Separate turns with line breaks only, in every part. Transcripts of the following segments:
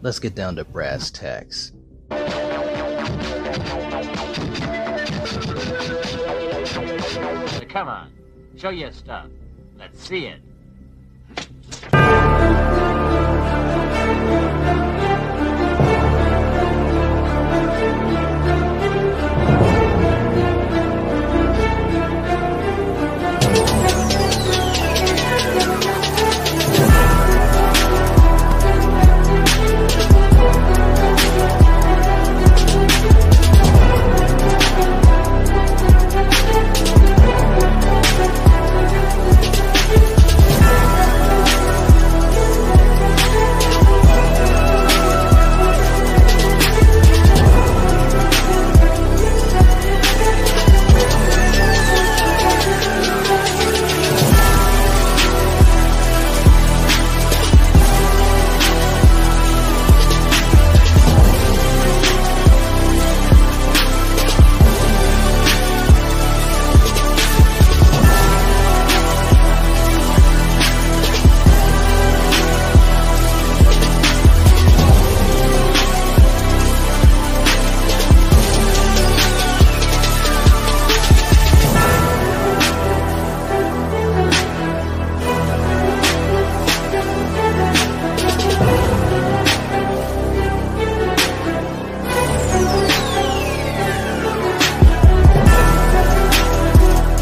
Let's get down to brass tacks.
Now, Come on, show your stuff. Let's see it.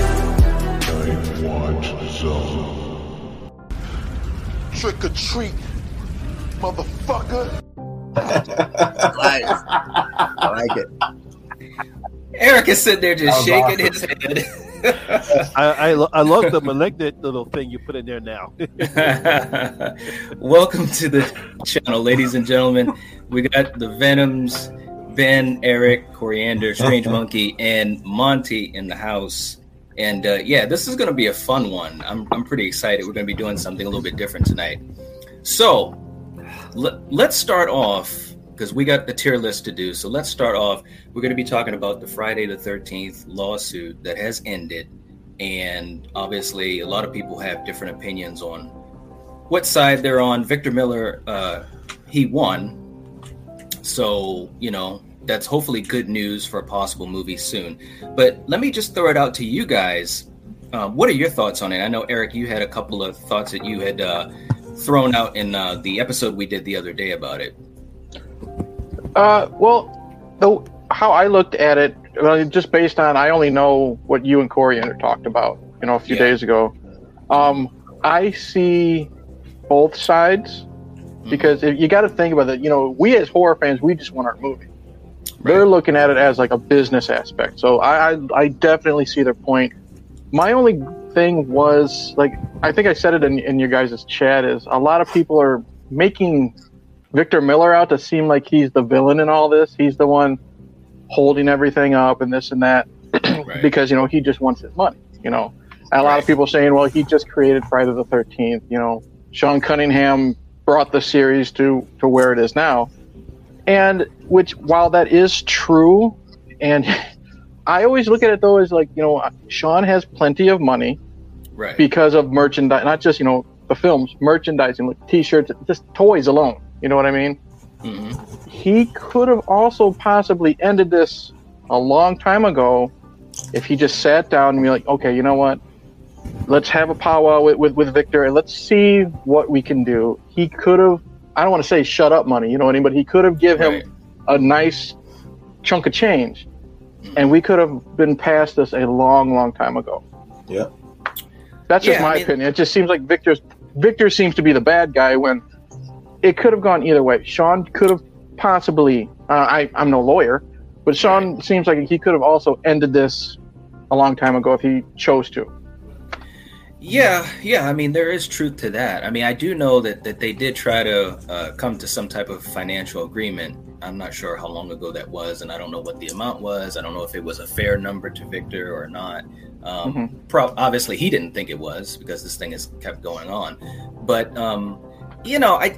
Night Watch Zone.
Trick or treat, motherfucker.
Nice. I like it.
Eric is sitting there just
That was
shaking his
I, I, lo- I love the malignant little thing you put in there now.
head. Welcome to the channel, ladies and gentlemen. We got the Venoms, Ben, Eric, Coriander, Strange Monkey, and Monty in the house. And uh, yeah, this is going to be a fun one. I'm, I'm pretty excited. We're going to be doing something a little bit different tonight. So l- let's start off because we got the tier list to do. So let's start off. We're going to be talking about the Friday the 13th lawsuit that has ended. And obviously, a lot of people have different opinions on what side they're on. Victor Miller, uh, he won. So, you know, that's hopefully good news for a possible movie soon. But let me just throw it out to you guys. Um, what are your thoughts on it? I know, Eric, you had a couple of thoughts that you had uh, thrown out in uh, the episode we did the other day about it.
Uh, well, the how I looked at it, well, just based on I only know what you and Corey talked about, you know, a few
Yeah.
days ago. Um, I see both sides because if you got to think about it. You know, we as horror fans, we just want our movie. They're looking at it as like a business aspect. So I, I, I definitely see their point. My only thing was like I think I said it in, in your guys' chat is a lot of people are making Victor Miller out to seem like he's the villain in all this. He's the one holding everything up and this and that
Right.
because you know he just wants his money. You know, and a lot of people saying, well, he just created Friday the Thirteenth. You know, Sean Cunningham brought the series to to where it is now, and which while that is true, and I always look at it though as like you know Sean has plenty of money
right.
because of merchandise, not just you know the films, merchandising, like T-shirts, just toys alone. You know what I mean?
hmm
He could have also possibly ended this a long time ago if he just sat down and be like, okay, you know what? Let's have a powwow with, with, with Victor and let's see what we can do. He could have, I don't want to say shut up money, you know what I mean? But he could have give
Right.
him a nice chunk of change. And we could have been past this a long, long time ago.
Yep.
That's just
Yeah,
my
I mean-
opinion. It just seems like Victor's Victor seems to be the bad guy when it could have gone either way. Sean could have possibly. Uh, I I'm no lawyer, but Sean seems like he could have also ended this a long time ago if he chose to.
Yeah, yeah. I mean, there is truth to that. I mean, I do know that that they did try to uh, come to some type of financial agreement. I'm not sure how long ago that was, and I don't know what the amount was. I don't know if it was a fair number to Victor or not. Um,
Mhm.
prob- obviously, he didn't think it was because this thing has kept going on. But um, you know, I.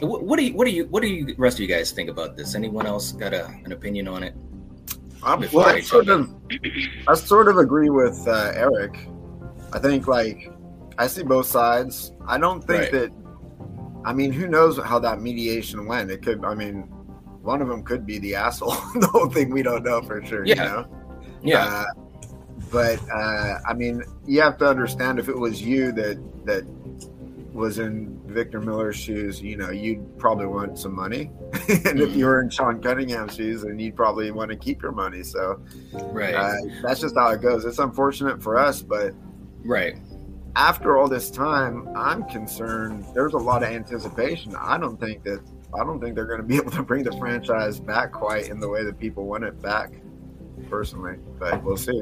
wh- What do you, what do you, what do you, rest of you guys think about this? Anyone else got a, an opinion on it?
I'm,
Before
well, I
I
sort
jump
of, I sort of agree with uh, Eric. I think like I see both sides. I don't
Right.
think that
I mean, who knows how that mediation went? It could. I mean, one of them could be the asshole. the whole thing we don't know for sure.
Yeah.
You know.
Yeah.
Uh, but uh, I mean, you have to understand if it was you that that was in Victor Miller's shoes, you know, you'd probably want some money, and
Mm-hmm.
if you were in Sean Cunningham's shoes, then you'd probably want to keep your money. So
right.
uh, that's just how it goes. It's unfortunate for us, but
right.
after all this time, I'm concerned. There's a lot of anticipation. I don't think that I don't think they're going to be able to bring the franchise back quite in the way that people want it back. Personally, but we'll see.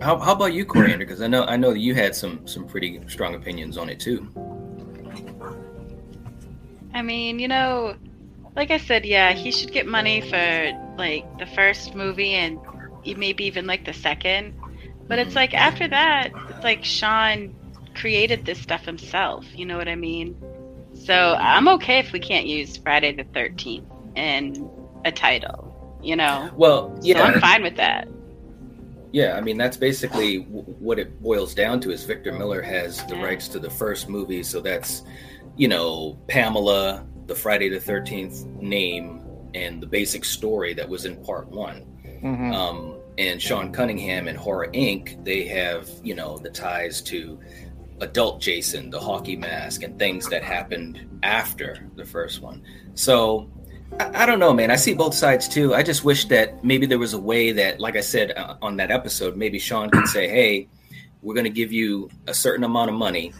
How, how about you, Coriander? Because I know I know that you had some some pretty strong opinions on it too.
I mean, you know, like I said, yeah, he should get money for like the first movie and e- maybe even like the second. But
Mm-hmm.
it's like after that, it's like Sean created this stuff himself. You know what I mean? So I'm okay if we can't use Friday the 13th and a title. You know,
Well,
so I'm
yeah,
fine with that.
yeah. I mean, that's basically w- what it boils down to. Is Victor Miller has the
Yeah.
rights to the first movie, so that's you know Pamela, the Friday the Thirteenth name, and the basic story that was in part one.
Mhm.
um, and Sean Cunningham and Horror Inc. They have you know the ties to adult Jason, the hockey mask, and things that happened after the first one. So I, I don't know, man. I see both sides too. I just wish that maybe there was a way that, like I said uh, on that episode, maybe Sean could say, "Hey, we're going to give you a certain amount of money,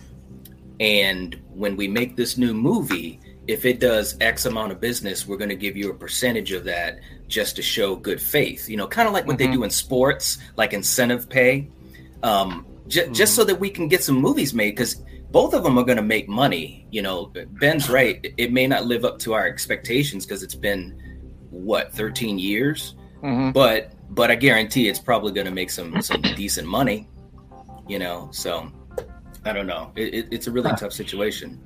and when we make this new movie." If it does X amount of business, we're going to give you a percentage of that just to show good faith. You know, kind of like what they do in sports, like incentive pay, um, j- just so that we can get some movies made because both of them are going to make money. You know, Ben's right. It- It may not live up to our expectations because it's been what 13 years,
Mhm.
but but I guarantee it's probably going to make some some decent money. You know, so I don't know. It, it, it's a really tough situation.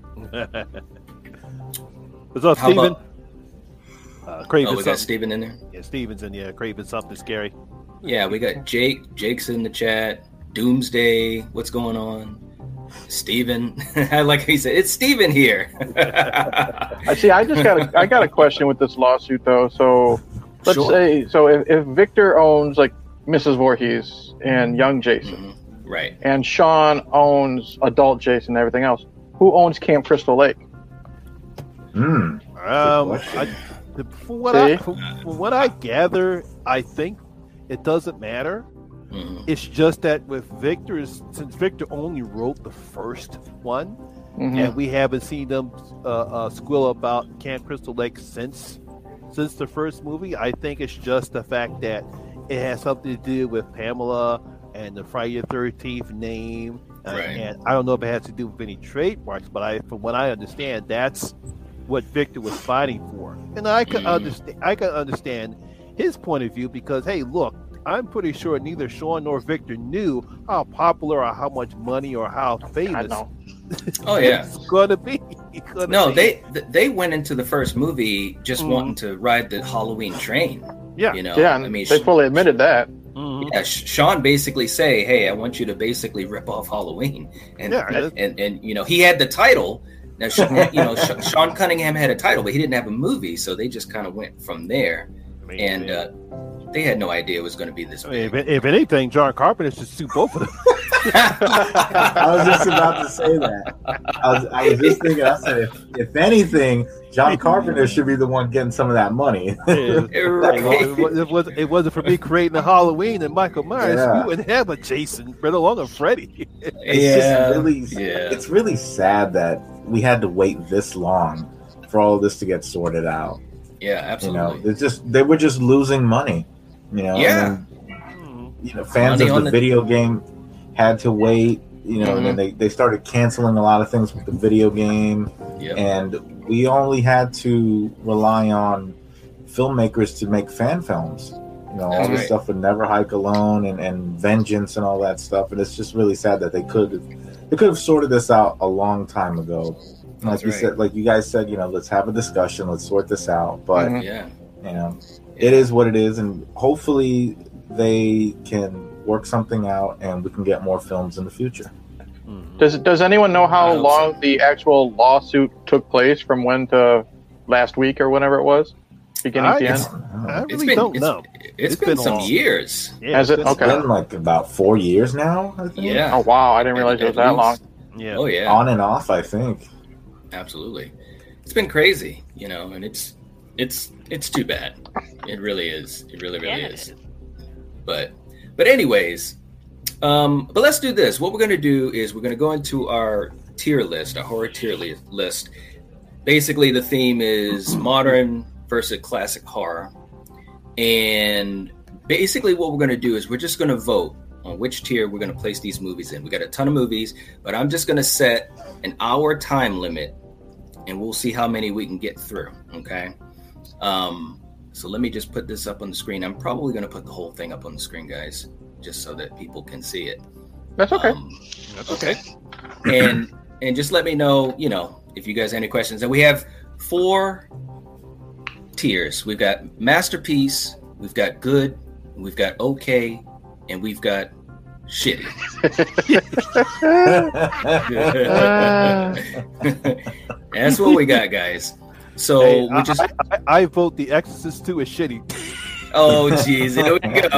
What's
Oh,
up,
How
Steven?
about?
Uh,
Oh,
Craven
we got
something.
Steven in there.
Yeah, Steven's in here. Craven something scary.
Yeah, we got Jake. Jake's in the chat. Doomsday. What's going on? Steven. I like how he said, it's Steven here.
I see. I just got. A, I got a question with this lawsuit though. So let's
Sure.
say so if, if Victor owns like Mrs. Voorhees and young Jason,
Mhm. Right.
and Sean owns adult Jason and everything else, who owns Camp Crystal Lake?
Hmm.
Um,
question.
I, the, from, what I,
See?
from, from what I gather, I think it doesn't matter.
Mhm.
It's just that with Victor's, since Victor only wrote the first one,
Mhm.
and we haven't seen them uh, uh, squill about Camp Crystal Lake since since the first movie. I think it's just the fact that it has something to do with Pamela and the Friday the Thirteenth name, uh,
Right.
and I don't know if it has to do with any trademarks, but I, from what I understand, that's what Victor was fighting for, and I can
Mm.
understand. I can understand his point of view because hey, look. I'm pretty sure neither Sean nor Victor knew how popular or how much money or how
I
famous
know.
Oh, yeah.
it's gonna be. It's gonna
No,
be.
they th- they went into the first movie just
Mhm.
wanting to ride the Halloween train.
Yeah.
You know,
Mm-hmm. yeah,
I
and
mean,
they fully admitted that. Mm-hmm.
Mhm.
yeah, Sh- Sean basically say, "Hey, I want you to basically rip off Halloween," and
Yeah, that's-
and and you know he had the title. Now, Sh- you know, Sh- Sean Cunningham had a title, but he didn't have a movie, so they just kind of went from there.
I mean,
And
if-
uh, they had no idea it was going to be this
I mean, if,
big.
if anything, John Carpenter should sue both of them.
yeah,
I was just about to say that. I was, I was just thinking. I said, if, if anything, John Carpenter should be the one getting some of that money.
If it
right.
wa- it was. It wasn't for me creating a Halloween and Michael Myers.
Yeah.
You wouldn't have a Jason, let alone a Freddy.
It's
yeah.
just really,
yeah.
it's really sad that we had to wait this long for all this to get sorted out.
yeah,
You know,
absolutely.
it's just they were just losing money. You know,
Yeah.
And, you know, fans
Money
of
on
the,
the- Mm-hmm.
video game had to wait. You know, and then they, they started canceling a lot of things with the video game.
Yep.
and we only had to rely on filmmakers to make fan films. You know,
That's
all this
right.
stuff with Never Hike Alone and, and Vengeance and all that stuff. And it's just really sad that they could they could have sorted this out a long time ago. And Like
That's
you
right.
said, like you guys said, you know, let's have a discussion, let's sort this out. But
Mhm.
yeah.
you know, it is what it is, and hopefully they can work something out, and we can get more films in the future.
Mhm.
Does Does anyone know
I
how
hope
long the actual lawsuit took place from when to last week or whenever it was, beginning
I-
to end?
I really
It's been,
don't
it's,
know.
it's been,
been
some
long.
years.
Yeah,
Has it-
it's-
It's
Okay.
been like about four years now. I think.
Yeah.
Oh wow, I didn't realize it
At-
was
at
that long.
least.
Yeah.
Oh yeah,
On and off, I think.
absolutely. It's been crazy, you know, and it's it's it's too bad. It really is. It really really
Yeah, it
is.
is.
But but anyways, um, but let's do this. What we're gonna do is we're gonna go into our tier list, our horror tier li- list. Basically, the theme is modern versus classic horror, and basically what we're gonna do is we're just gonna vote on which tier we're gonna place these movies in. We got a ton of movies, but I'm just gonna set an hour time limit, and we'll see how many we can get through. Okay. Um, so let me just put this up on the screen. I'm probably going to put the whole thing up on the screen, guys, just so that people can see it.
That's okay.
Um, okay. and and just let me know, you know, if you guys have any questions. And we have four tiers. We've got masterpiece, we've got good, we've got okay, and we've got shitty. That's what we got, guys. So
Hey,
Oh, we just
I, I, I vote The Exorcist 2 is shitty.
Oh jeez, here we go.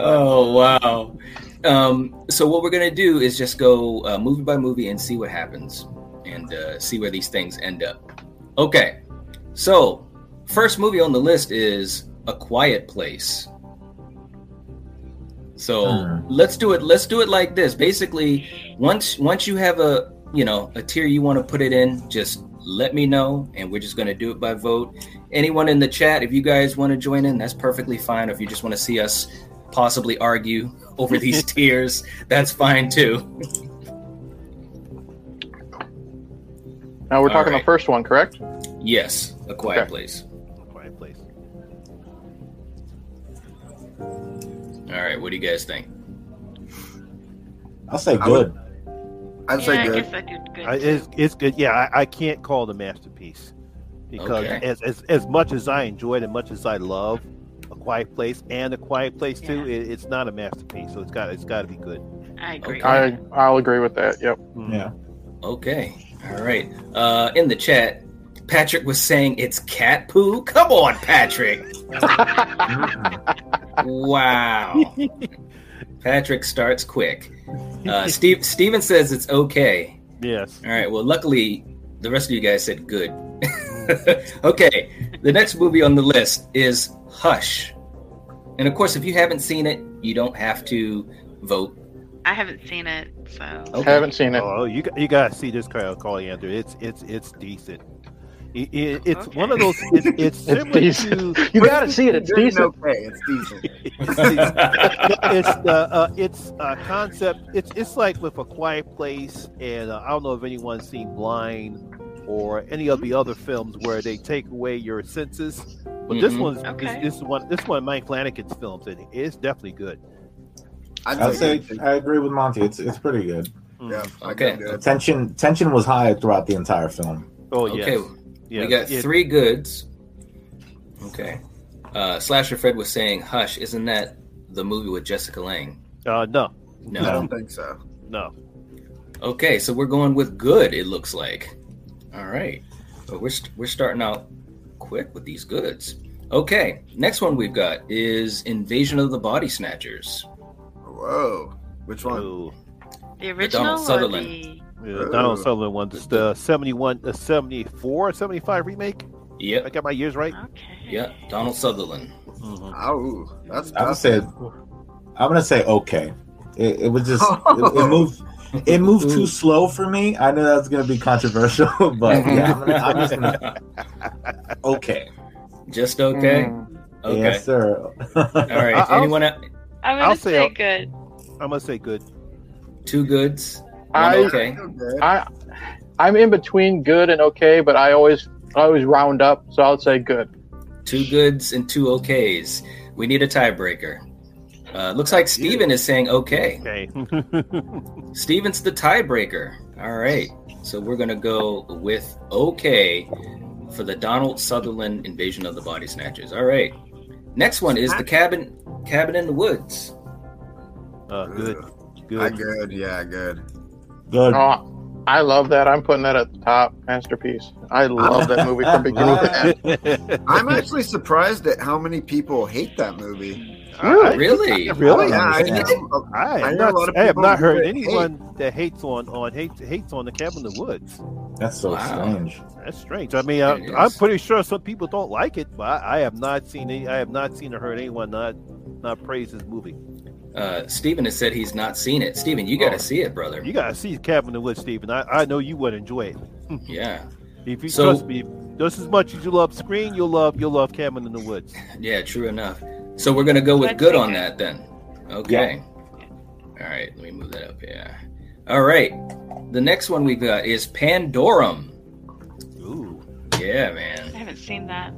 oh wow. Um, so what we're gonna do is just go uh, movie by movie and see what happens, and uh, see where these things end up. Okay. So first movie on the list is A Quiet Place. So
Hmm.
let's do it. Let's do it like this. Basically, once once you have a you know a tier you want to put it in, just let me know, and we're just gonna do it by vote anyone in the chat, if you guys want to join in, that's perfectly fine. If you just want to see us possibly argue over these tiers, that's fine too.
Now we're talking
Alright.
the first one, correct?
Yes, a quiet
Okay.
place.
Quiet place.
All right, what do you guys think?
I'll say
I would-
good.
I'd say
yeah, I
good.
guess I did good.
I, it's, it's good. Yeah, I, I can't call it a masterpiece because
Okay.
as, as as much as I enjoyed and much as I love a Quiet Place and a Quiet Place too,
Yeah.
it, it's not a masterpiece. So it's got it's got to be good.
I agree.
Okay.
I I'll agree with that. Yep.
yeah.
Okay, all right. Uh, in the chat, Patrick was saying it's cat poo. Come on, Patrick. Wow. Patrick starts quick. Uh, Steve Steven says it's okay.
Yes.
All right. Well, luckily, the rest of you guys said good. okay. The next movie on the list is Hush. And of course, if you haven't seen it, you don't have to vote.
I haven't seen it, so
Okay.
Haven't seen it.
Oh, you got- you gotta see this Kyle Coliander. It's it's it's decent. It, it- it's one of those. It's it's similar
decent.
to
You gotta see it. It's
Good and
decent.
Okay, it's decent.
it's, it's the uh, it's uh, concept. It's it's like with a quiet place, and uh, I don't know if anyone's seen Blind or any of the other films where they take away your senses. But this
Mhm.
one's
Okay.
this, this one this one of Mike Flanagan's films, and it's definitely good.
I'd
I'd
say
say
good.
I agree with Monty. It's it's pretty good.
Yeah, I
Okay.
can do it.
Tension tension was high throughout the entire film.
Oh
Okay.
yes. yeah,
we got
it-
three goods. Okay. Uh, Slasher Fred was saying, Hush, isn't that the movie with Jessica Lange?
Uh, no,
No.
I don't think so.
no.
Okay. So we're going with good, it looks like. All right. But we're, st- we're starting out quick with these goods. Okay. Next one we've got is Invasion of the Body Snatchers.
Whoa. Which one?
Ooh.
the original or
Sutherland.
the
Yeah, Donald Sutherland one, just the 71, uh, 74, 75 remake. I
Yep.
got my years right. Mm-hmm.
okay.
Yep. Donald Sutherland.
Oh, that's
I would
tough.
say I'm gonna say okay. It, it was just it, it moved it moved too slow for me. I know that's gonna be controversial, but yeah, I'm, gonna, I'm just gonna okay.
Just okay.
Mm.
Okay.
Yes, sir.
All right.
I'll-
Anyone? Else?
I'm gonna
I'll say
say
it.
good.
I'm gonna say good.
Two goods. One
I-
okay.
Feel good.
I I'm in between good and okay, but I always I always round up, so I'll say good.
Two goods and two okays. We need a tiebreaker. Uh, looks like Steven is saying okay.
Okay. Uh,
Steven's the tiebreaker. All right. So we're going to go with okay for the Donald Sutherland invasion of the body snatchers. All right. Next one is the cabin cabin in the woods.
Uh, good. Good.
I good. Yeah, good.
Good.
Oh, I love that. I'm putting that at the top. Masterpiece. I love that movie from beginning to end.
I'm actually surprised at how many people hate that movie.
Really?
Really?
Really?
Yeah, I, Oh, know.
I,
I
have
hear
not,
a lot of
I have
people
not heard
hate.
anyone that hates on on hates, hates on the cabin in the woods.
That's so
Wow.
strange.
That's strange. I mean, I,
It is.
I'm pretty sure some people don't like it, but I, I have not seen any. I have not seen or heard anyone not not praise this movie.
Uh, Steven has said he's not seen it. Steven, you got to
Oh.
see it, brother.
You gotta see cabin in the woods, Stephen. I, I know you would enjoy it.
Yeah.
If you
So-
trust me, just as much as you love Screen, you'll love you'll love cabin in the woods.
Yeah, true enough. So we're going to go with
Let's
good
take
on
it.
that then. Okay. All right. Let me move that up. Yeah. All right. The next one we've got is Pandorum.
Ooh,
Yeah,
I
man.
haven't seen that.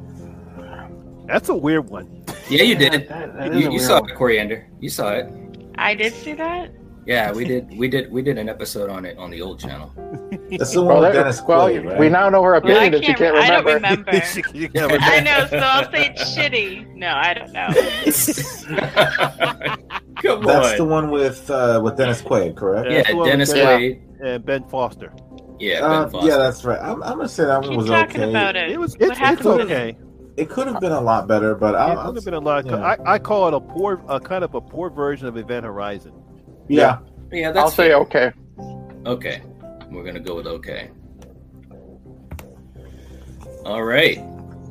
that's a weird one.
Yeah, you did.
That- that is a
You, you
weird
saw
one.
it, Coriander. You saw it.
I did see that.
Yeah, we did. We did. We did an episode on it on the old channel.
That's
Oh,
the
Well,
one
that-
with Dennis
well,
Quaid, right?
we now know her
Well, I
opinion
can't.
is she can't
I don't
remember.
remember.
You can't remember.
I know, so I'll say it's shitty. No, I don't know.
Come
That's the
on.
one with uh, with Dennis Quaid, correct?
yeah,
That's the one
Dennis
with-
Quaid.
and Ben Foster.
Yeah,
Uh,
Ben
yeah,
Foster.
that's right. I'm, I'm gonna say that one
Keep
was
talking
okay.
about it.
It was
What
it's, it's
happened to it?
okay.
It could have been a lot better, but
It
I'll,
would have
I'll
been a lot.
Oh, yeah.
I, I call it a poor, a kind of a poor version of Event Horizon.
yeah.
yeah, that's
I'll say
fair.
okay.
Okay. We're going to go with okay. All right.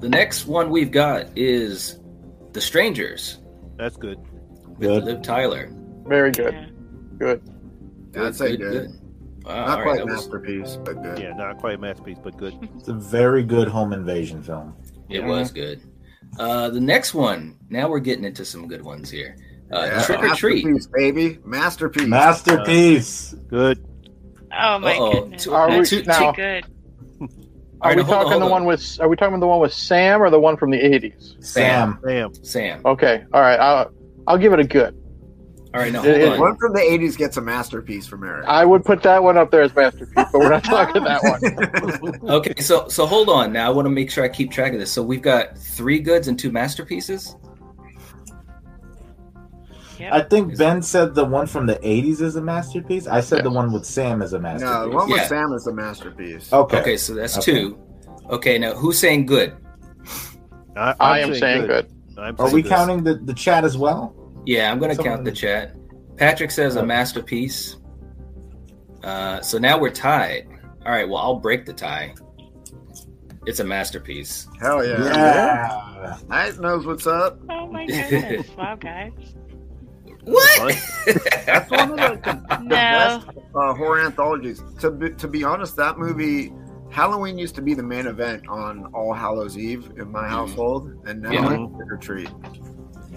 The next one we've got is The Strangers
That's good.
with
Good.
Liv Tyler.
Very good.
Yeah.
Good.
I'd say good.
Wow,
Not
all
quite
right. That was,
masterpiece, but good.
Yeah, not quite a masterpiece, but good.
It's a very good home invasion film.
it was good. Uh, the next one. Now we're getting into some good ones here. Uh,
Yeah,
Trick or Treat.
masterpiece, baby, masterpiece.
Masterpiece.
Good.
Oh my
Uh-oh.
goodness.
Two-
Too
Are we-
two-
now-
good.
Are
All right,
we
hold on,
talking
hold
the
on.
one with? Are we talking the one with Sam or the one from the '80s?
Sam.
Damn.
Sam.
Okay. All right. I'll I'll give it a good.
All right, now
It- it-
hold on.
One from the '80s gets a masterpiece from Eric.
Uh,
I would put that one up there as masterpiece, but we're not talking that one.
Okay, so so hold on. Now I want to make sure I keep track of this. So we've got three goods and two masterpieces.
I think Ben said the one from the 80s is a masterpiece. I said the one with Sam is a
no, the
masterpiece.
one with
Yeah.
Sam is a masterpiece.
okay.
Okay, so that's
Okay.
two. Okay, now who's saying good?
I, I'm
I am saying good.
I'm
Are
saying
we
good.
counting the, the chat as well?
Yeah, I'm gonna
Someone-
count the chat. Patrick says a
Okay.
masterpiece. Uh, so now we're tied. All right, well I'll break the tie. It's a masterpiece.
Hell yeah!
Yeah.
Knight knows what's up.
Oh my goodness. Wow, guys.
What?
That's one of the, the
No.
best uh, horror anthologies. To be, to be honest, that movie. Halloween used to be the main event on All Hallows Eve in my household, and now
Yeah.
it's trick or treat.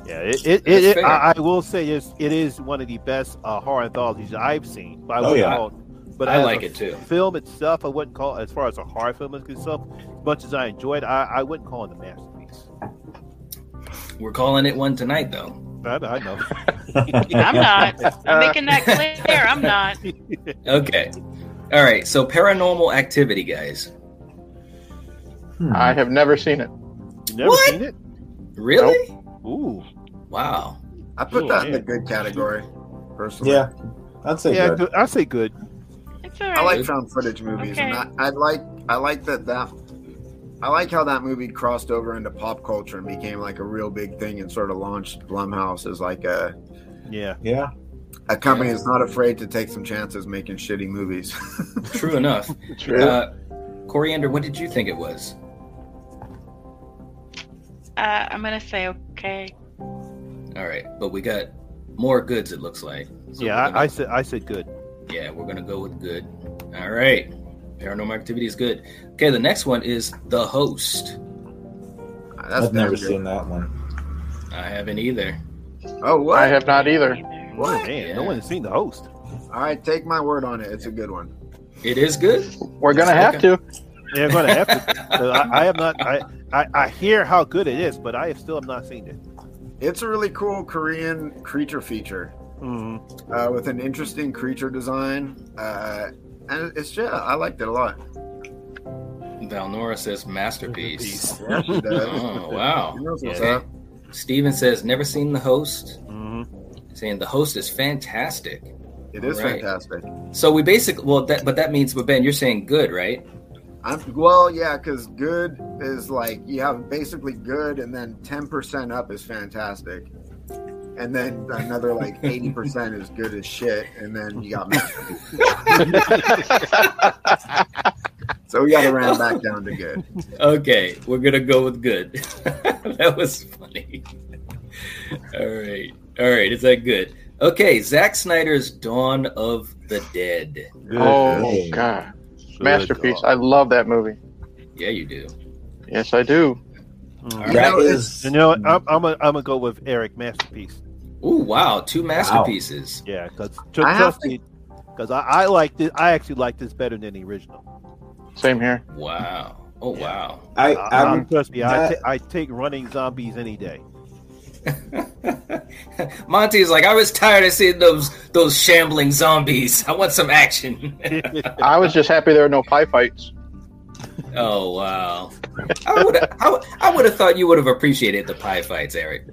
Yeah, it, it, it,
That's
it-
fair.
I, I will say this: it is one of the best uh, horror anthologies I've seen. But I
Oh,
wouldn't
yeah.
call it- but
I
as
like
a
it, too.
Film itself, I wouldn't call as far as a horror film is concerned. As much as I enjoyed, I, I wouldn't call it a masterpiece.
we're calling it one tonight though.
I, I know.
I'm not. I'm making that clear. I'm not.
Okay. All right, so paranormal activity, guys.
Hmm.
I have never seen it.
You never
What?
seen it?
Really?
Ooh.
Wow.
I put
Oh,
that in the
man.
good category, personally.
yeah. I'd say
Yeah,
good.
good. I say good.
It's all right.
I like found footage movies, and
Okay.
I, I like I like that that I like how that movie crossed over into pop culture and became like a real big thing and sort of launched Blumhouse as like a
Yeah.
Yeah.
a company that's not afraid to take some chances making shitty movies.
True enough.
True.
Uh, Coriander, what did you think it was?
Uh, I'm gonna say okay.
All right, but we got more goods. It looks like. So
Yeah,
we're
I, I
gonna-
said I said good.
yeah, we're gonna go with good. All right, paranormal activity is good. Okay, the next one is the host.
that's
I've never
damn good.
seen that one.
I haven't either.
Oh what?
I have not either.
Oh,
What?
man,
Yeah.
no one has seen the host.
All right, take my word on it. It's a good one.
It is good.
We're gonna have to.
They're going to have to. So I, I have not. I, I I hear how good it is, but I have still have not seen it.
It's a really cool Korean creature feature
Mm.
uh, with an interesting creature design, uh, and it's yeah, I liked it a lot.
Valnora says masterpiece.
Yeah, she does.
Oh wow.
She knows what's
Okay.
up.
Steven says never seen the host.
Mm.
Saying the host is fantastic.
It is
Right.
fantastic.
So we basically well, that, but that means, but Ben, you're saying good, right?
I'm, well, yeah, because good is like you have basically good, and then ten percent up is fantastic, and then another like eighty percent is good as shit, and then you got masterpiece. so we got to round back down to good.
Okay, we're gonna go with good. that was funny. All right, all right, is that good? Okay, Zack Snyder's Dawn of the Dead.
oh god, masterpiece! I love that movie.
Yeah, you do.
Yes, I do.
That is
Mm. You know, what? I'm I'm gonna I'm gonna go with Eric masterpiece.
Ooh, wow, two masterpieces.
Yeah, because
I have
trust
to-
me, because I, I like this. I actually like this better than the original.
Same here.
Wow. Oh, wow.
I,
I,
I,
I,
would-
trust me, I
that-
ta- I take running zombies any day.
Monty's like, I was tired of seeing those those shambling zombies. I want some action.
I was just happy there were no pie fights.
oh wow. I would I, I would have thought you would have appreciated the pie fights, Eric.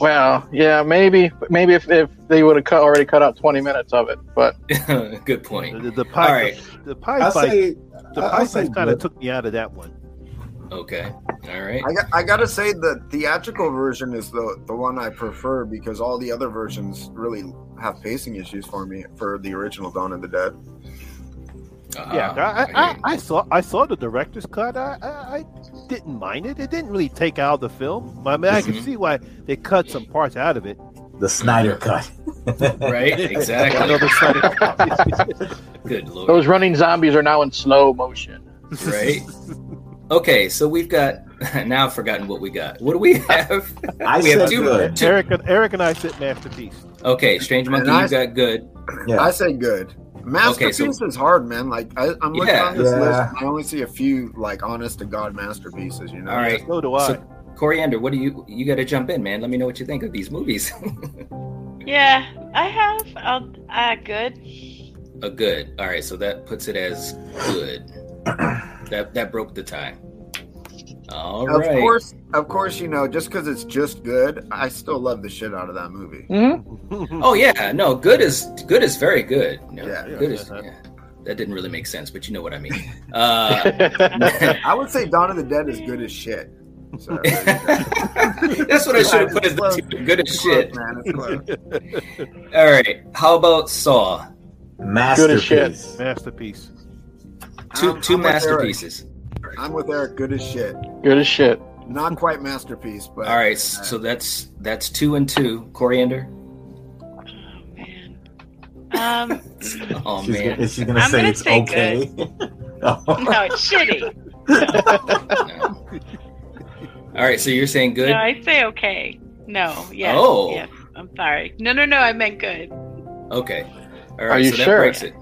Well, yeah, maybe, maybe if, if they would have cut, already cut out twenty minutes of it, but
Good
The,
point.
the, the pie,
All right.
the pie
I'll
fight,
say,
the
I'll
pie
say
fight kind of
good.
took me out of that one.
Okay. All right.
I got, I gotta say the theatrical version is the the one I prefer because all the other versions really have pacing issues for me for the original Dawn of the Dead.
Uh-huh.
Yeah,
Um,
I,
hear
I,
you.
I saw I saw the director's cut. I, I, I didn't mind it. It didn't really take out the film. I mean, I can
Mm-hmm.
Mhm.
see why they cut some parts out of it.
the Snyder cut.
right.
I know
Exactly.
the side-
Good lord.
those running zombies are now in slow motion.
Right. Okay, so we've got now I've forgotten what we got. What do we have?
I
We have
said
two-
good.
Eric and Eric and I sit masterpiece.
Okay, Strange Monkey,
And I-
you got good.
Yeah.
I say good. Masterpiece is hard, man. Like I, I'm looking
Yeah.
on this
Yeah.
list, I only see a few like honest to god masterpieces. You know,
All right.
So do I.
So, Coriander, what do you you got to jump in, man? Let me know what you think of these movies.
Yeah, I have. I'll, uh, good.
A good. All right, so that puts it as good. that that broke the tie. All right.
of course, of course, you know, just because it's just good, I still love the shit out of that movie.
Oh yeah, no, good is good is very good. No,
Yeah, yeah,
good is.
yeah.
yeah. That didn't really make sense, but you know what I mean. Uh,
I would say Dawn of the Dead is good as shit. So,
that's what I should have put as the two. good as
it's
shit.
close, man. It's close.
All right, how about Saw?
Good as
Masterpiece.
shit.
Masterpiece.
Two
I'm-
two
I'm with Eric.
masterpieces.
I'm with Eric. Good as shit.
Good as shit.
Not quite masterpiece, but
All right, so that's that's two and two. Coriander.
Oh, Man. Um,
Oh
she's,
man,
gonna- she's gonna
I'm
say
gonna
it's
say
okay. oh,
no, it's shitty.
no. All right, so you're saying good?
No, I say okay. No, yes,
Oh.
yes. I'm sorry. No, no, no. I meant good.
Okay. All right,
Are you
so
sure?
that breaks it.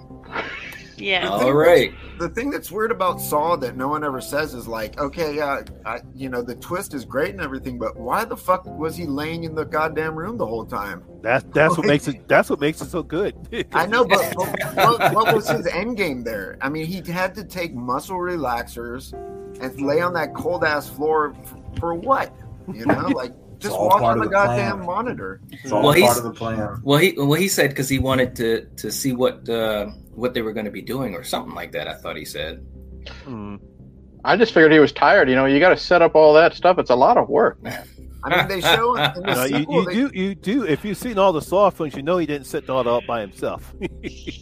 Yeah.
All right.
the thing that's weird about Saw that no one ever says is like, okay, yeah, I, you know, the twist is great and everything, but why the fuck was he laying in the goddamn room the whole time?
That's that's what makes it. That's what makes it so good.
I know, but, but what, what was his end game there? I mean, he had to take muscle relaxers and lay on that cold ass floor f- for what? You know, like just
all
walk
part
on
of
the
the plan.
goddamn monitor.
it's all
Well, he's-
part of the plan.
Well, he well he said because he wanted to to see what uh, what they were going to be doing or something like that. I thought he said.
Hmm.
I just figured he was tired. You know, you got to set up all that stuff. It's a lot of work.
I mean, they show in the
You, know, you,
sequel,
you
they-
do you do if you've seen all the Saw films, you know he didn't sit all up by himself.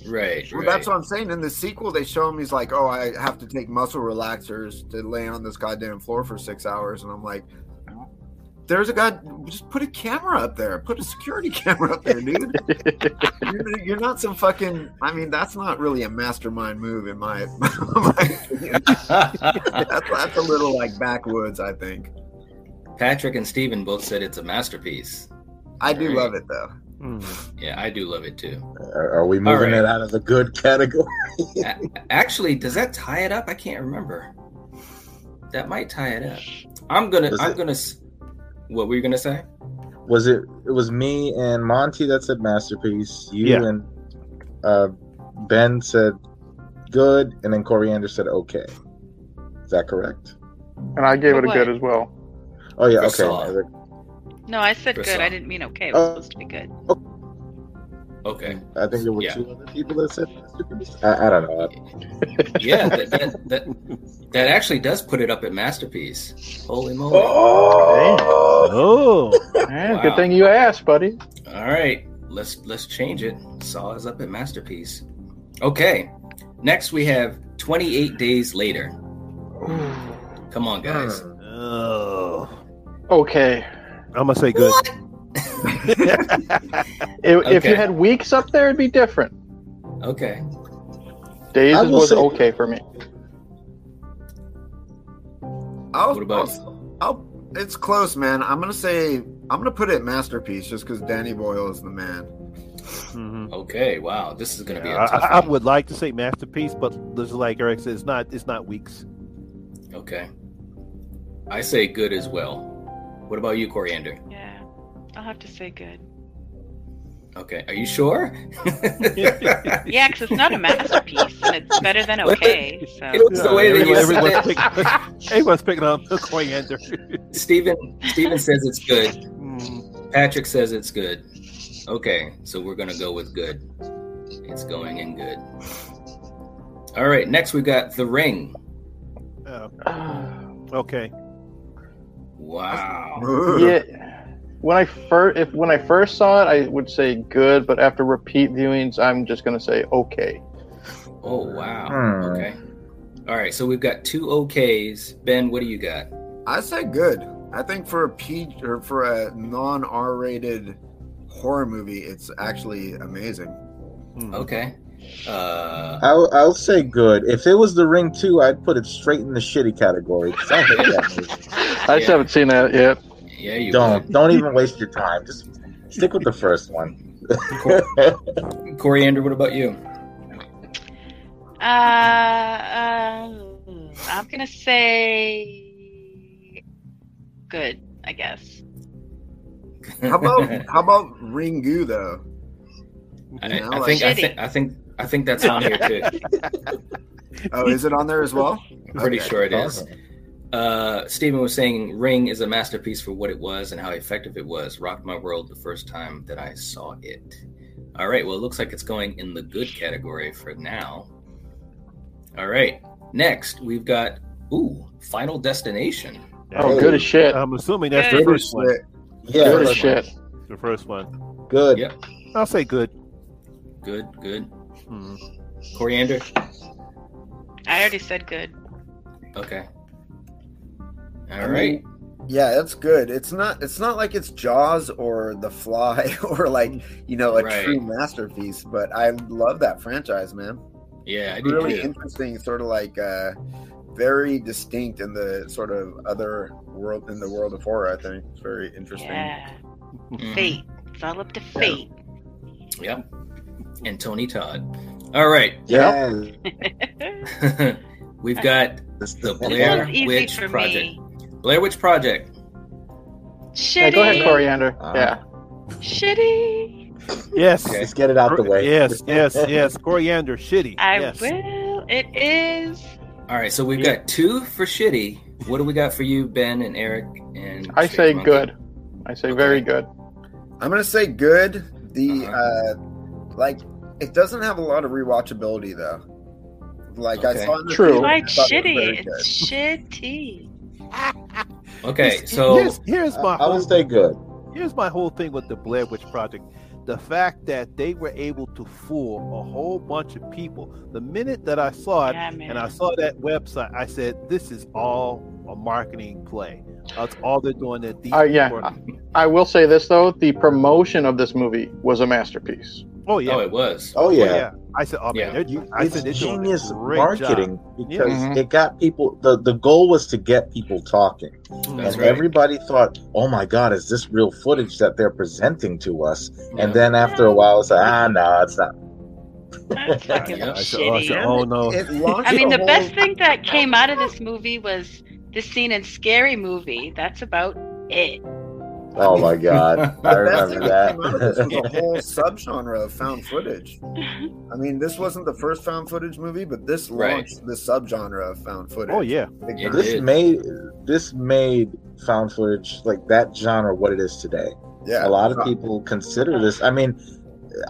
Right.
Well,
right.
that's what I'm saying. In the sequel, they show him he's like, "Oh, I have to take muscle relaxers to lay on this goddamn floor for six hours," and I'm like, "There's a god. Just put a camera up there. Put a security camera up there, dude. you're, you're not some fucking. I mean, that's not really a mastermind move in my. my opinion. that's, that's a little like backwoods. I think.
Patrick and Steven both said it's a masterpiece.
I do love it though.
Hmm.
Yeah, I do love it too.
Are, are we moving
All right.
it out of the good category?
Actually, does that tie it up? I can't remember. That might tie it up. I'm gonna.
Does
I'm
it-
gonna. s- What were you gonna say?
Was it? It was me and Monty that said masterpiece. You
Yeah.
and uh, Ben said good, and then Coriander said okay. Is that correct?
And I gave it a
What?
good as well.
Oh yeah.
For
Okay.
Saw.
No, I said good.
Priscilla.
I didn't mean okay. It was
Oh.
supposed to be good.
Okay.
I think there were
Yeah.
two other people that said masterpiece. I, I don't know.
Yeah, that, that, that, that actually does put it up at masterpiece. Holy moly!
Oh,
Yeah,
Wow.
Eh, Good thing you asked, buddy.
All right, let's let's change it. Saw is up at masterpiece. Okay, next we have 28 days later. Come on, guys.
Hmm. Oh.
Okay.
I'm gonna say good.
If, if
Okay.
you had weeks up there, it'd be different.
Okay.
Days
I will
was
say-
okay for me.
I'll,
What about-
I'll, I'll- it's close, man. I'm gonna say I'm gonna put it masterpiece just because Danny Boyle is the man.
Mhm.
Okay. Wow. This is gonna be a
I,
tough
I- I
one.
would like to say masterpiece, but this is like Eric said, it's not. It's not weeks.
Okay. I say good as well. What about you, Coriander?
Yeah, I'll have to say good.
Okay. Are you sure?
Yeah, because it's not a masterpiece, and it's better than
Well,
okay.
It
So
was the way that you
Everyone-
said it.
everyone's, pick, everyone's picking on coriander.
Steven, Steven says it's good.
Mm.
Hmm.
Patrick says it's good. Okay, so we're gonna go with good. It's going in good. All right, next we got the ring.
Oh, okay.
Wow.
yeah. When I first if when I first saw it, I would say good, but after repeat viewings, I'm just gonna say okay.
Oh
Hmm.
wow. Okay. All right, so we've got two OKs. Ben, what do you got?
I say good. I think for a P or for a non R-rated horror movie, it's actually amazing.
Hmm.
Okay. Uh,
I'll, I'll say good. If it was The Ring 2, I'd put it straight in the shitty category. 'cause I hate that movie.
I just
Yeah.
haven't seen that yet.
yeah, you
Don't don't even waste your time. Just stick with the first one.
would. Coriander, what about you?
uh, uh, I'm gonna say good. I guess.
How about how about Ringu though?
I,
No,
I think I
like-
think I think I think that's on here too.
Oh, is it on there as well?
Pretty
Okay.
sure it is. Uh, Steven was saying Ring is a masterpiece for what it was and how effective it was. Rocked my world the first time that I saw it. All right, well, it looks like it's going in the good category for now. All right, next we've got, ooh, Final Destination.
Oh, good as shit.
I'm assuming that's the
Good
first one.
Shit.
Yeah,
good
first
as
one.
shit.
The first one.
Good.
Yep.
I'll say good.
Good, good.
Mm.
Coriander?
I already said good.
Okay. All
I
right.
Yeah, it's good. It's not it's not like it's Jaws or The Fly or like, you know, a
Right.
true masterpiece, but I love that franchise, man.
Yeah, I do
Really
too.
interesting, sort of like uh very distinct in the sort of other world in the world of horror, I think. It's very interesting.
Yeah,
Mhm.
fate. It's all up to fate.
Yep. And Tony Todd. All right.
Yeah.
We've got the
This
Blair
one's easy
Witch
for
Project.
me.
Blair Witch Project.
Shitty.
Yeah, go ahead, Coriander.
Uh,
yeah.
Shitty.
Yes.
Just get it out the way.
Yes, yes, yes. Coriander, shitty.
I
yes.
will. It is.
All right, so we've got two for shitty. What do we got for you, Ben and Eric? And
I
Straight
say
Monkey?
good. I say very good.
I'm gonna say good. The
Uh-huh.
uh like it doesn't have a lot of rewatchability though. Like I
Okay.
saw in the
True.
theater, I
Why
thought it was very
shitty?
good.
It's shitty.
Okay, so
here's, here's my
I, I
whole
would say good.
here's my whole thing with the Blair Witch Project. The fact that they were able to fool a whole bunch of people. The minute that I saw it
Yeah, man.
and I saw that website, I said, "This is all a marketing play. That's all they're doing." At the
Uh, yeah. I will say this though: the promotion of this movie was a masterpiece.
Oh yeah.
oh, it was.
Oh
Oh,
yeah.
yeah. I said, "Oh man,
Yeah.
they're,
You-
I
it's
said they're doing a
genius
great
marketing because
Mm-hmm.
Mhm.
it got people. the The goal was to get people talking,
job."
That's
and
right.
everybody thought, "Oh my God, is this real footage that they're presenting to us?"
Yeah.
And then after a while, it's like, "Ah, no, it's not."
That's fucking
Yeah,
I said, oh, I
shitty.
said, "Oh, no."
It launched
I mean,
a
the
whole-
best thing that came out of this movie was this scene in Scary Movie. That's about it.
Oh my God, I
The best thing
remember
that came out of this was
that.
a whole subgenre of found footage. I mean, this wasn't the first found footage movie, but this
Right.
launched the subgenre of found footage.
Oh yeah.
Big
It
time.
this
did.
made this made found footage like that genre what it is today.
yeah.
a lot of people consider this. I mean,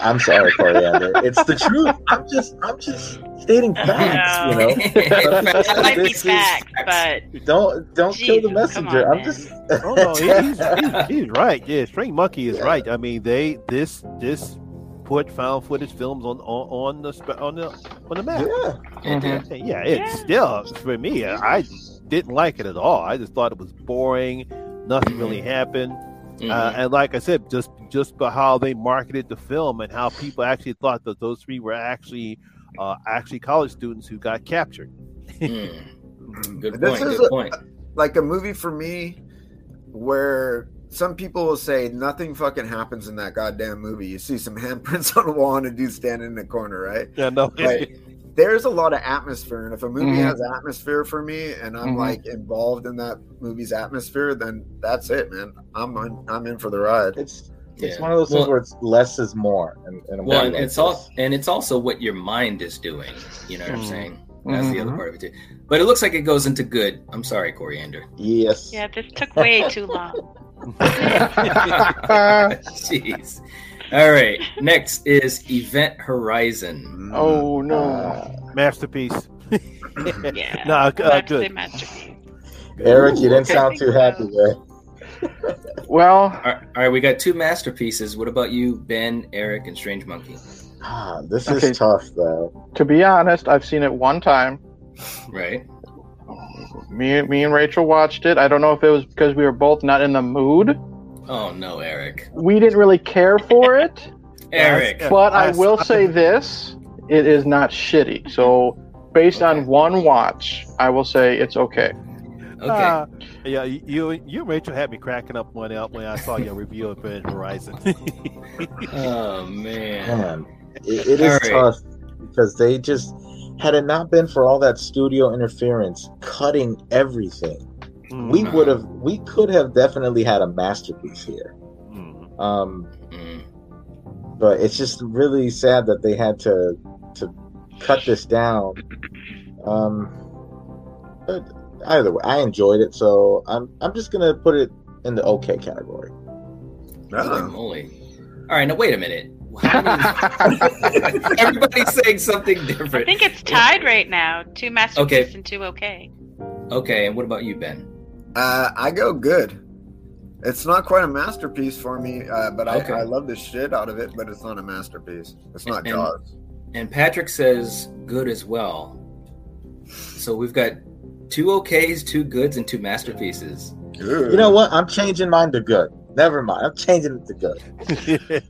I'm sorry, Coriander. it's the truth. I'm just, I'm just stating facts.
No.
You know,
that might be
This is-
facts, but
Don't, don't kill the
Jesus, come
messenger.
on,
I'm
man.
just.
Oh no, he's, he's, he's right. Yeah, String Monkey is right. I mean, they this this put found footage films on on, on the spe- on the on the map.
Yeah.
Mhm.
And Yeah, it's still for me. I didn't like it at all. I just thought it was boring. Nothing really happened.
Mm,
Uh, and like I said, just just by how they marketed the film and how people actually thought that those three were actually uh, actually college students who got captured.
Mm. Good
This
point.
is
Good
a-
point.
like a movie for me where some people will say nothing fucking happens in that goddamn movie. You see some handprints on a wall and a dude standing in the corner, right?
Yeah, no,
Like there's a lot of atmosphere, and if a movie
Mhm.
has atmosphere for me, and I'm
Mhm.
like involved in that movie's atmosphere, then that's it, man. I'm I'm, I'm in for the ride.
It's, it's
Yeah.
one of those things
Well-
where it's less is more. And, and
Well, and it's all, and it's also what your mind is doing. You know what I'm
Hmm.
Mhm.
saying? That's the other
Mm-hmm.
part of it too. But it looks like it goes into good. I'm sorry, Coriander.
Yes.
yeah, this took way too long.
Jeez. All right. Next is Event Horizon.
Mm,
Oh no.
Uh,
Masterpiece.
Yeah,
No, uh,
I'm about to
good.
say masterpiece.
Eric, you didn't
okay.
sound too happy there.
Well,
All right, all right, we got two masterpieces. What about you, Ben, Eric, and Strange Monkey?
Ah, this
Okay.
is tough, though.
to be honest, I've seen it one time.
Right?
Me, me and Rachel watched it. I don't know if it was because we were both not in the mood.
Oh no, Eric.
We didn't really care for it.
Eric.
Yeah,
But I
I-
will say this: it is not shitty. So, based on one watch, I will say it's okay.
Okay.
Ah, yeah, you you and Rachel had me cracking up when I, when I saw your review of Event Horizon.
oh man.
Man, it, it is
Alright.
tough because they just had it not been for all that studio interference, cutting everything, we
Mhm.
would have, we could have definitely had a masterpiece here.
Mm.
Um,
Mm.
but it's just really sad that they had to to cut this down. Um, but either way, I enjoyed it, so I'm I'm just gonna put it in the okay category.
Holy
No.
moly. All right, now wait a minute. How did- Everybody's saying something
I
different.
think it's tied right now. Two masterpiece and two okay.
Okay, and what about you, Ben?
Uh, I go good. It's not quite a masterpiece for me, uh, but I,
Okay.
I love the shit out of it. But it's not a masterpiece. It's not
And-
Jaws.
And Patrick says good as well. So we've got two okays, two goods, and two masterpieces.
You know what? I'm changing mine to good. Never mind. I'm changing it to good.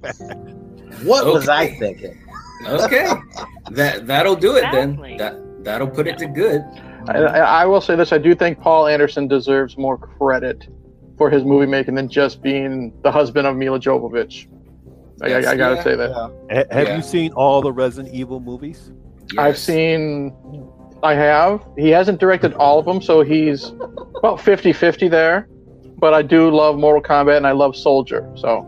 What was I
Okay.
thinking?
Okay, that that'll do it
Exactly.
then. That that'll put it to good.
I, I I will say this: I do think Paul Anderson deserves more credit for his movie making than just being the husband of Mila Jovovich. I, I, I gotta
Yeah.
say that
Ha- have
Yeah.
you seen all the Resident Evil movies?
I've
Yes.
seen. I have. He hasn't directed all of them, so he's about 50-50 there. But I do love Mortal Kombat and I love Soldier. So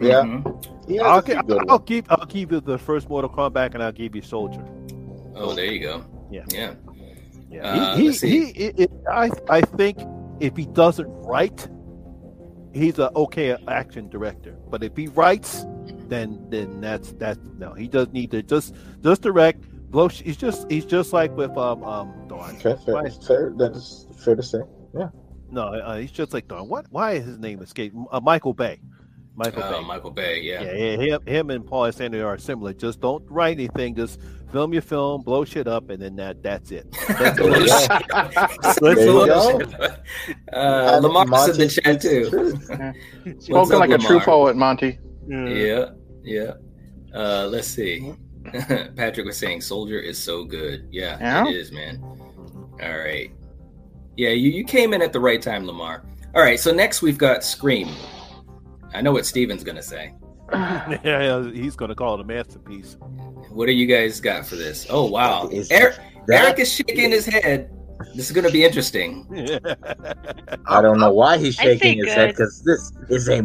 Yeah.
Mhm.
He has a
I'll,
few
gi-
good
I'll
ones.
keep I'll keep you the first Mortal Kombat and I'll give you Soldier.
Oh, there you go.
Yeah.
Yeah. Uh,
Yeah, he,
let's
he,
see.
he it, it, I I think if he doesn't write, he's a okay action director. But if he writes, then then that's that's no. He does need to just just direct. Blow. sh- He's just he's just like with um um Dawn.
Okay, fair, fair, that's fair to say.
No, uh, he's just like Dawn. What? Why is his name escaped? Uh, Michael Bay. Michael
Uh,
Bay.
Michael Bay. Yeah.
Yeah, yeah, him, him and Paul Alexander are similar. Just don't write anything. Just film your film, blow shit up, and then that that's it. That's
There you
it.
go.
There you go.
Uh, Lamar's
I'm
in the
Monty
chat
speaks
too.
the truth.
What's
spoken
up,
like a true
Lamar?
poet, Monty.
Yeah. Yeah. Uh, let's see. Patrick was saying Soldier is so good. Yeah,
Yeah?
it is, man. All right. Yeah, you, you came in at the right time, Lamar. All right, so next we've got Scream. I know what Steven's going to say.
yeah, yeah, he's gonna call it a masterpiece.
What do you guys got for this? Oh, wow.
Is-
Eric,
that-
Eric is shaking his head. This is going to be interesting.
I don't know why he's
I say
shaking his
good.
head because this is a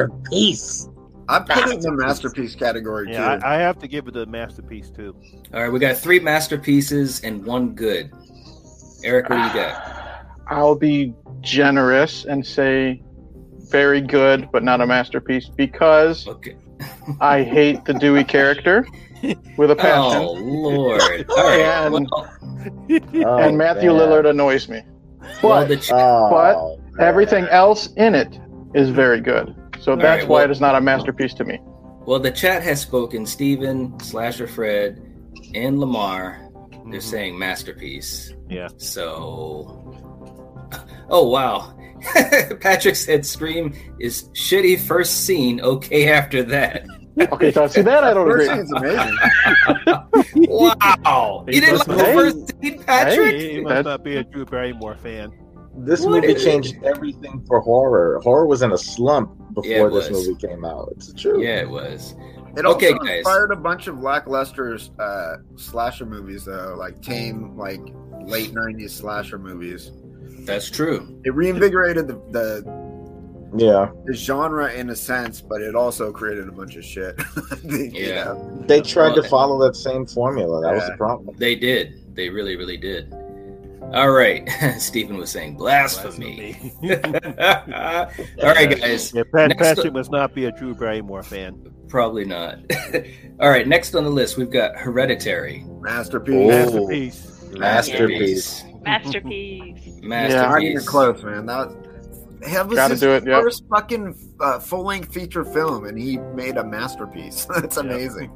masterpiece.
I put it in the masterpiece category too.
yeah, I, I have to give it a masterpiece too.
All right, we got three masterpieces and one good. Eric, what do you got?
I'll be generous and say very good, but not a masterpiece because
Okay.
I hate the Dewey character with a passion.
Oh Lord! All right.
And,
Oh,
and Matthew
man.
Lillard annoys me. But,
Well, the ch-
Oh,
but everything else in it is very good. So
All
that's
right,
why
well-
it is not a masterpiece to me.
well, the chat has spoken. Steven, Slasher Fred, and Lamar. They're saying masterpiece.
Yeah.
So, oh wow. Patrick said "Scream is shitty first scene, okay after that."
Okay, so see that I don't
First
agree.
scene's amazing.
Wow, you didn't like the
Hey.
first scene, Patrick?
Hey, he must not be a Drew Barrymore fan.
This
What
movie
is-
changed everything for horror. Horror was in a slump before
Yeah, it
this
was.
movie came out. It's true.
Yeah, it was.
It
Okay,
also
guys.
inspired a bunch of lackluster uh, slasher movies, though, like tame, like late '90s slasher movies.
That's true.
It reinvigorated the, the,
Yeah.
the genre in a sense, but it also created a bunch of shit. You
Yeah.
know?
They tried
Well,
to follow that same formula. That was
Yeah.
the problem.
They did. They really, really did. All right. Stephen was saying blasphemy. All right, guys.
Yeah, Pat,
Next
Patrick must not be a Drew Barrymore fan.
Probably not. All right. Next on the list, we've got Hereditary.
Masterpiece.
Oh.
Masterpiece.
Masterpiece.
Masterpiece.
Yeah, not even
Masterpiece.
close, man. That was, that was
Gotta
his
do it, yep.
first fucking uh, full-length feature film, and he made a masterpiece. That's amazing.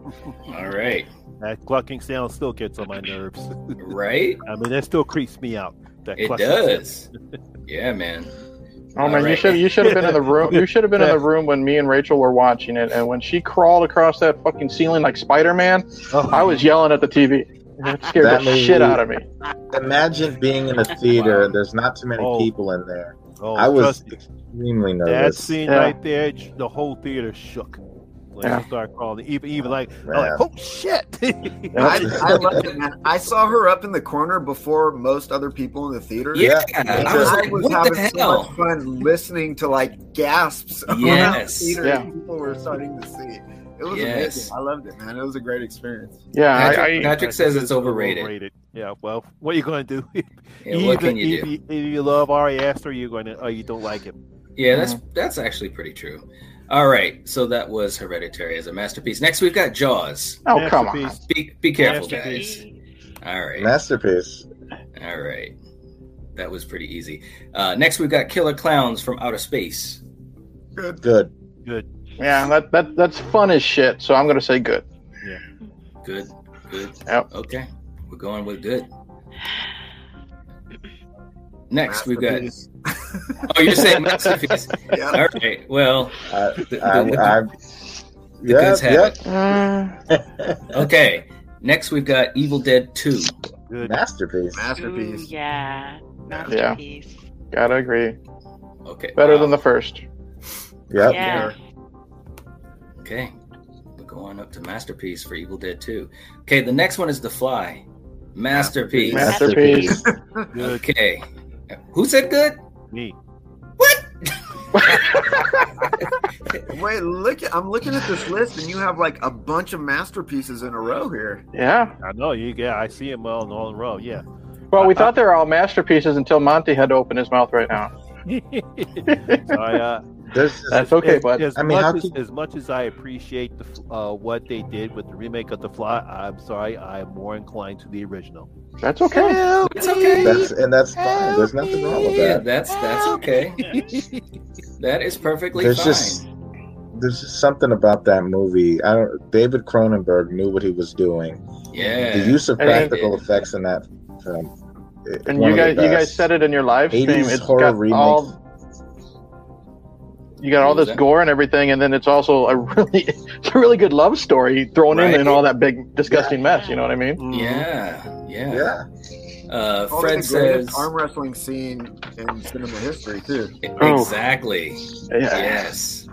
All right.
That clucking sound still gets on my nerves.
Right?
I mean, that still creeps me out. That
It
clucking
does. Yeah, man.
Oh man, you
Alright.
should you should have been in the room. You should have been in the room when me and Rachel were watching it, and when she crawled across that fucking ceiling like Spider Man,
sound.
I was yelling at the TV. It scared
That
the
movie-
shit out of me.
Imagine being in a theater and there's not too many
Oh.
people in there.
Oh,
I was
trust me.
extremely
That
nervous.
scene
Yeah.
right there, j- the whole theater shook. When
Yeah.
you start calling, even even like, I'm
Yeah.
like oh shit!
I, I loved it, man. I saw her up in the corner before most other people in the theater.
Yeah.
And
I was like, what the
having so
hell?
much fun listening to like gasps around
Yes.
the theater
Yeah.
and people were starting to see. It was
Yes.
amazing. I loved it, man. It was a great experience.
Yeah, I,
Patrick,
I,
Patrick says it's overrated.
Yeah, well, what are you going to do?
Yeah, what can
Either-
you do?
Either, either you love Ari Aster, or you going to, or you don't like him.
Yeah, that's that's actually pretty true. All right, so that was Hereditary as a masterpiece. Next, we've got Jaws.
oh come on,
Masterpiece.
Be be careful, guys.
Masterpiece.
All right,
Masterpiece.
all right. That was pretty easy. Uh, next, we've got Killer Clowns from Outer Space.
Good.
Good.
Good.
yeah, that, that that's fun as shit. So I'm gonna say good.
Good, good.
Yep.
Okay, we're going with good. Next, we've got.
Masterpiece.
Oh, you're saying masterpiece.
Yeah.
All right. Well,
I,
the-
I,
the-
I,
the goods have
yep,
it.
Mm,
yep.
Okay. Next, we've got Evil Dead Two.
Good.
Masterpiece.
Ooh,
Masterpiece.
Mm, yeah. Masterpiece.
gotta agree,
Okay.
better
wow.
than the first.
Yep.
Yeah.
Okay. We're going up to Masterpiece for Evil Dead 2. Okay, the next one is The Fly. Masterpiece.
Masterpiece.
Good.
Okay. Who said good?
Me.
What?
Wait, look! At, I'm looking at this list, and you have like a bunch of masterpieces in a row here.
Yeah.
I know you. Yeah, I see him all in all in a row. Yeah.
Well, we thought they were all masterpieces until Monty had to open his mouth right now.
So I, uh,
There's just-
That's okay,
as,
bud.
as
I mean, how
much as,
could-
as much as I appreciate the, f- uh, what they did with the remake of The Fly, I'm sorry, I'm more inclined to the original.
That's okay.
That's okay.
that's and that's fine. There's nothing wrong with
Yeah,
that.
that's that's
Oh.
okay. That is perfectly
There's
fine.
just there's just something about that movie. I don't. David Cronenberg knew what he was doing.
yeah.
The use of
And-
practical effects in that film. it-
And
one
you
of the
guys, you guys
best.
said it in your live stream.
80s
It's
horror
got
remake.
all you got all this
Exactly.
gore and everything, and then it's also a really, it's a really good love story thrown in
Right.
and all that big disgusting mess. You know what I mean?
Mm. yeah, yeah.
yeah,
Uh, Fred
Probably the greatest
says
arm wrestling scene in cinema history too.
Oh.
exactly.
Yeah.
Yes.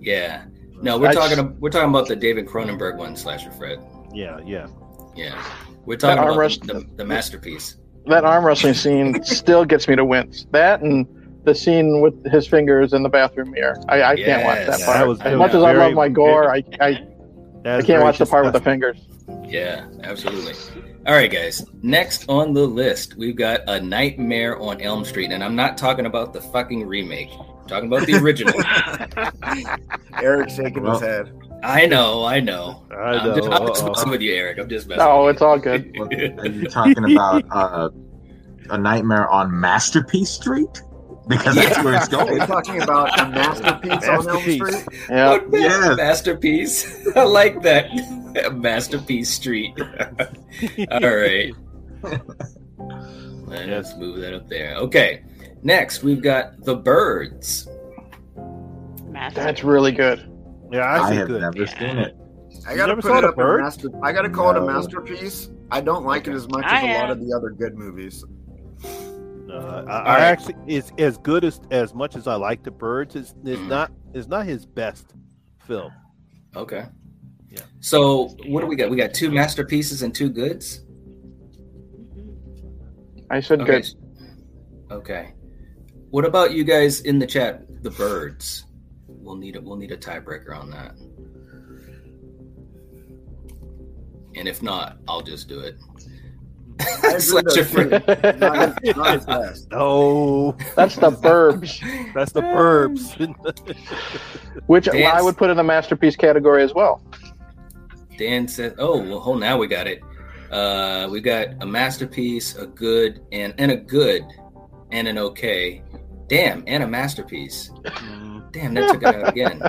Yeah. No, we're
I-
talking. We're talking about the David Cronenberg one, Slasher Fred.
Yeah, yeah.
Yeah, we're talking
arm
about
wrest-
the, the masterpiece.
That arm wrestling scene still gets me to wince. That and the scene with his fingers in the bathroom mirror. I, I can't watch
Yes.
that
That
part.
was-
as much as I
very-
love my gore, I,
That
I, I
is
can't
very
watch the part with the
disgusting.
fingers.
Yeah, absolutely. All right, guys. Next on the list, we've got A Nightmare on Elm Street, and I'm not talking about the fucking remake. I'm talking about the original.
Eric shaking
Well,
his head.
I know, I know.
I
I'm just, I'm just
know.
messing with you, Eric. I'm just messing.
No, Oh, it's all good.
with you.
Are you talking about uh, a nightmare on Masterpiece Street? Because that's where it's
Are
going.
you talking about a masterpiece, on Elm
Masterpiece.
Street?
Yeah.
What ma-
Yes.
masterpiece. I like that. masterpiece Street. All right. Let's move that up there. Okay. Next, we've got The Birds.
Master.
That's really good.
Yeah, I,
I
see
have
good.
never seen it.
I
You
gotta
never
put
saw
it
The
up.
Bird?
A master, I gotta call it a
No.
masterpiece. I don't like it as much
I
as a lot
am.
of the other good movies.
No, Uh, I,
right.
I actually it's as good as as much as I like the birds. It's it's not it's not his best film.
Okay.
Yeah.
So, what do we got? We got two masterpieces and two goods?
I said
Okay.
good.
Okay. What about you guys in the chat? The birds. We'll need a we'll need a tiebreaker on that. And if not, I'll just do it.
I agree
Slash
though,
your
too.
friend.
Not his, not his best.
No,
That's the burbs,
that's the burbs.
which
Dance.
I would put in the masterpiece category as well.
Dan says, "Oh, well, hold now we got it. Uh, we got a masterpiece, a good, and and a good, and an okay. Damn, and a masterpiece. Damn, that took it out again.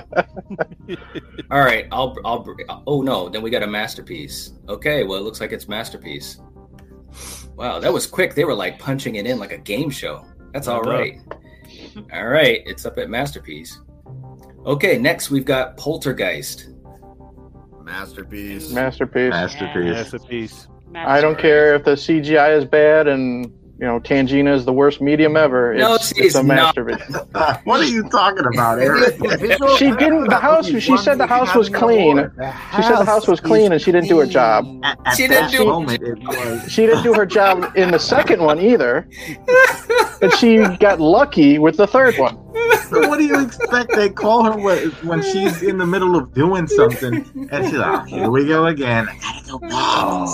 All right, I'll I'll. br- Oh no, then we got a masterpiece. Okay, well, it looks like it's masterpiece. Wow, that was quick. They were like punching it in like a game show. That's all
Well
right. All right, it's up at masterpiece. Okay, next we've got poltergeist.
Masterpiece.
Masterpiece.
Masterpiece.
That's a piece.
Master.
I don't care if the CGI is bad and you know Tangina is the worst medium ever. It's,
No, she
it's a
is not.
masterpiece.
what are you talking about, Eric?
Visual-
She didn't- the house- she
One
said the
movie
house
had
was
no
clean.
award.
She said the house was clean and she didn't do her job.
At, at
She didn't
that
do-
moment, it was.
She didn't do her job in the second one either, and she got lucky with the third one.
So what do you expect? They call her when, when she's in the middle of doing something, and she's like, "Oh, "Here we go again." I gotta go Oh, back.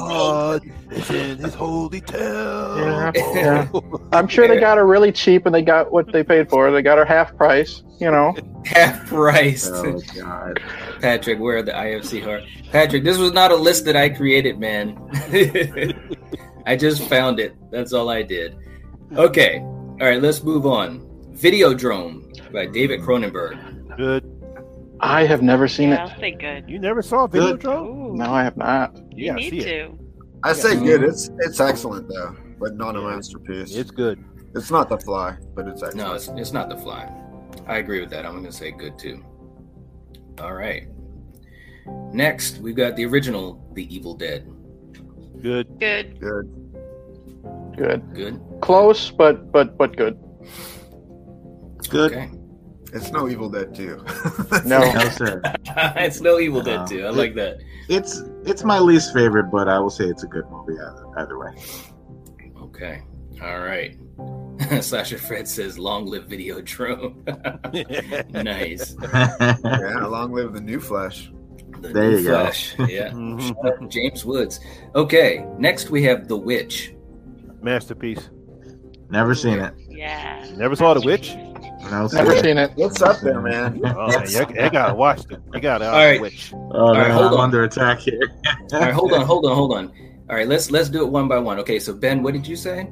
God is in his holy town.
Yeah. I'm sure they got her really cheap and they got what they paid for. They got her half price, you know.
Half price.
Oh God!
Patrick, where are the IFC heart? Patrick, this was not a list that I created, man. I just found it. That's all I did. Okay. All right, let's move on. Videodrome by David Cronenberg.
Good.
I have never seen
Yeah,
it.
I'll say good.
You never saw
Good.
Videodrome?
Ooh,
No, I have not.
You
you
gotta see
need
it.
to.
I say
Yeah.
good. It's it's excellent though, but not a masterpiece.
It's good.
It's not the fly, but it's excellent.
No, it's, it's not The Fly. I agree with that. I'm going to say good too. All right. Next, we've got the original The Evil Dead.
Good.
Good.
Good.
Good,
Good?
close, but but but good.
Good.
Okay.
It's no Evil Dead too.
No,
No sir.
it's no Evil Dead too. I like that.
It's it's my least favorite, but I will say it's a good movie either, either way.
Okay. All right. Slasher Fred says, "Long live Videodrome." nice.
yeah, long live the new Flesh.
The
There
new
you go.
Flash. Yeah.
Mhm.
James Woods. Okay. Next we have The Witch.
Masterpiece.
Never seen it.
Yeah.
Never saw The Witch?
No sir.
never seen it.
It's up there, man.
Oh, man, you, you gotta watch them. You gotta watch
All right.
The Witch.
Oh,
right,
man,
hold
I'm
on.
under attack here.
All right. Hold on. Hold on. Hold on. All right. Let's let's do it one by one. Okay. So Ben, what did you say?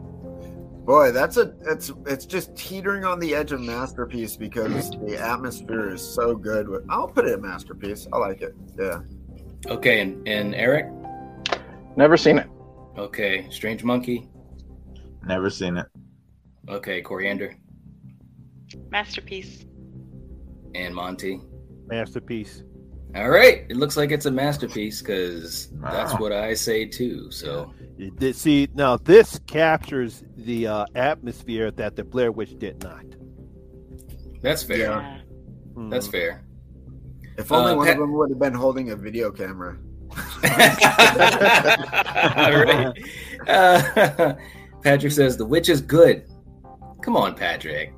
Boy, that's a it's it's just teetering on the edge of masterpiece because the atmosphere is so good. With, I'll put it in masterpiece. I like it. Yeah.
Okay. And and Eric.
Never seen it.
Okay. Strange Monkey.
Never seen it.
Okay. Coriander
Masterpiece.
and Monty.
Masterpiece.
All right. It looks like it's a masterpiece because that's
Wow.
what I say too. So
It did- See, now this captures the uh, atmosphere that the Blair Witch did not. Hmm.
that's fair.
Yeah.
That's fair.
If only
Uh,
one
Pat-
of them would have been holding a video camera.
Right. Uh, Patrick says the witch is good. Come on, Patrick.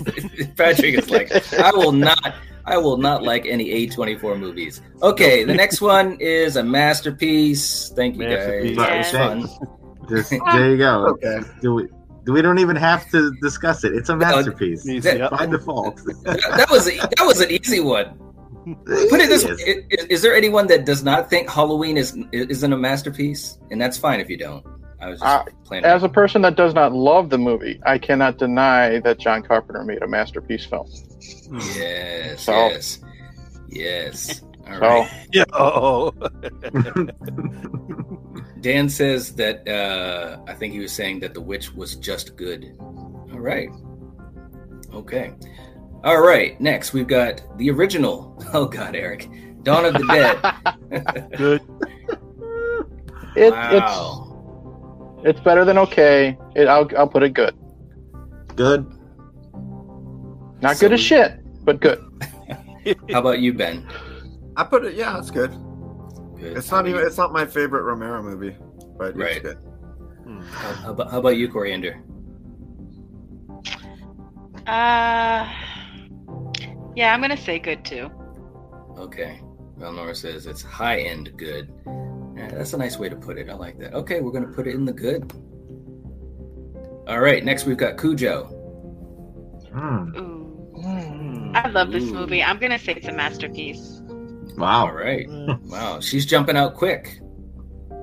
Patrick is like, I will not, I will not like any A twenty four movies. Okay, the next one is a masterpiece. Thank you
Masterpiece.
guys. That was
Yes.
fun.
Just, there you go.
Okay.
Do we? do- We don't even have to
Uh,
discuss it. It's a masterpiece
Masterpiece,
that-
yep.
by default.
That was a, that was an easy one. Put it this way: i- i- is, there anyone that does not think Halloween is isn't a masterpiece? And that's fine if you don't. I was just
I-
playing.
As a person that does not love the movie, I cannot deny that John Carpenter made a masterpiece film.
yes,
So-
yes, yes. All
So-
right.
Yeah. Oh.
Dan says that uh, I think he was saying that the witch was just good. All right. Okay. All right. Next, we've got the original. Oh God, Eric, Dawn of the Dead.
Good.
It,
Wow.
It's it's better than okay. It, I'll I'll put it good.
Good.
Not
So
good as
we-
shit, but good.
How about you, Ben?
I put it. Yeah, it's good.
Good.
It's not even. It's not my favorite Romero movie, but
Right.
it's good.
How, how about, how about you, Coriander?
Uh, yeah, I'm gonna say good too.
Okay. Valnora says it's high end good. Yeah, that's a nice way to put it. I like that. Okay, we're gonna put it in the good. All right. Next, we've got Cujo.
Hmm.
Ooh,
Mm-hmm.
I love this movie. I'm gonna say it's a masterpiece.
All
Wow.
right.
Hmm.
Wow, she's jumping out quick.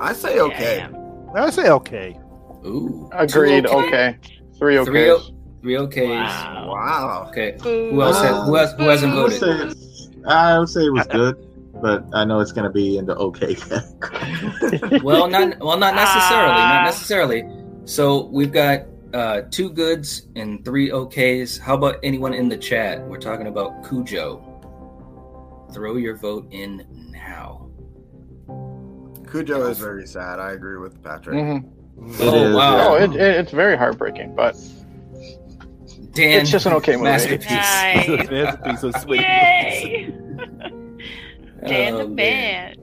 I say
Yeah,
okay.
yeah.
I say okay.
Ooh.
Agreed.
Two okay-
Okay. Three okay.
Three, o- three okays. Oh.
Wow.
Okay.
Boo.
Who else? Has, who, has, who hasn't
I would say,
voted?
it's- I would say it was good, but I know it's going to be in the okay category.
Well, not well, not necessarily.
Ah.
Not necessarily. So we've got uh, two goods and three okays. How about anyone in the chat? We're talking about Cujo. Throw your vote in now.
Cujo is very sad. I agree with Patrick.
Mhm.
It
oh
is,
wow,
Oh, it, it, it's very heartbreaking, but
Dan!
it's just an okay movie.
Masterpiece.
Nice.
Masterpiece of sweet.
Yay! Dan
Oh,
the man.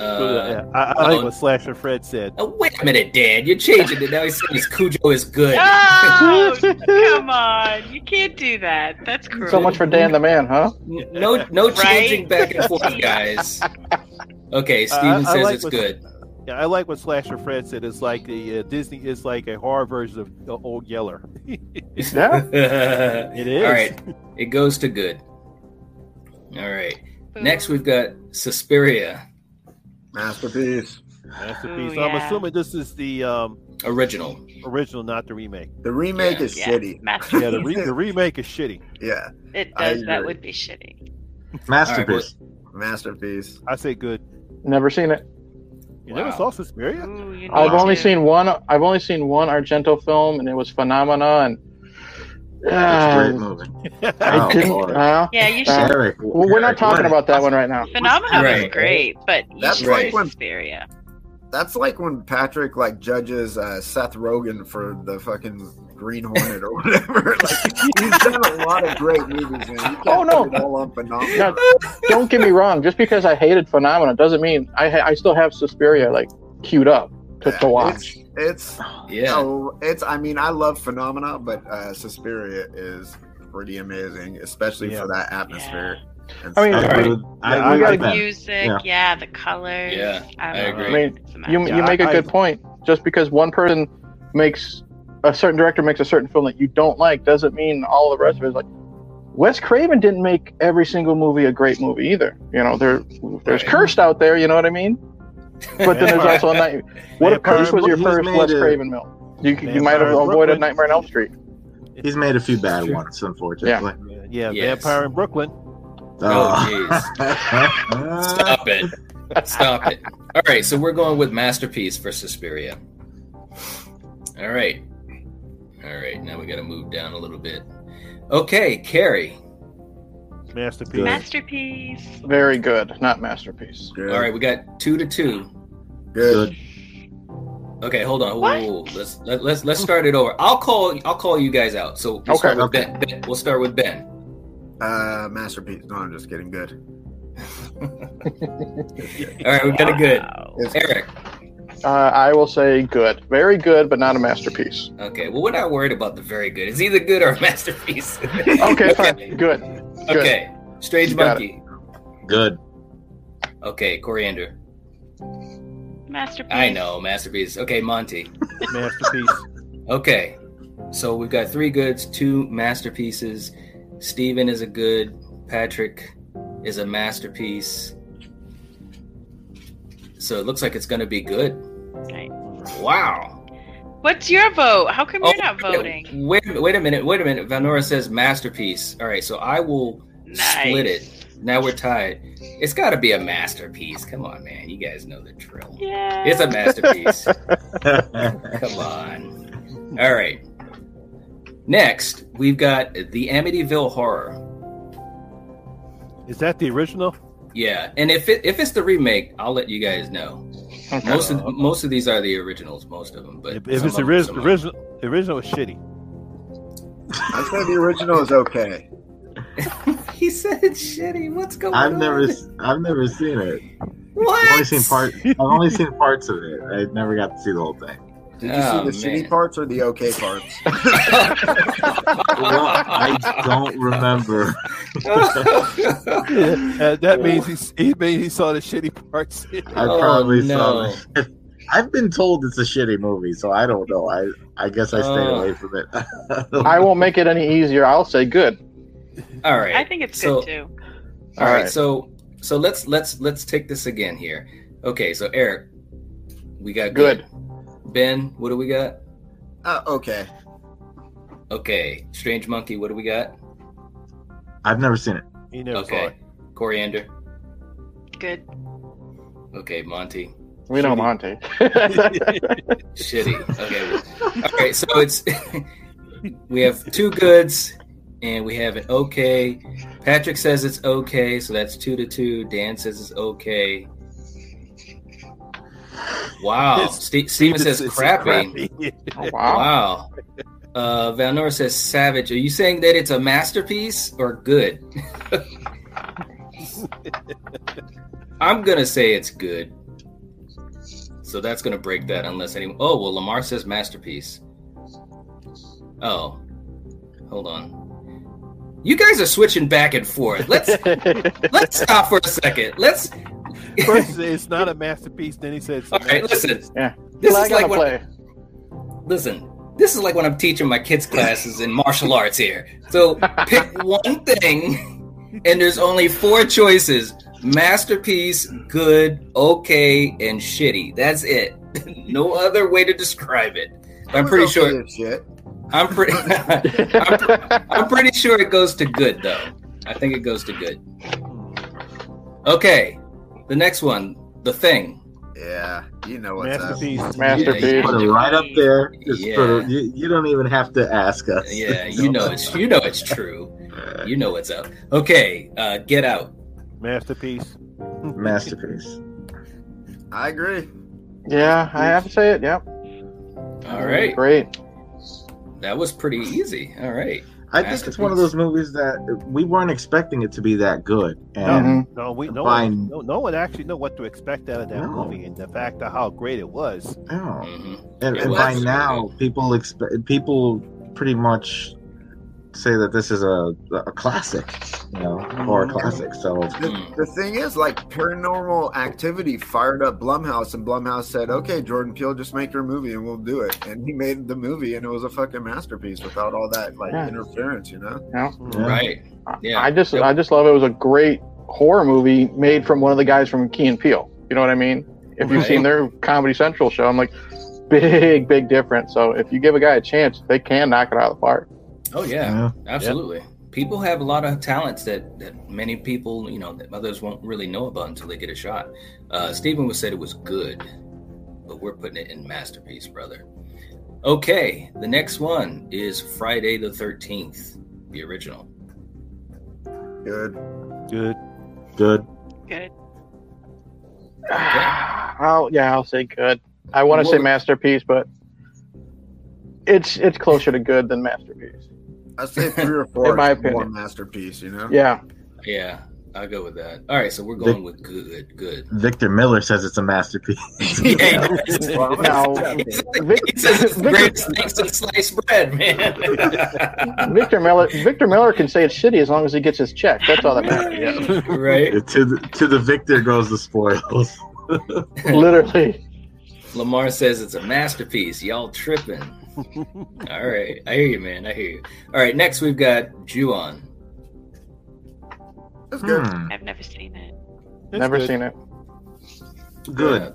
Uh,
I, I like
oh.
what Slasher Fred said.
oh, wait a minute, Dan. You're changing it now. He's saying his Cujo is good.
Oh, come on! You can't do that. That's cruel.
So much for Dan the Man, huh?
No, no
Right?
changing back and forth, guys. Okay, Steven
I
says
like
it's
what-
good.
Yeah, I like what Slasher Fred said. It's like the uh, Disney is like a horror version of uh, Old Yeller.
Yeah.
It is.
All right, it goes to good. All right,
Boo.
next we've got Suspiria
Masterpiece.
Masterpiece.
Ooh,
I'm
yeah.
assuming this is the um,
original.
original, not the remake.
The remake
Yeah.
is
Yeah,
shitty.
masterpiece.
Yeah, the, re- the remake is shitty.
Yeah.
It
I
does. That
agree.
would be shitty.
Masterpiece.
Masterpiece.
I say good.
Never seen it.
You
Wow.
never saw Suspiria?
Ooh, you
I've
need
only
to.
seen one. I've only seen one Argento film, and it was Phenomena. And
That's a
Ah,
great
um,
movie.
I
Oh,
didn't.
Lord.
uh,
Yeah, you should.
Uh,
Eric,
well, we're not
Eric,
talking
what-
about that one right now.
Phenomena
Right.
was great, but you
That's
should
right.
say Suspiria.
That's like when Patrick like judges uh, Seth Rogen for the fucking Green Hornet or whatever. like he's done a lot of great movies, man. You can't
Oh, no.
put it all on phenomenal.
Now, don't get me wrong. Just because I hated Phenomena doesn't mean I ha- I still have Suspiria like queued up to, to watch.
It's, it's
Yeah,
oh, it's. I mean, I love Phenomena, but uh, Suspiria is pretty amazing, especially
Yeah.
for that atmosphere. and
I mean,
I
stuff.
agree with- I
Yeah,
agree
I
with
gotta
Ben.
Music,
Yeah.
yeah. the colors.
Yeah, I
don't know.
agree.
I mean,
It's a
You
masterpiece.
you make a
I-
good point. Just because one person makes a certain director makes a certain film that you don't like doesn't mean all the rest of it is like. Wes Craven didn't make every single movie a great movie either. You know, there there's
Right.
cursed out there. You know what I mean? But then there's also a night. What if
Vampire
Curse was your
movies
first
made
Wes
it.
Craven film? You, you might have
Vampire in
avoided
Brooklyn.
Nightmare on Elm Street.
He's made a few bad
Sure.
ones, unfortunately.
Yeah,
Yes.
Vampire in Brooklyn.
Oh,
Oh.
stop it, stop it. All right, so we're going with masterpiece for Suspiria. All right, all right. Now we got to move down a little bit. Okay, Carrie.
Masterpiece.
masterpiece.
Very good, not masterpiece.
Good,
All right, we got two to two.
good.
Okay, hold on. Whoa, whoa, whoa. Let's let, let's let's start it over. I'll call I'll call you guys out. So we'll
Okay,
start with
okay.
Ben. Ben. We'll start with Ben.
Uh, masterpiece. No, I'm just kidding. Good.
All right, we've got a good
Wow.
It's-
Eric.
Uh, I will say good, very good, but not a masterpiece.
Okay, well we're not worried about the very good. It's either good or a masterpiece.
Okay,
Okay.
fine, good. good.
okay, strange
You got
monkey.
Good.
Okay, coriander.
Masterpiece.
I know masterpiece. Okay, Monty.
Masterpiece.
Okay, so we've got three goods, two masterpieces. Steven is a good. Patrick is a masterpiece. So it looks like it's going to be good.
Right.
Wow. Oh,
What's your vote? How come you're not voting?
Wait, a minute, wait a minute. Wait a minute. Valnora says masterpiece. All right, so I will split it. Now we're tied. It's got to be a masterpiece. Come on, man. You guys know the drill.
Yeah.
It's a masterpiece. Come on. All right. Next, we've got the Amityville Horror.
Is that the original?
Yeah, and if it, if it's the remake, I'll let you guys know. Most of most of these are the originals. Most of them, but
If
some
it's the
of
ori-
them-
original, the original is shitty.
I said the original is okay.
he said it's shitty. What's going
I've
on?
never, I've never seen it.
What?
I've only seen part. I've only seen parts of it. I never got to see the whole thing.
Did you
Oh,
see the
man.
shitty parts or the okay parts?
Well, I don't remember.
Oh,
Yeah, uh, that means he's, he means he saw the shitty parts.
I
Oh,
probably
no.
saw it. I've been told it's a shitty movie, so I don't know. I I guess I stay
Oh.
away from it.
I won't make it any easier. I'll say good.
All right.
I think it's
so-
good too.
All right.
Alright.
So so let's let's let's take this again here. Okay. So Eric, we got
Good.
Ben, what do we got?
Uh, okay.
Okay. Strange Monkey, what do we got?
I've never seen it.
He never saw it.
Okay. Coriander.
Good.
Okay. Monty.
We know Monty.
Shitty. Okay. All right. So it's we have two goods and we have an okay. Patrick says it's okay, so that's two to two. Dan says it's okay. Wow.
It's-
Ste Steven
It's-
says
it's
crappy.
crappy.
Oh, wow.
Wow. Uh, Valnor says savage. Are you saying that it's a masterpiece or good? I'm gonna say it's good. So that's gonna break that unless anyone. Oh well, Lamar says masterpiece. Oh, hold on. You guys are switching back and forth. Let's let's stop for a second. Let's.
First, he said it's not a masterpiece. Then he said, it's a
All right, listen.
Yeah.
This
Flag
is
on
like when,
the play.
listen, this is like when I'm teaching my kids classes in martial arts here. So pick one thing, and there's only four choices masterpiece, good, okay, and shitty. That's it. No other way to describe it. But I'm
It was
pretty
okay
sure.
as Shit.
I'm pretty. I'm, pre- I'm pretty sure it goes to good though. I think it goes to good. Okay, the next one, the thing.
Yeah, you know what's up.
masterpiece.
Masterpiece.
Put it right up there. Just
Yeah.
put it- you, you don't even have to ask us.
Yeah, you know it's you know it's true. You know what's up. Okay, uh, get out.
Masterpiece.
Masterpiece.
I agree.
Yeah, I have to say it. Yep.
All right,
Great.
that was pretty easy. All right,
I think it's one of those movies that we weren't expecting it to be that good, and
No, we no one,
Fine.
no, no one actually know what to expect out of that
No.
movie, and the fact of how great it was.
oh,
Mhm.
and,
It
and
was
by
really
now people expect people pretty much say that this is a a classic, you know, or
Mm-hmm.
a classic. So
Mm.
The, the thing is, like, paranormal activity fired up Blumhouse, and Blumhouse said, okay, Jordan Peele, just make your movie and we'll do it. And he made the movie, and it was a fucking masterpiece without all that, like,
Yeah.
interference, you know?
Hmm.
yeah.
right? Yeah.
I just
Yep.
I just love it. It was a great horror movie made from one of the guys from Key and Peele. You know what I mean? If you've
Right.
seen their Comedy Central show, I'm like big big difference. So if you give a guy a chance, they can knock it out of the park.
Oh yeah,
yeah.
absolutely. People have a lot of talents that that many people, you know, that others won't really know about until they get a shot. Uh, Stephen was said it was good, but we're putting it in masterpiece, brother. Okay, the next one is Friday the Thirteenth, the original.
Good.
Good.
good.
Good.
I'll, yeah, I'll say good. I want to
What
say
would-
masterpiece, but it's it's closer to good than masterpiece.
I say three or four.
In my
is more
opinion.
masterpiece, you know?
Yeah,
Yeah, I'll go with that. All right, so we're going with good, good.
Victor Miller says it's a masterpiece.
Yeah, he does.
now Vic,
He says it's the
Victor-
greatest things to sliced bread, man.
Victor Miller Victor Miller can say it's shitty as long as he gets his check. That's all that matters.
right?
to the, to the victor goes the spoils.
Literally.
Lamar says it's a masterpiece. Y'all tripping. All right, I hear you, man. I hear you. All right, next we've got Juon.
That's
Hmm.
good.
Hmm,
I've never seen it.
Never seen it.
Good.
Uh,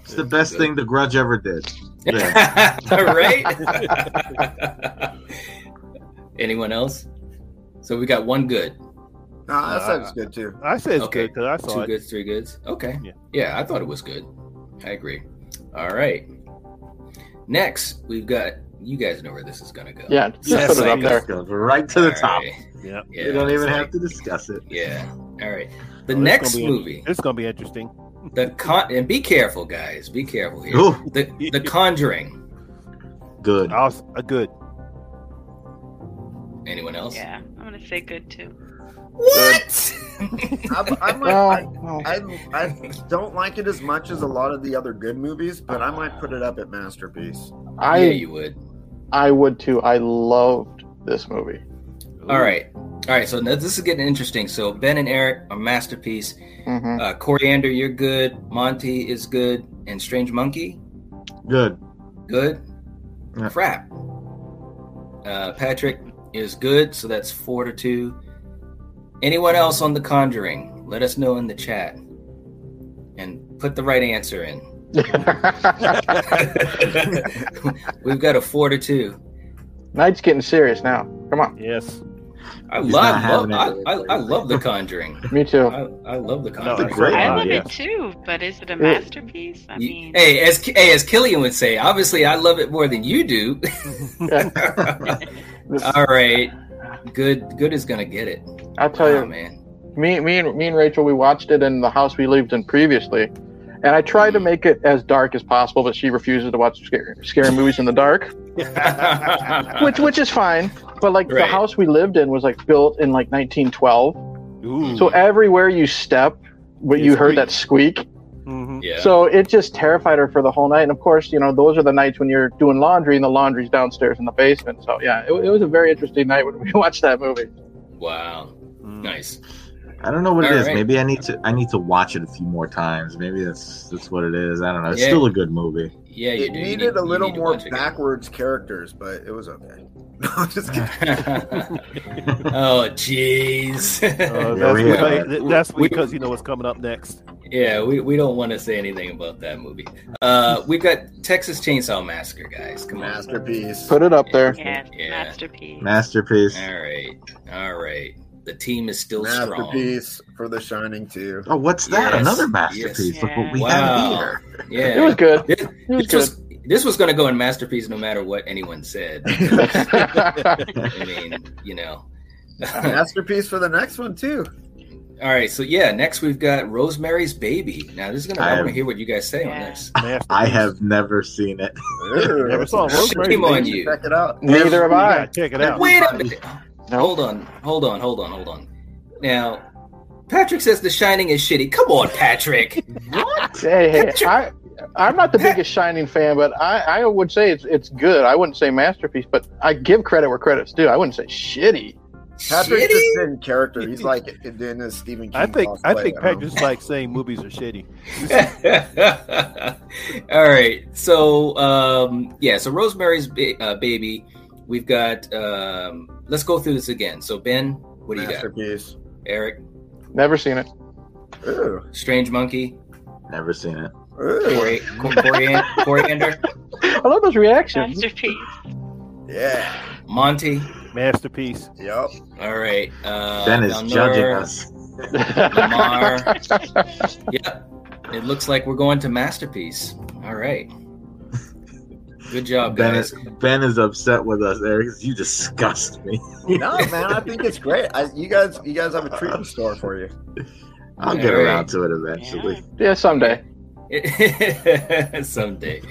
It's the best thing the Grudge ever did. Yeah.
All right. Anyone else? So we got one good.
No, that
Uh,
sounds good too.
I say it's
Okay.
good because I saw
Two
it.
goods, three goods. Okay.
Yeah.
I thought it was good. I agree. All right. Next, we've got you guys know where this is gonna go.
Yeah, just
Yes,
put it
I
up there.
Goes right to the
All
top.
right.
Yeah.
Yeah,
you don't
it's
even
like-
have to discuss it.
Yeah. All right. The
Well, Oh, it's
next
gonna be-
movie,
It's gonna be interesting.
the con, and be careful, guys. Be careful here.
Ooh.
The The Conjuring.
Good.
I was uh, good.
Anyone else?
Yeah, I'm gonna say good too.
What?
I'm, I'm like,
No,
I,
no.
I, I don't like it as much as a lot of the other good movies, but I might put it up at masterpiece.
I
yeah, you would.
I would too. I loved this movie.
All right. All right. So now this is getting interesting. So Ben and Eric are masterpiece.
hmm
Uh, Coriander, you're good. Monty is good. And Strange Monkey,
Good.
good.
Yeah.
Crap. Uh, Patrick is good. So that's four to two. Anyone else on The Conjuring? Let us know in the chat and put the right answer in. We've got a four to two.
Night's getting serious now. Come on,
Yes.
I
He's
love,
not having
love-
it.
I, I, I love The Conjuring.
me too.
I, I love The
No,
Conjuring.
it's
Great.
I
Oh,
love
yeah.
it too, but is it a
It-
masterpiece? I mean,
Hey, as hey, as Killian would say, obviously I love it more than you do. All right, good, good is gonna get it.
I tell
Wow,
you,
man.
me, me and me and Rachel, we watched it in the house we lived in previously, and I tried to
Mhm.
make it as dark as possible, but she refuses to watch scary, scary movies in the dark, which which is fine. But like the
Right.
house we lived in was like built in like 1912,
Hmm.
Ooh.
so everywhere you step, what you
It's
heard that squeak.
Mhm.
yeah.
So it just terrified her for the whole night. And of course, you know, those are the nights when you're doing laundry and the laundry's downstairs in the basement. So yeah, it, it was a very interesting night when we watched that movie.
wow,
Mm.
nice.
I don't know what it
All
is.
right.
Maybe I need to. I need to watch it a few more times. Maybe that's that's what it is. I don't know. It's
Yeah.
still a good movie.
Yeah, you
It
do. You
needed
need-
a
you
little
need to
more
watch it again.
backwards characters, but it was okay. No, I'm just kidding.
oh, jeez.
Uh,
Yeah,
that's,
we
because, that's
We-
because you know what's coming up next.
Yeah, we, we don't want to say anything about that movie. Uh, we've got Texas Chainsaw Massacre, guys. Come on.
Masterpiece.
Put it up there.
yes,
Yeah.
masterpiece.
Masterpiece.
All right, all right. The team is still strong.
Masterpiece for The Shining too.
Oh, what's that?
Yes.
Another masterpiece.
Yes.
Look what we
Wow.
have here.
It was
Yeah,
good.
This-
It was
this was this was going to go in masterpiece no matter what anyone said.
good.
I mean, you know. all
Masterpiece for the next one too.
right, so yeah, next we've got Rosemary's Baby. Now this is gonna I,
I
want to
have-
hear what you guys say on
Yeah.
this.
Masterpiece.
I have never seen it.
never saw Rosemary.
Shame on you.
Check it out.
Neither have
Yeah,
I.
check it out.
Wait a minute. Hold on, hold on, hold on, hold on. Now, Patrick says The Shining is shitty. Come on, Patrick.
Hey, hey, I, I'm not the biggest Shining fan, but I, I would say it's it's good. I wouldn't say masterpiece, but I give credit where credit's due. I wouldn't say shitty.
Patrick's
shitty?
just in character. He's like in his Stephen King.
I think I
cosplay,
think
don't know.
Patrick's like saying movies are shitty.
All right. So um, yeah. So Rosemary's ba- uh, Baby. We've got. Um, let's go through this again. So Ben, what do you got?
Masterpiece.
Eric,
Never seen it.
Ooh,
Strange Monkey,
Never seen it.
ooh,
Cori- Cor- Corian- Coriander,
I love those reactions.
Masterpiece.
yeah,
Monty.
Masterpiece.
yep.
All right. Uh,
ben is
Valnor,
judging us.
Lamar. yep. It looks like we're going to masterpiece. All right. Good job,
Ben
guys.
is, ben is upset with us, Eric. You disgust me.
No, man, I think it's great. I, you guys, you guys have a treat in store for you.
I'll get
All right.
around to it eventually.
yeah, someday.
someday.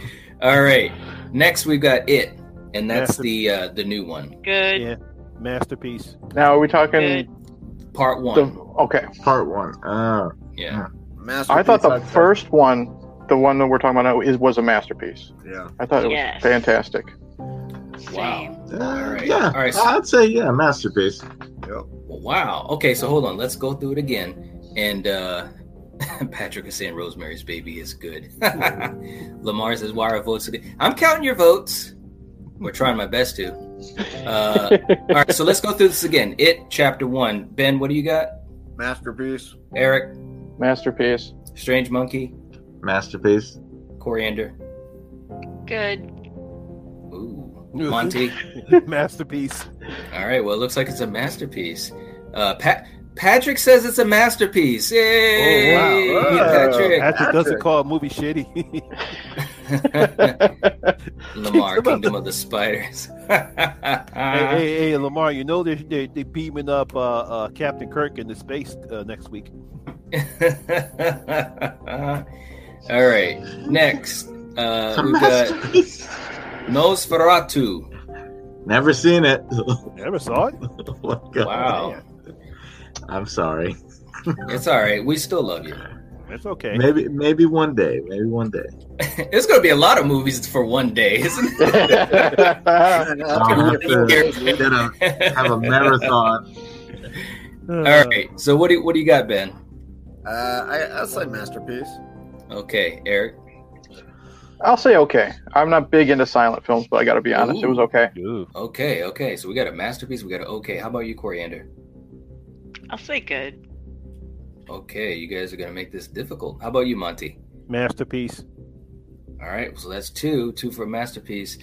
All right. Next, we've got it, and that's the uh, the new one,
Good.
Yeah. Masterpiece.
Now are we talking
Good.
part
the
one.
okay?
Part one. Oh,
yeah.
Masterpiece.
I thought the
I'd say.
first one, the one that we're talking about now, is was a masterpiece.
Yeah.
I thought it
Yes.
was fantastic.
Same.
Wow.
Uh,
All right.
yeah.
All right.
I'd say yeah, masterpiece.
Wow. Okay. So hold on. Let's go through it again. And uh, Patrick is saying Rosemary's Baby is good. Lamar says why are votes again? I'm counting your votes. We're trying my best to. Uh, all right. So let's go through this again. It chapter one. Ben, what do you got?
Masterpiece.
Eric.
Masterpiece.
Strange Monkey.
Masterpiece.
Coriander.
Good.
Ooh. Monty.
masterpiece.
All right. Well, it looks like it's a masterpiece. Uh, Pat. Patrick says it's a masterpiece. Yay!
Oh, wow.
Patrick.
Patrick doesn't call a movie shitty.
Lamar, Kingdom of the Spiders. Uh-huh.
hey, hey, hey, Lamar, you know they're, they're, they're beaming up uh, uh, Captain Kirk into space uh, next week.
All right. Next, uh, we've got Nosferatu.
Never seen it.
Never saw it.
Oh my God.
Wow.
I'm sorry.
It's all right. We still love you.
It's okay.
Maybe maybe one day. Maybe one day.
It's going to be a lot of movies for one day, isn't
I'll have to
it?
get a- have a marathon.
Uh,
all right. So what do you, what do you got, Ben?
Uh, I, I say masterpiece.
Okay, Eric.
I'll say okay. I'm not big into silent films, but I got to be honest, it was okay.
Okay, okay. So we got a masterpiece. We got an okay. How about you, Coriander?
I'll say good.
Okay, you guys are going to make this difficult. How about you, Monty?
Masterpiece.
All right. So that's two. Two for masterpiece.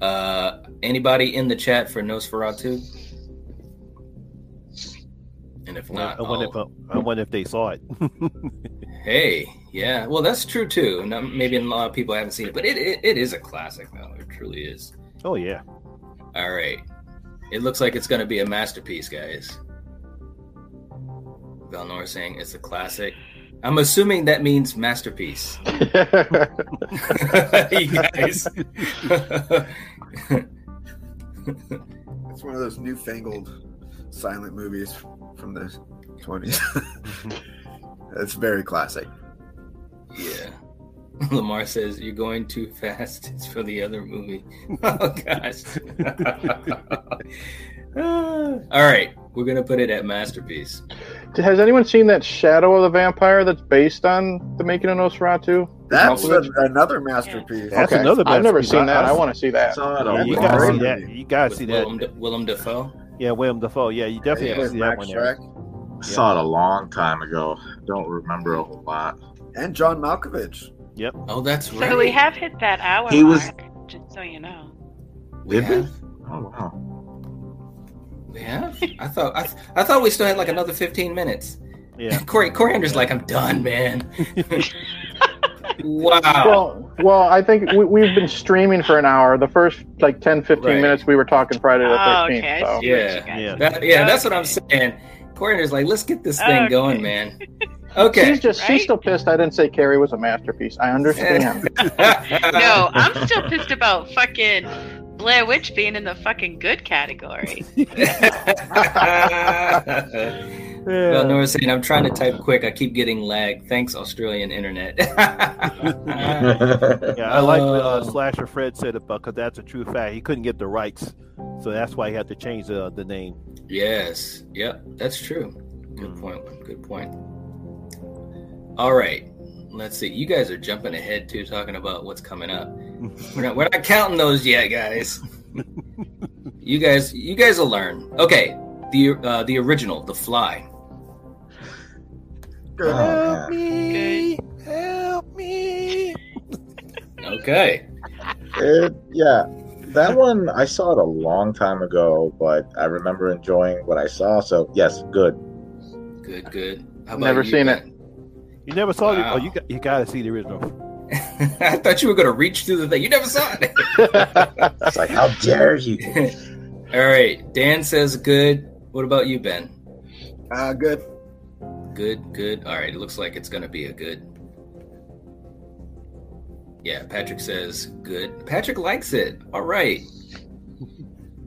Uh, anybody in the chat for Nosferatu? And if not,
I
I'll-
wonder, if, I wonder if they saw it.
Hey, yeah. Well, that's true too. Not, maybe a lot of people haven't seen it, but it, it, it is a classic, though. It truly is.
oh yeah.
All right. It looks like it's going to be a masterpiece, guys. Valnor saying it's a classic. I'm assuming that means masterpiece. you guys.
It's one of those newfangled silent movies from the 20s. it's very classic.
yeah. Lamar says you're going too fast. It's for the other movie. Oh gosh. All right, we're gonna put it at masterpiece.
Has anyone seen that Shadow of the Vampire that's based on the making of Nosferatu?
That's
Malkovich?
a, another masterpiece.
That's
Okay.
another.
I've never
masterpiece.
seen that. I, want to see that.
Saw it
Yeah, you
all.
gotta see
Alright.
that. You gotta see
With
that.
Willem, D- Willem Dafoe.
Yeah, William Defoe. Yeah, you definitely
Yeah,
have to
With
see
Max
that one. Eric.
Schreck
Saw it a long time ago. Don't remember a whole lot.
and John Malkovich.
Oh, that's
So
right.
we have hit that hour
He was-
mark, just so you know.
We
Did we?
have.
Oh wow.
We have. I thought. I, I thought we still had like another fifteen minutes.
Yeah.
Corey Coriander's like, I'm done, man. wow.
Well, well, I think we, we've been streaming for an hour. The first like 10, 15
Right.
minutes we were talking Friday the
Oh,
13th.
okay. I
so.
see what you
Yeah,
guys
yeah.
did.
That- yeah, that's what I'm
Okay.
saying. Coriander's like, let's get this thing
Okay.
going, man. Okay.
She's just
Right?
she's still pissed. I didn't say Carrie was a masterpiece. I understand.
No, I'm still pissed about fucking Blair Witch being in the fucking good category.
Well,
Yeah.
Nora's saying, I'm trying to type quick. I keep getting lag. Thanks, Australian internet.
Yeah, I like what uh,
Oh.
Slasher Fred said about because that's a true fact. He couldn't get the rights, so that's why he had to change the the name.
yes. Yep. That's true. Good point. Good point. All right. Let's see. You guys are jumping ahead, too, talking about what's coming up. We're not, we're not counting those yet, guys. you guys, you guys will learn. Okay, the uh, the original, The Fly.
Good.
Oh, man.
me! Help me!
Okay,
It- yeah, that one I saw it a long time ago, but I remember enjoying what I saw. So yes, good.
good, good. How
Never seen
You never saw it.
Wow.
Oh, you got, you gotta see the original.
it. I thought you were gonna reach through the thing. You never saw it.
It's like how dare you?
All right, Dan says good. What about you, Ben?
Uh, good.
Good, good. All right, it looks like it's gonna be a good. Yeah, Patrick says good. Patrick likes it. All right.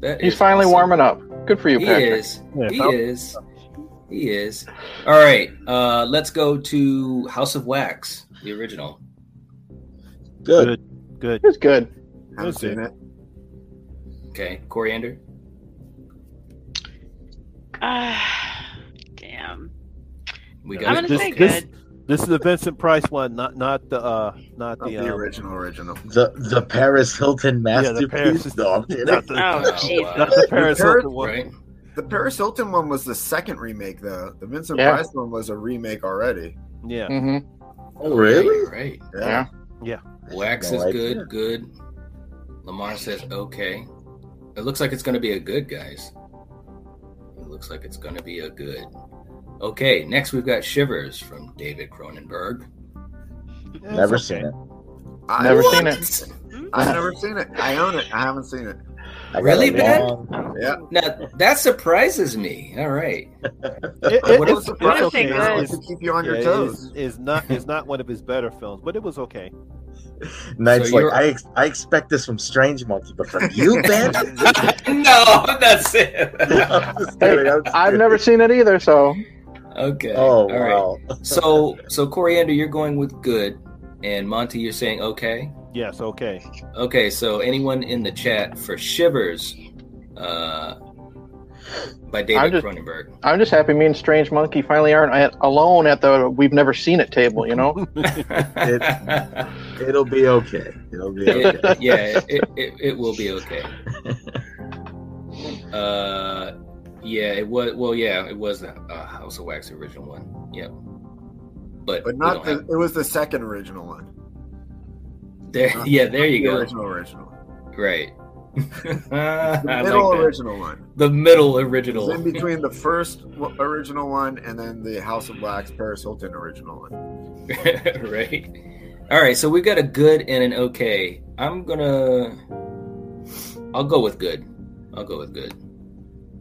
That
He's
is
finally
awesome.
warming up. Good for you,
he
Patrick.
is.
Yeah,
he
Falcon.
is. He is. All right. Uh, let's go to House of Wax, the original.
Good.
Good.
It's good.
Haven't
That's
seen it.
Okay, coriander.
Ah, damn.
We
I'm
got
gonna
This-
say
this-
good.
This is the Vincent Price one, not not the uh
Not
not
the
the, um,
original original.
The the Paris Hilton
Yeah, the
masterpiece.
Paris-
no, I'm kidding.
not the,
Oh,
Wow.
Jesus.
not the Paris
Paris-
Hilton one.
right.
The Paris Hilton one was the second remake, though. The Vincent
Yeah.
Price one was a remake already.
Yeah.
Mm-hmm.
Oh, really? Right.
Yeah.
Yeah.
Wax
No
is
idea.
good. Good. Lamar says okay. It looks like it's going to be a good, guys. It looks like it's going to be a good. Okay, next we've got Shivers from David Cronenberg.
Never seen it.
I,
Never
What?
seen it.
I've never seen it. I own it. I haven't seen it.
I got
Really,
a
Ben?
long-
Yeah.
Now that surprises me. All right.
It, it-
What
it's,
was the
it's
problem?
okay.
It's
It's,
to keep you on
yeah,
your
it
toes.
is- is not it's not one of his better films, but it was okay.
Knight's
So
like
you're-
I ex- I expect this from Strange Monkey, but from you, Ben?
no, I'm not saying.
I'm just kidding, I'm just
I've
kidding.
never seen it either, so
Okay.
Oh
all right.
wow!
So so Coriander, you're going with good, and Monty, you're saying okay.
Yes, okay.
Okay. So anyone in the chat for Shivers, uh, by
I'm
David
just-
Cronenberg.
I'm just happy me and Strange Monkey finally aren't at, alone at the we've never seen it table, you know?
It'll be okay. It'll be okay.
It- yeah, it, it, it will be okay. Uh, yeah, it was. Well, yeah, it was the uh, House of Wax the original one. Yep. But,
But
we
not
don't
the,
have-
it was the second original one.
there. Yeah, there you
The
go.
original original.
Right.
The
I
middle
like that.
original one.
The middle
It was
original.
in between the first w- original one and then the House of Wax Paris Hilton original one.
right. All right, so we've got a good and an okay. I'm gonna. I'll go with good. I'll go with good.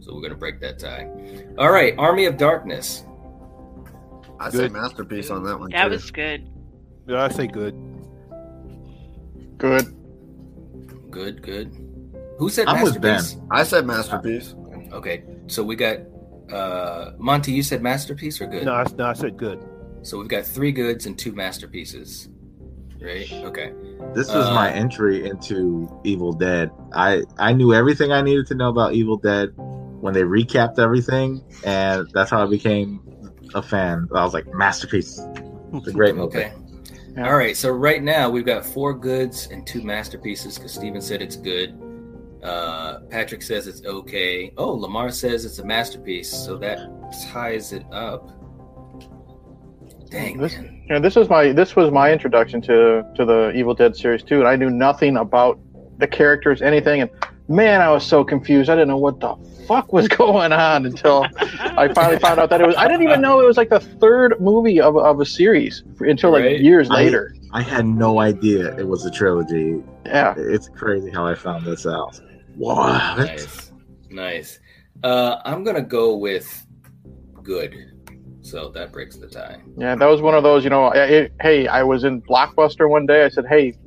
So we're gonna break that tie. All right, Army of Darkness.
I say
Good.
masterpiece on that one.
That
too.
was good.
Did I say good?
Good.
Good, good. Who said
I'm with
masterpiece?
I said masterpiece.
Okay, so we got uh Monty. You said masterpiece or good?
No, I, no, I said good.
So we've got three goods and two masterpieces. Right. Okay.
This was
Uh,
my entry into Evil Dead. I I knew everything I needed to know about Evil Dead when they recapped everything, and that's how I became a fan. I was like, masterpiece. It's a great movie.
Okay. All right. So right now we've got four goods and two masterpieces because Steven said it's good. Uh, Patrick says it's okay. Oh, Lamar says it's a masterpiece. So that ties it up. Dang.
This-
Man.
Yeah, this was my this was my introduction to to the Evil Dead series too, and I knew nothing about the characters, anything, and man, I was so confused. I didn't know what the fuck was going on until I finally found out that it was. I didn't even know it was like the third movie of of a series f- until like
Right.
years
I-
later.
I had no idea it was a trilogy.
Yeah,
It's crazy how I found this out. Wow.
Nice. Nice. Uh, I'm gonna go with good. So that breaks the tie.
yeah, that was one of those. You know, I, I, hey, I was in Blockbuster one day. I said, hey,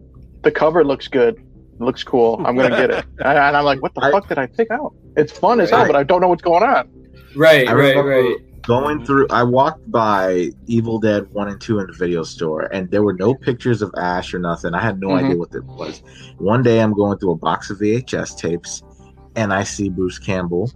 the cover looks good. Looks cool. I'm gonna get it, and, and I'm like, "What the
I-
fuck did I pick out? It's fun as hell,
Right.
but I don't know what's going on."
Right.
I
Right.
remember
Right.
Going through, I walked by Evil Dead 1 and 2 in the video store, and there were no pictures of Ash or nothing. I had no
Mhm.
idea what it was. One day I'm going through a box of VHS tapes, and I see Bruce Campbell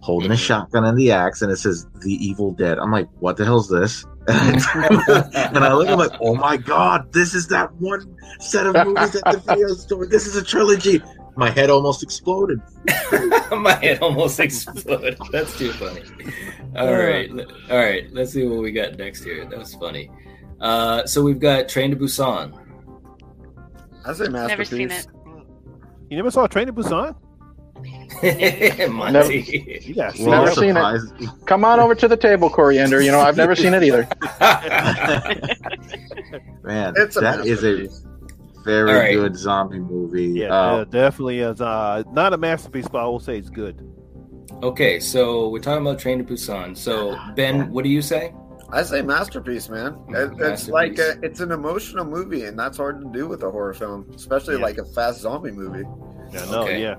holding a shotgun and the axe, and it says The Evil Dead. I'm like, what the hell's this? and I look, I'm like, oh my god, this is that one set of movies at the video store. This is a trilogy. My head almost exploded.
My head almost exploded. That's too funny. All right, le- all right. Let's see what we got next here. That was funny. Uh, so we've got Train to Busan.
I say masterpiece.
Never seen it.
You never saw Train to Busan?
Monty.
You got to see
Never
uh,
it.
seen it. Come on over to the table, Coriander. You know, I've never seen it either.
Man,
It's a
that is a
masterpiece.
very
All right.
good zombie movie.
Yeah,
Uh,
yeah, definitely is. Uh, not a masterpiece, but I will say it's good.
okay, so we're talking about Train to Busan. So Ben, what do you say?
I say masterpiece, man. It- It's
Mm, Masterpiece.
like a, it's an emotional movie, and that's hard to do with a horror film, especially
Yeah.
like a fast zombie movie.
Yeah, no,
Okay.
yeah.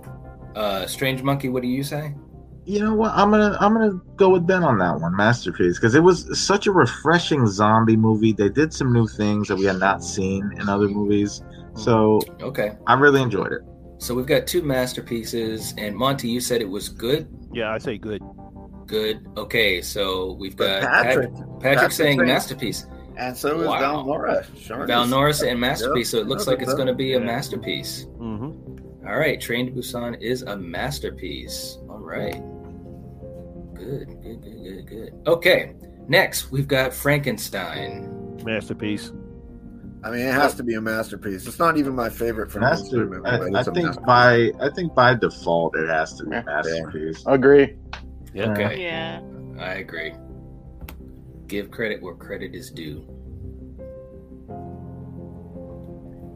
Uh, Strange Monkey, what do you say?
you know what? I'm gonna I'm gonna go with Ben on that one, masterpiece, because it was such a refreshing zombie movie. They did some new things that we had not seen in other movies, so
Okay,
I really enjoyed it.
so we've got two masterpieces, and Monty, you said it was good.
Yeah, I say good.
Good. Okay, so we've
But
got
Patrick,
Pat- Patrick
Patrick
saying
saying-
masterpiece.
and so is
Wow.
Val Norris. Sure
Val
is.
Norris and masterpiece. So it looks
Yeah,
like it's going to be a
yeah.
masterpiece.
Mm-hmm.
All right, Train to Busan is a masterpiece. All right. Good, good, good, good, good. Okay, next we've got Frankenstein.
Masterpiece.
I mean, it has to be a masterpiece. It's not even my favorite from the
Master-
movie.
I,
but
I
it's a
think
masterpiece.
by I think by default it has to be masterpiece.
Agree.
Yeah.
Okay,
Yeah.
I agree. Give credit where credit is due.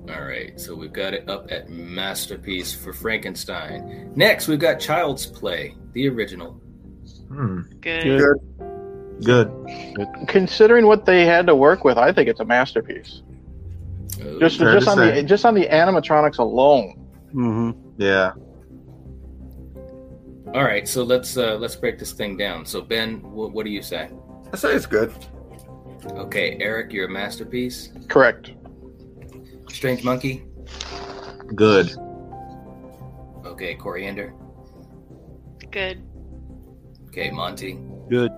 All right, so we've got it up at masterpiece for Frankenstein. Next, we've got Child's Play, the original.
Hmm.
Good.
Good.
Good.
Good.
Considering what they had to work with, I think it's a masterpiece.
Oh,
Just
Fair
just
to
on
say.
the just on the animatronics alone.
Mm-hmm.
Yeah.
All right, so let's uh, let's break this thing down. So Ben, wh- what do you say?
I say it's good.
Okay, Eric, you're a masterpiece.
Correct.
Strange Monkey.
Good.
Okay, Coriander.
Good.
Okay, Monty.
Good.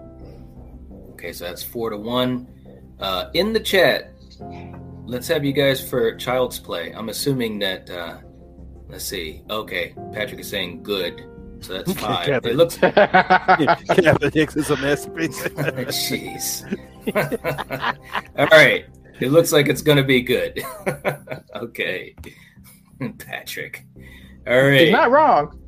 Okay, so that's four to one. Uh, in the chat, let's have you guys for Child's Play. I'm assuming that. Uh, let's see. Okay, Patrick is saying good, so that's
Okay,
five.
Kevin.
it looks.
Captain Hicks is a masterpiece.
Jeez. All right. It looks like it's going to be good. okay. Patrick. All right.
He's not wrong.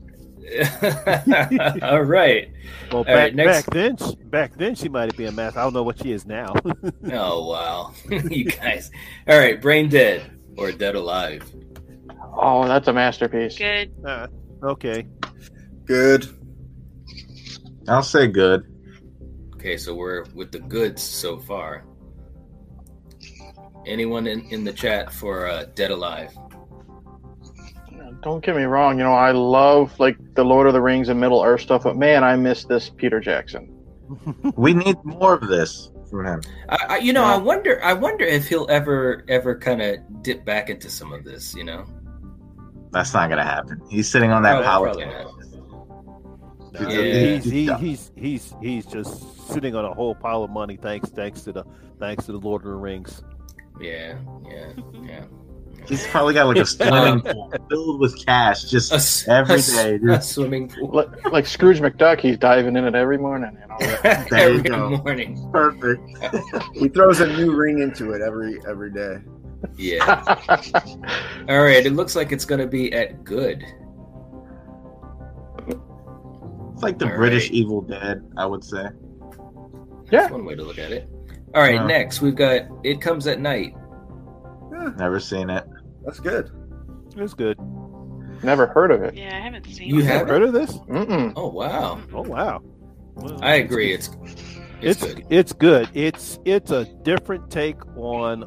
All right.
Well,
All right,
back,
next-
back then, sh- back then she might have been a master. I don't know what she is now.
Oh, wow. you guys. All right. Brain dead or dead alive.
Oh, that's a masterpiece.
Good.
Uh, okay.
Good.
I'll say good.
Okay. So we're with the goods so far. Anyone in, in the chat for uh, dead alive?
Don't get me wrong, you know, I love like the Lord of the Rings and Middle Earth stuff, but man, I miss this Peter Jackson.
We need more of this from him.
I, I, you know, I wonder. I wonder if he'll ever, ever kind of dip back into some of this. You know,
That's not gonna happen. He's sitting on that
Probably-
power.
probably not.
He's
Yeah.
a-
He's, he,
Yeah.
he's he's he's just sitting on a whole pile of money. Thanks, thanks to the thanks to the Lord of the Rings.
Yeah, yeah,
Mm-hmm.
yeah.
He's probably got like a swimming pool filled with cash just every
a-
day,
a
dude.
swimming pool.
Like, like Scrooge McDuck, he's diving in it every morning. You know?
There you
Every
go.
morning.
Perfect. he throws a new ring into it every every day.
Yeah. All right. It looks like it's gonna be at good.
It's like the
All
British
right.
Evil Dead, I would say.
That's one way to look at it. All right.
Yeah.
Next, we've got it comes at night.
Yeah,
Never seen it.
that's good.
It's good.
Never heard of it.
Yeah, I haven't seen
You
it.
have it?
Heard of this?
Mm-mm.
Oh wow.
Oh wow. Well,
I agree. It's it's,
it's
good.
it's good. It's it's a different take on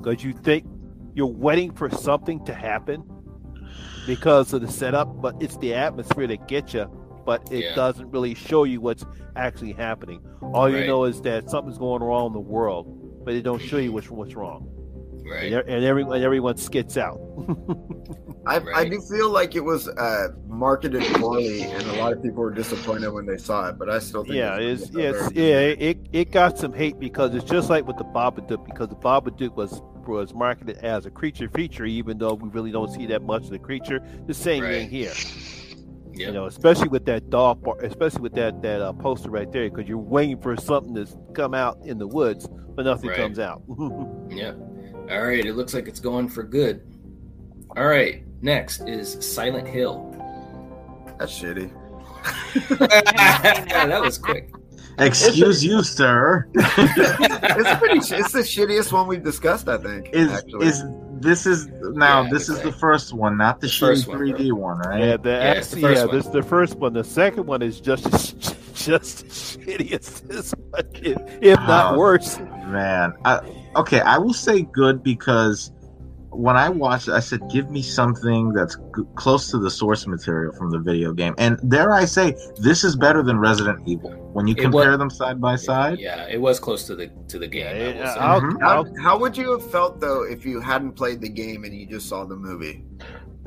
because you think you're waiting for something to happen because of the setup, but it's the atmosphere that gets you. But it
Yeah.
doesn't really show you what's actually happening. All you
Right.
know is that something's going wrong in the world, but it don't show you what's what's wrong, and,
Right.
e- and everyone everyone skits out.
I, I
Right.
do feel like it was uh, marketed poorly, and a lot of people were disappointed when they saw it. But I still think
Yeah, it's,
it's
it's yeah, it it got some hate because it's just like with the Babadook because the Babadook was was marketed as a creature feature, even though we really don't see that much of the creature. The same
Right.
thing here, you
Yeah.
know, especially with that dog, bar, especially with that that uh, poster right there, because you're waiting for something to come out in the woods, but nothing
Right.
comes out.
Yep. All right. It looks like it's going for good. All right. Next is Silent Hill.
that's shitty.
that was quick.
Excuse you, sir.
It's pretty. sh- it's the shittiest one we've discussed. I think.
Is
actually.
is this is now
Yeah,
this is the
exactly.
first one, not the,
The
shitty
first one,
3D one, right?
yeah, the,
Yeah, it's the
actually,
first
yeah,
one.
this is the first one. The second one is just as, just as shitty as this one, if- if not
Oh.
worse.
Man, I, okay, I will say good because when I watched, it, I said, "Give me something that's g- close to the source material from the video game." And there, I say, this is better than Resident Evil when you
It
compare
was-
them side by side.
Yeah, it was close to the to the game. I will
Yeah,
say.
I'll,
Mhm.
I'll,
How, how would you have felt though if you hadn't played the game and you just saw the movie?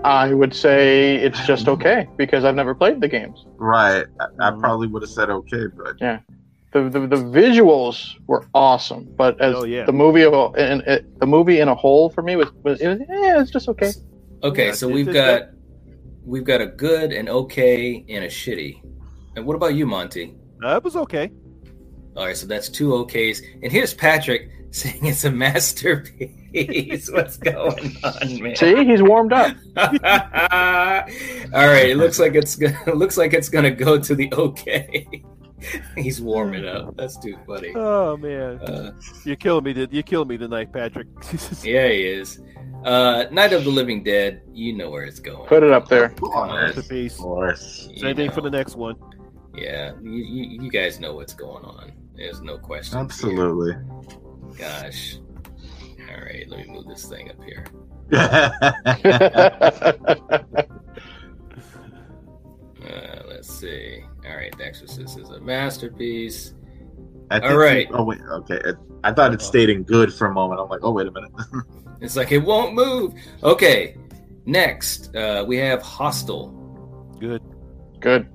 I would say it's just okay because I've never played the games.
Right, I, I
Mm-hmm.
Mhm.
probably would have said okay, but
The, the, the visuals were awesome, but as
Oh, yeah.
the movie of a, and it, the movie in a whole for me was, was it was yeah, it's just okay.
Okay,
Yeah,
so
it-
we've
it's
got we've got a good, an okay, and a shitty. And what about you, Monty?
That Uh, was okay.
All right, so that's two OKs. And here's Patrick saying it's a masterpiece. What's going on, man?
See, he's warmed up.
All right, it looks like it's gonna, it looks like it's gonna go to the OK. He's warming up. That's too funny.
Oh man,
Uh,
you're killing me. You killing me tonight, Patrick.
yeah, he is. Uh, Night of the Living Dead. You know where it's going.
Put it up there.
Masterpiece.
Oh,
Same thing for the next one.
Yeah, you, you, you guys know what's going on. There's no question. here.
Absolutely.
Gosh. All right, let me move this thing up here. Uh, let's see. All right, The Exorcist is a masterpiece.
I think
All right.
Oh wait. Okay. It, I thought it stayed in good for a moment. I'm like, oh wait a minute.
It's like it won't move. Okay, next uh, we have Hostel.
Good.
Good.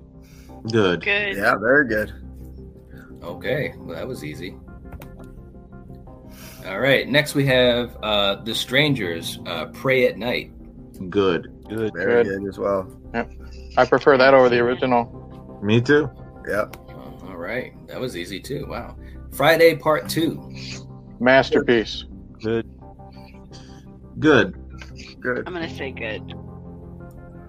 Good.
Good.
Yeah, very good.
Okay, well that was easy. All right, next we have uh, The Strangers. Uh, Pray at night.
Good.
Good.
Very
Good.
good, as well.
I prefer that over the original.
Me too.
Yep.
Uh, All right, that was easy too. Wow. Friday Part Two.
Masterpiece.
Good.
Good.
Good.
I'm gonna say good.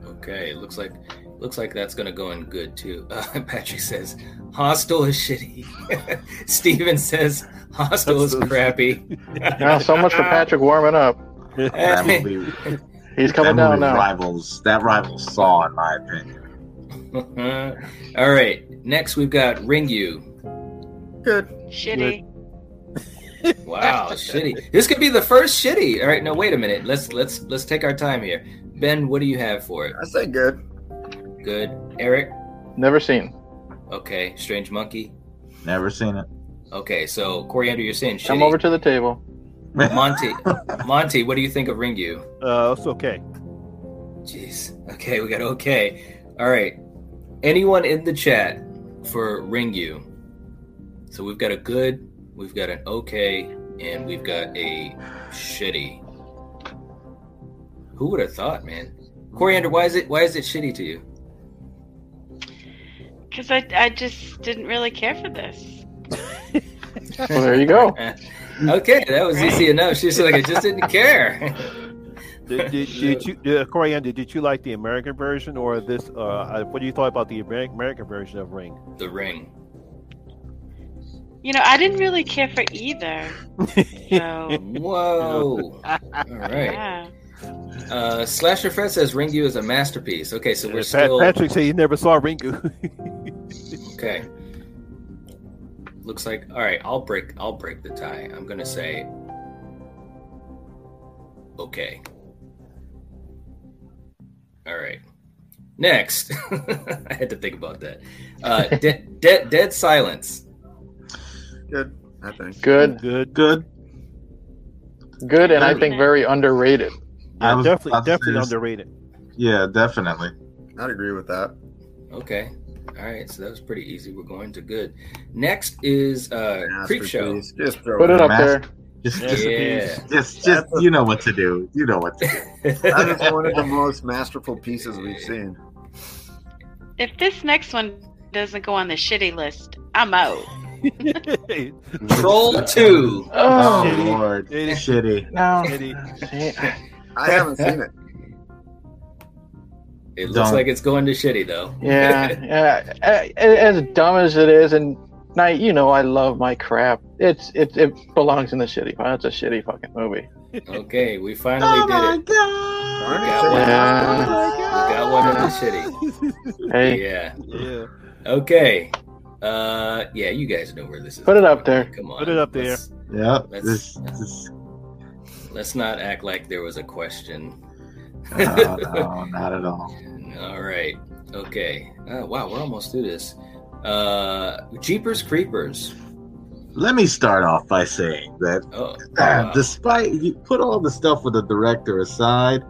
Okay, looks like looks like that's gonna go in good too. Uh, Patrick says Hostel is shitty. Steven says Hostel is crappy.
Now, so much for Patrick warming up.
That movie.
He's coming
that
down
movie
now.
Rivals that rivals Saw in my opinion.
All right. Next, we've got Ringu.
Good.
Shitty.
Wow, shitty. This could be the first shitty. All right. No, wait a minute. Let's let's let's take our time here. Ben, what do you have for it?
I say good.
Good. Eric.
Never seen.
Okay. Strange monkey.
Never seen it.
Okay. So Coriander, you're saying shitty.
Come over to the table.
Monty. Monty, what do you think of Ringu?
Uh, it's okay.
Jeez. Okay, we got okay. All right. Anyone in the chat for Ringu? So we've got a good, we've got an okay, and we've got a shitty. Who would have thought, man? Coriander, why is it why is it shitty to you?
Because I, I just didn't really care for this.
Well, there you go.
okay, that was easy enough. She's like, I just didn't care.
Did, did, did you, uh, Coriander? Did you like the American version or this? Uh, uh, what do you thought about the Ameri- American version of Ring?
the ring.
You know, I didn't really care for either. So
Whoa. All right.
yeah.
Uh, Slasher Fred says Ringu is a masterpiece. Okay, so we're
Uh, Pat-
still
Patrick said he never saw Ringu.
Okay. Looks like all right. I'll break. I'll break the tie. I'm gonna say. Okay. All right. Next, I had to think about that. Uh, de- de- dead silence.
Good. I think.
Good.
Good.
Good.
Good, and I think very underrated.
I was
definitely,
about to say
definitely
this.
underrated.
Yeah, definitely.
I'd agree with that.
Okay. All right. So that was pretty easy. We're going to good. Next is uh, creep show.
Masterpiece. Just throw
Put it up there.
Just, just,
Yeah.
just, just you know what to do. You know what to do.
That is one of the most masterful pieces we've seen.
If this next one doesn't go on the shitty list, I'm out.
Hey,
Troll two.
Oh,
Oh,
Shitty.
lord,
Shitty.
shitty.
no.
Eddie,
See,
I haven't seen it.
It looks
Don't.
like it's going to shitty though.
Yeah, yeah. A- a- As dumb as it is, and I, you know, I love my crap. It's it, it belongs in the shitty pile. It's a shitty fucking movie.
okay. We
Oh
finally did it. We
Ernie,
got
say-
one.
Yeah.
We Uh, got one in the shitty.
Hey,
Yeah.
yeah,
Okay. Uh, yeah, you guys know where this is.
Put it up there.
Come on.
Put it up there.
Let's,
Yeah,
That's-
this, this,
let's not act like there was a question.
no, no, not at all.
All right. Okay. Uh, wow, we're almost through this. Uh, Jeepers Creepers.
Let me start off by saying that
Oh,
uh,
wow.
despite you put all the stuff with the director aside,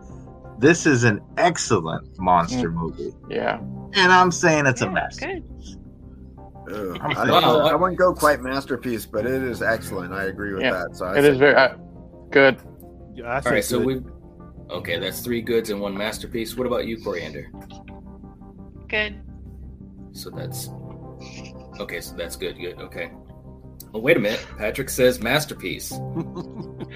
this is an excellent monster movie,
yeah.
and I'm saying it's a
Yeah,
mess.
Good.
Ugh.
I'm
I,
sorry.
I wouldn't go quite masterpiece, but it is excellent. I agree with
Yeah,
that. So I
It
say-
is very uh, good.
yeah I
all right.
said
So
good.
we. Okay, that's three goods and one masterpiece. What about you, Coriander?
Good.
So that's okay. So that's good. Good. Okay. Oh, wait a minute. Patrick says masterpiece. All right.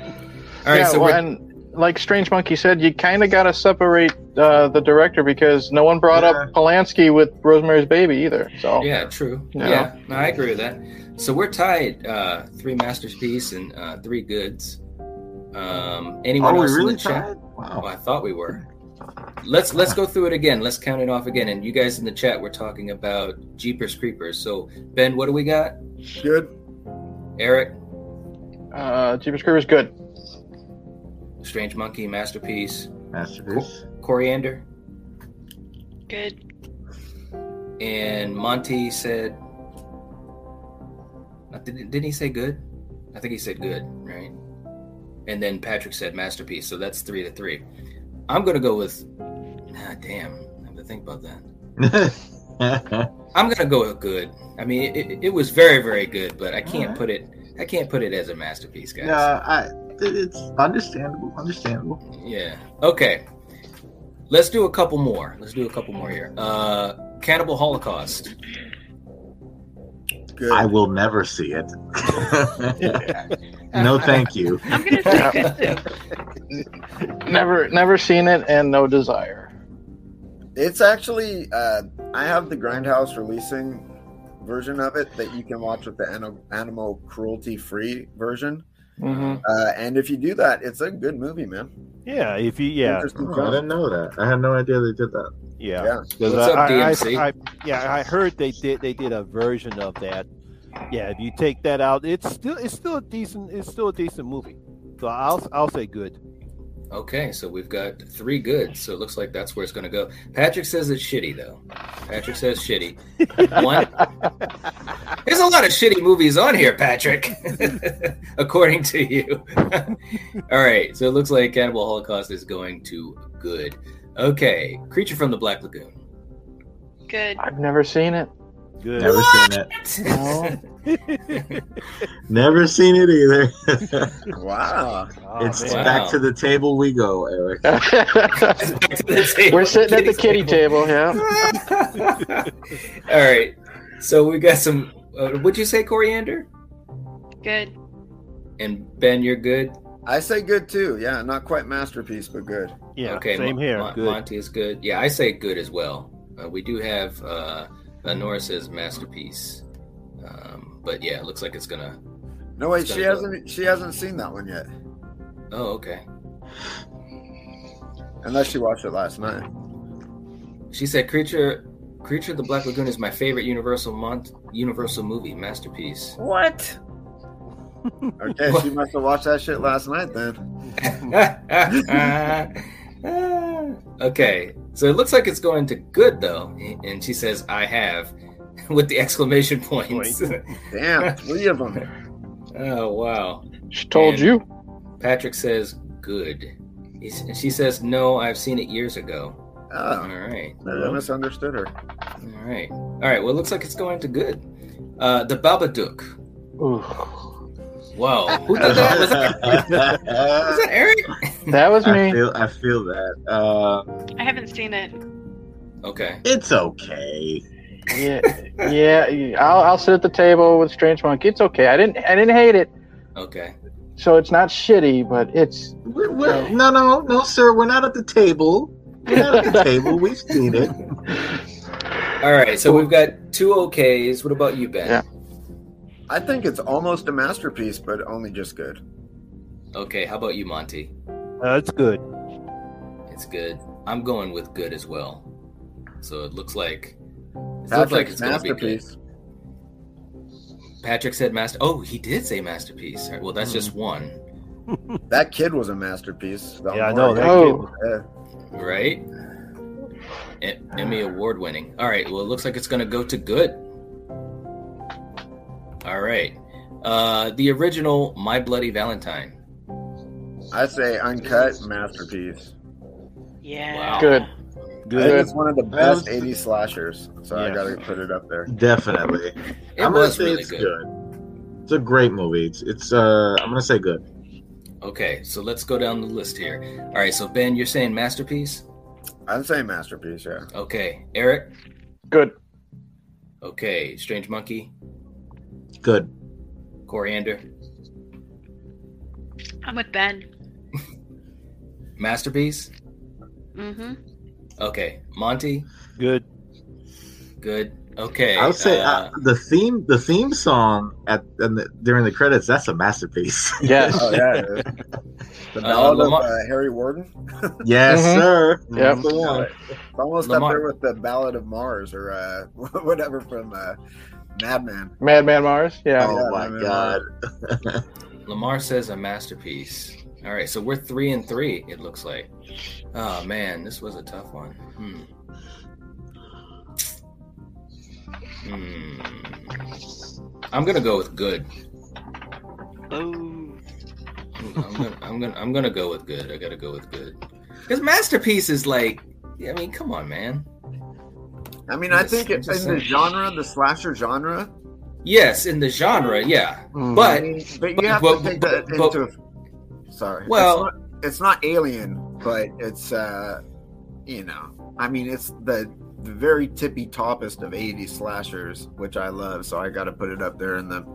yeah,
so
well,
we're-
and like Strange Monkey said, you kind of got to separate uh, the director because no one brought up Polanski with Rosemary's Baby either.
Oh.
So
yeah, true.
Yeah.
Yeah. no, I agree with that. So we're tied uh, three masterpiece and uh, three goods. Um, anyone
Are we
else
really
in the chat?
tied? Oh.
Wow. I thought we were. Let's let's go through it again. Let's count it off again. And you guys in the chat were talking about Jeepers Creepers. So Ben, what do we got?
Good.
Eric,
uh, Jeepers Creepers good.
Strange Monkey, masterpiece.
Masterpiece.
Coriander
Good.
and Monty said. I Didn't didn't he say good? I think he said good, right? And then Patrick said masterpiece. So that's three to three. I'm gonna go with. Ah, damn. I have to think about that. I'm gonna go with good. I mean, it, it, it was very, very good, but I can't
Alright.
put it. I can't put it as a masterpiece, guys.
No, I. It's understandable. Understandable.
Yeah. Okay. Let's do a couple more. Let's do a couple more here. Uh, Cannibal Holocaust.
Good.
I will never see it. no, thank you.
I'm gonna say good too.
Never never seen it and no desire.
It's actually uh, I have the Grindhouse releasing version of it that you can watch with the ani- animal cruelty free version.
Mm-hmm.
Uh, and if you do that, it's a good movie, man.
Yeah, if you yeah
Interesting
Oh, I
film.
didn't know that. I had no idea they did that.
yeah.
Yeah.
What's
'Cause I-
up,
I- I-
DMC?
I- yeah, I heard they did they did a version of that. Yeah, if you take that out, it's still it's still a decent it's still a decent movie. So I'll I'll say good.
Okay, so we've got three good. So it looks like that's where it's going to go. Patrick says it's shitty, though. Patrick says shitty. One. There's a lot of shitty movies on here, Patrick, according to you. All right, so it looks like Cannibal Holocaust is going to good. Okay, Creature from the Black Lagoon.
Good.
I've never seen it.
Good.
Never seen it.
No.
Never seen it either.
Wow.
Oh,
it's
man.
back to the table we go, Eric.
Oh. We're sitting at the kitty table. Yeah.
All right, so we got some. Uh, would you say coriander?
Good.
And Ben, you're good.
I say good too. Yeah, not quite masterpiece, but good.
Yeah,
okay,
same
Mon-
here.
Mon-
good.
Monty is good. Yeah, I say good as well. Uh, we do have uh, Lenora says masterpiece, um, but yeah, it looks like it's gonna.
No wait,
It's
she
gotta go.
hasn't e, she hasn't seen that one yet.
Oh, okay.
Unless she watched it last night.
She said, "Creature, Creature of the Black Lagoon is my favorite Universal mon- Universal movie masterpiece."
What? Okay, she must have watched that shit last night then.
okay, so it looks like it's going to good though, and she says, "I have," with the exclamation points.
Damn, three of them.
oh wow!
She told
And-
you.
Patrick says, "Good." He's, and she says, "No, I've seen it years ago." All
Oh,
right,
I misunderstood her.
all right, all right. Well, it looks like it's going to good. Uh, the Babadook.
Ooh.
Whoa, who did that? Was that, was that Eric?
That was
I
me.
feel, I feel that. Uh,
I haven't seen it.
Okay.
it's okay.
Yeah, yeah. yeah. I'll, I'll sit at the table with Strange Monkey. It's okay. I didn't I didn't hate it,
Okay.
so it's not shitty, but it's
We're, we're, no, no, no, sir. We're not at the table. We're not at the table. We've seen it.
All right. So we've got two OKs. What about you, Ben?
Yeah.
I think it's almost a masterpiece, but only just good.
Okay. How about you, Monty?
Uh, it's good.
It's good. I'm going with good as well. So it looks like it looks like
Patrick's
it's going to be good.
masterpiece.
Patrick said master. Oh, he did say masterpiece. All right, well, that's
Hmm.
just one,
That kid was a masterpiece.
Yeah, I know that kid.
Oh.
was-
Yeah.
right? Em- Emmy award winning. All right. Well, it looks like it's going to go to good. All right. Uh, the original My Bloody Valentine.
I say uncut masterpiece.
Yeah.
good.
I think
Good.
it's one of the
That
best
was-
80s slashers, so I
Yeah.
gotta put it up there.
Definitely.
It
I'm gonna
was
say
really
it's
good.
It's a great movie. It's, it's uh, I'm gonna say good.
Okay, so let's go down the list here. All right, so Ben, you're saying masterpiece.
I'd say masterpiece, yeah.
Okay, Eric
Good.
Okay, Strange Monkey,
Good.
Coriander,
I'm with Ben.
Masterpiece.
Mm-hmm.
Okay, Monty,
Good.
good. Okay,
I would say
uh,
uh, the theme, the theme song at and the, during the credits, that's a masterpiece.
Yes.
Oh, yeah. The ballad
Lamar-
of uh, Harry Warden.
yes,
Mhm.
sir.
Yep.
That's the one.
It's almost
Lamar-
up there with the Ballad of Mars or uh, whatever from uh, Madman.
Madman Mars. Yeah.
Oh
Yeah,
my
Madman
god.
Lamar says a masterpiece. All right, so we're three and three. It looks like. Oh man, this was a tough one. Hmm. Hmm. I'm gonna go with good.
Oh.
I'm gonna, I'm gonna, I'm gonna go with good. I gotta go with good. Because masterpiece is like, I mean, come on, man.
I mean,
I'm
I
just-
think
I'm
in
just
the
saying.
genre, the slasher genre,
Yes, in the genre, yeah,
Mhm.
I
but
mean, but
but-
you have
but-
to take
but-
that
but-
into. Sorry.
Well-
it's not, it's not Alien, but it's uh, you know, I mean, it's the the very tippy toppest of '80s slashers, which I love. So I got to put it up there in the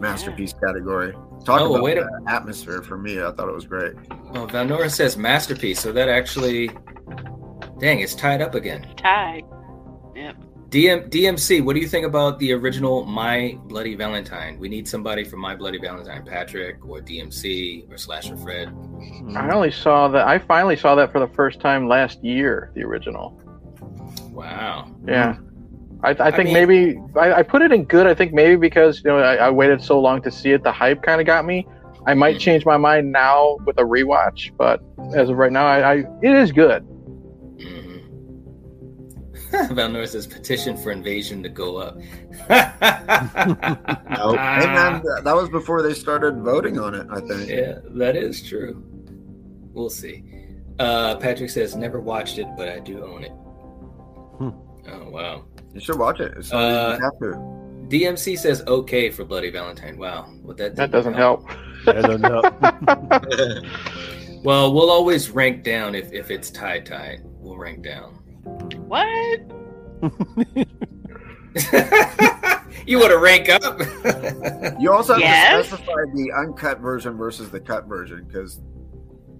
masterpiece category. Talk
Oh,
about
wait a-
the atmosphere for me. I thought it was great.
well, Valnora says masterpiece, so that actually, dang, it's tied up again.
Tie.
DM, DMC, what do you think about the original My Bloody Valentine? We need somebody from My Bloody Valentine, Patrick or DMC or Slasher Fred.
I only saw that. I finally saw that for the first time last year. The original.
Wow.
Yeah. I, I think
mean-
maybe I, I put it in good. I think maybe because you know I, I waited so long to see it, the hype kind of got me. I might
Mhm.
change my mind now with a rewatch, but as of right now, I, I it is good.
Mm-hmm. Valnora says petition for invasion to go up.
Oh,
Ah,
and then, that was before they started voting on it. I think.
Uh, Yeah, that is true. We'll see. Uh, Patrick says never watched it, but I do own it. Oh wow.
You should watch it. It's
Uh,
you have to.
DMC says okay for Bloody Valentine. Wow, well, that
That
didn't
doesn't help.
I don't know.
Well, we'll always rank down if, if it's tie tied. We'll rank down.
What?
you want to rank up?
You also have
Yes.
to specify the uncut version versus the cut version because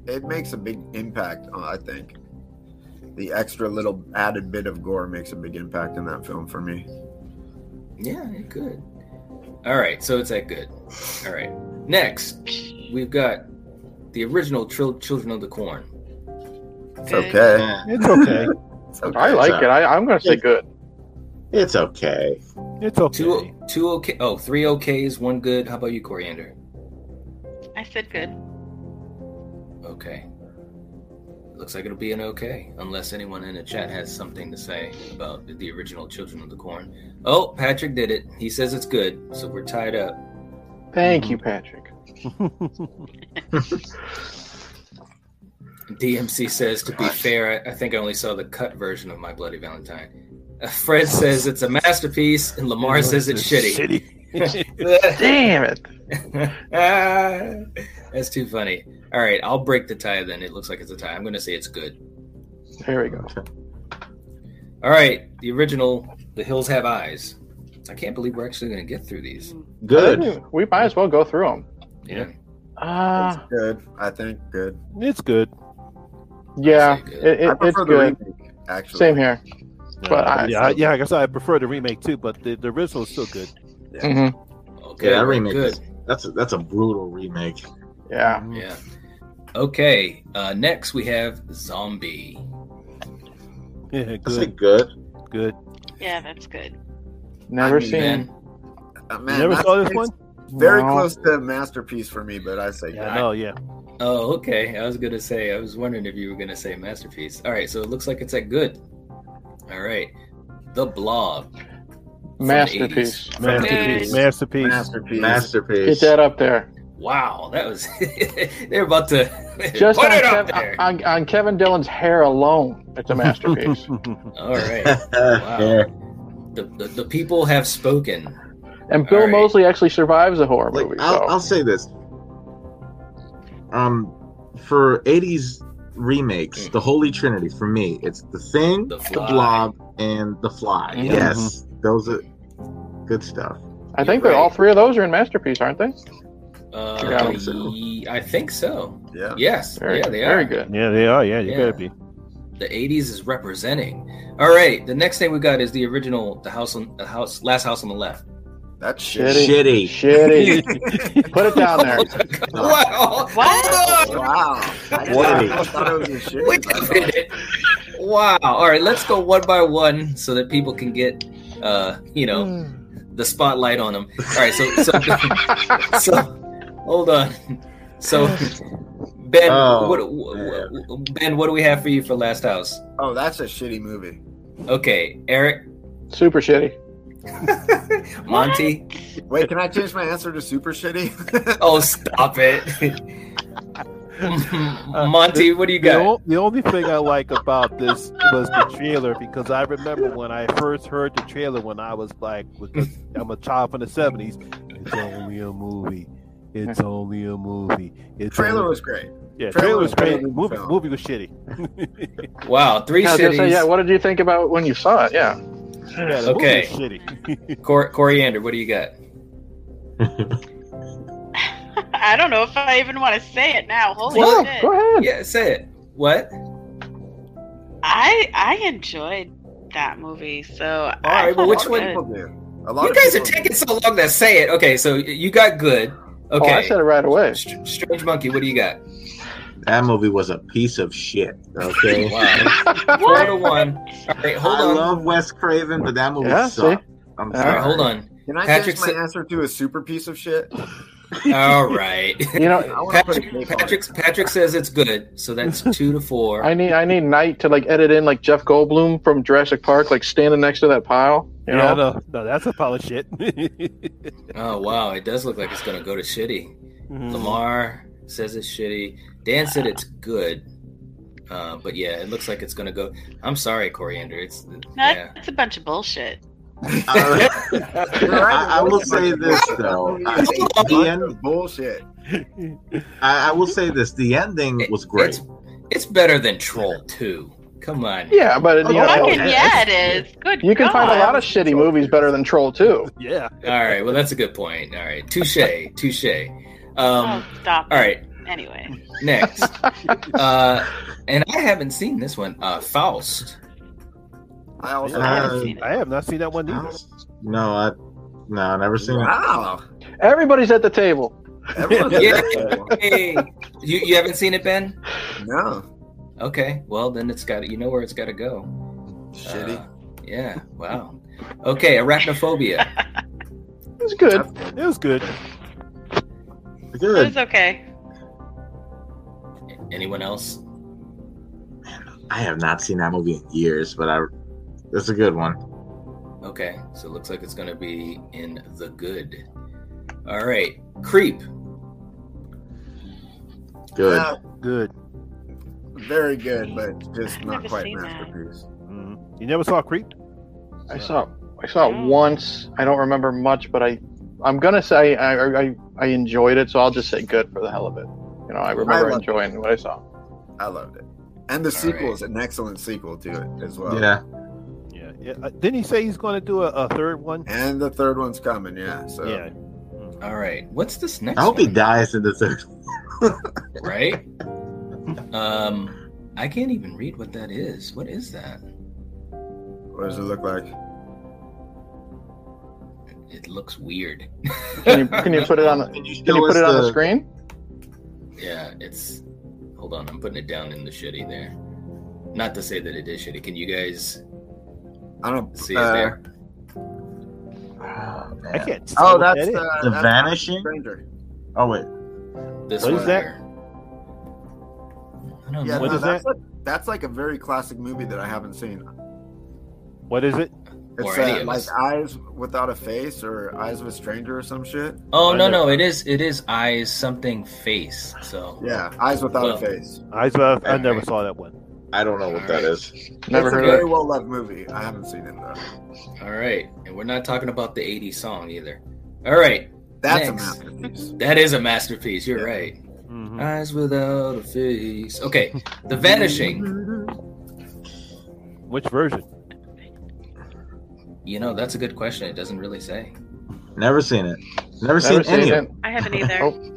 it makes a big impact. uh, I think the extra little added bit of gore makes a big impact in that film for me.
yeah, it could. All right, so it's that good. All right, next we've got the original Tril- Children of the Corn.
It's
Good.
okay.
It's okay.
It's okay.
I like it. I, I'm going to say good.
It's okay.
It's okay.
Two, two okay, oh, three okays, one good. How about you, Coriander?
I said good.
Okay. Looks like it'll be an okay, unless anyone in the chat has something to say about the original Children of the Corn. Oh, Patrick did it. He says it's good, so we're tied up.
Thank you, Patrick.
DMC says, to be fair, I, I think I only saw the cut version of My Bloody Valentine. Uh, Fred says it's a masterpiece, and Lamar says it's shitty.
Damn it.
That's too funny. All right, I'll break the tie then. It looks like it's a tie. I'm going to say it's good.
There we go.
All right, the original, The Hills Have Eyes. I can't believe we're actually going to get through these.
Good.
We might as well go through them.
Yeah.
Uh,
It's good. I think good.
It's good.
yeah,
It's good.
it,
I
it, it's
prefer the
good.
remake, actually.
Same here. But I-
yeah, I, yeah, like I said, I prefer the remake too, but the, the original is still good.
hmm
Okay.
Yeah, that remake.
Good.
Is, that's a, that's a brutal remake.
Yeah.
Yeah. Okay. Uh, next we have Zombie.
Yeah,
I say
good,
good.
good.
Yeah, that's good.
Never
I mean,
seen.
Ben.
Uh,
You
man,
never saw this
it's
one?
Very
No.
close to masterpiece for me, but I say
Yeah,
good.
no, yeah.
Oh, okay. I was gonna say. I was wondering if you were gonna say masterpiece. All right. So it looks like it's at good. All right. The Blob. from the 80s.
Masterpiece.
From the
Masterpiece.
80s.
Masterpiece.
masterpiece.
Masterpiece.
Get that up there.
Wow, that was. they're about to
Just
put
on,
it up
Kev-
there.
on, on Kevin Dillon's hair alone, it's a masterpiece.
All right. Wow.
Yeah.
The, the the people have spoken.
and Bill
All right.
Mosley actually survives a horror
Like,
movie.
I'll,
so.
I'll say this. Um, for '80s remakes,
Mm.
the Holy Trinity for me, it's The Thing,
The
The,
Fly. Mm-hmm.
Blob, and The Fly.
Mhm.
Yes, those are Good stuff.
I think that all three of those are in masterpiece, aren't they?
Uh,
You got 'em.
ye- I think so.
Yeah.
Yes.
Very-
yeah, they are.
very good.
Yeah, they are. Yeah, you
Yeah.
gotta be.
The 80s is representing. All right. The next thing we got is the original, the house on the house, last house on the left.
That's shit.
Shitty. Shitty. Put it down there.
Wow. Hold on.
Wow.
Shitty.
I thought it was a shit.
Wait a minute. Wow. All right. Let's go one by one so that people can get, uh, you know, the spotlight on them. All right. So, so, so hold on. So, Ben,
Oh,
what, wh- wh- Ben, what do we have for you for Last House?
Oh, that's a shitty movie.
Okay, Eric,
Super shitty.
Monty.
Wait, can I change my answer to super shitty?
Oh, stop it. Monty, what do you
The,
got?
o- the only thing I like about this was the trailer because I remember when I first heard the trailer when I was like, because I'm a child from the 70s. It's only a movie. It's only a movie. It's
Trailer
only-
was great. trailer
yeah, trailer
was
was great.
better than the
Movie,
film.
movie was shitty.
Wow, three
Yeah, I was gonna
cities.
say, yeah, what did you think about when you saw it? Yeah.
Yeah, the
Okay.
movie was shitty.
Cor- Coriander, what do you got?
I don't know if I even want to say it now. Holy
Well,
shit!
Go ahead.
Yeah, say it. What?
I I enjoyed that movie, so all
right, well, which one-
People do. A lot
You
of
guys are
people do.
taking so long to say it. Okay, so you got good. Okay.
Oh, I said it right away.
Str- Strange Monkey, what do you got?
That movie was a piece of shit. Okay.
Wow. Four to one. All right, hold
I
on.
love Wes Craven, but that movie
Yeah, see?
sucked. I'm
All
All right,
sorry.
hold on.
Can I
Patrick
change
said-
my answer to a super piece of shit?
All right.
You know,
I want to put a
Patrick,
cake on it.
Patrick, Patrick says it's good, so that's two to four.
I need I need Knight to like edit in like Jeff Goldblum from Jurassic Park, like standing next to that pile. You
yeah,
know?
no, no, that's a pile of shit. Mm-hmm.
Oh wow, it does look like it's gonna go to shitty. Lamar says it's shitty. Dan said it's good, uh, but yeah, it looks like it's gonna go. I'm sorry, Coriander. It's yeah.
That's a bunch of bullshit.
I, I will say this
Oh,
though. I, the
Bunch
end,
of bullshit.
I, I will say this. The ending was great.
It's, it's better than Troll Two. Come on.
Yeah, but
Oh,
you, know,
okay.
Fucking yeah, it is. Good.
you can find a
God.
lot of shitty movies better than Troll 2.
yeah.
All right. Well, that's a good point. All right. Touche. Touche. Um,
oh, stop.
all right.
Anyway,
Next. Uh, and I haven't seen this one. Uh, Faust.
I also.
I
Uh,
haven't seen it.
I have not seen that one
Uh,
either.
No, I no, I never seen it.
wow.
Everybody's at the table.
Everyone's
Yeah.
yeah.
Hey, you you haven't seen it, Ben?
No.
Okay. Well, then it's got you know where it's got to go.
Shitty.
Uh, yeah. Wow. Okay. Arachnophobia.
It's good.
It was good.
it
Good.
was okay.
Anyone else?
I have not seen that movie in years, but I. That's a good one.
Okay. So it looks like it's going to be in the good. All right. Creep.
Good.
Uh,
Good.
very good, but just not
Never
quite
seen that.
masterpiece.
Mhm. You never saw Creep?
I saw I saw it once. I don't remember much, but I I'm gonna say I I, I- I enjoyed it, so I'll just say good for the hell of it. You know, I remember
I love-
enjoying what I saw.
I loved it. And the
All
sequel
right.
is an excellent sequel to it as well.
yeah.
Yeah. yeah. Uh, didn't he say he's going to do a, a third one?
And the third one's coming, yeah. So
Yeah.
All right. What's this next?
I hope he
one?
dies in the third.
Right. Um, I can't even read what that is. What is that?
what does it look like?
It looks weird.
Can you can you put it on the
Can you,
can you put it on the screen?
Yeah. It's. Hold on. I'm putting it down in the shitty there. Not to say that it is shitty. Can you guys
I don't
see it
uh,
there?
Oh,
I
man.
can't. tell
Oh,
what
that's
that is.
the,
The
that's
Vanishing?
Stranger.
Oh wait.
This
what
one
is that?
here. I don't
Yeah,
know.
What
no,
is
that's, Like, that's like a very classic movie that I haven't seen.
What is it?
It's
Or any
uh,
of
like
us.
Eyes Without a Face or Eyes of a Stranger or some shit.
Oh
I
no
know.
no, it is it is eyes something face. So
Yeah, Eyes Without
Well,
a Face.
I, I never
Alright.
saw that one.
I don't know what that is.
Never
it's
heard
a
of
very
it.
well loved movie. I haven't seen it though.
all right, and we're not talking about the '80s song either. All right, Next.
That's a masterpiece.
that is a masterpiece. You're
Yeah.
right.
Mhm.
Eyes without a face. Okay, The Vanishing.
Which version?
You know, that's a good question. It doesn't really say.
Never seen it. Never, seen, any of it.
I haven't either.
Oh.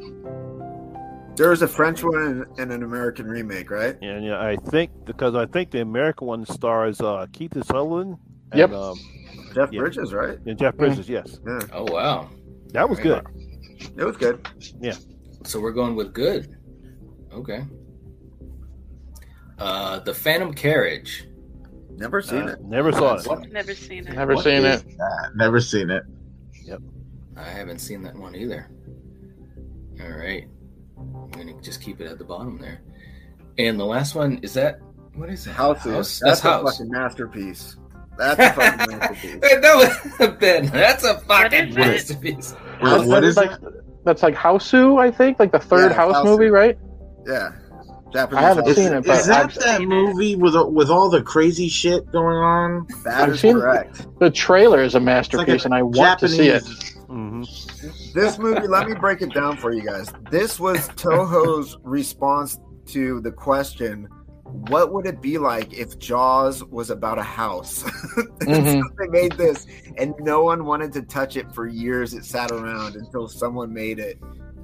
There was a French one and, and an American remake, right?
And yeah, I think because I think the American one stars uh, Keith Sutherland. And,
Yep.
Um,
Jeff
yeah.
Bridges, right?
And Jeff Bridges,
Mm-hmm.
yes.
Yeah.
Oh wow.
That was good.
It was good.
Yeah.
So we're going with good. Okay. Uh, the Phantom Carriage.
Never seen
Uh,
it.
Never saw it.
What?
Never seen it.
Never
What
seen
is
it.
Nah, never seen it.
I haven't seen that one either. All right. I'm going to just keep it at the bottom there. And the last one is that what is that?
House is
House?
that's,
That's,
a
house.
fucking masterpiece. That's a fucking masterpiece.
Hey, that was Ben. That's a fucking
is it?
masterpiece.
Wait, what is
like, That's like Houseu, I think, like the third
Yeah,
house
Houseu.
movie, right?
Yeah. Japanese
I haven't
house.
seen it, but
Is that
I've,
that movie with with all the crazy shit going on?
That
I've
is
seen-
correct.
the trailer is a masterpiece,
It's like
and
a
I want to see it.
hmm
This movie, let me break it down for you guys. This was Toho's response to the question, what would it be like if Jaws was about a house?
Mhm.
they made this and no one wanted to touch it for years. It sat around until someone made it.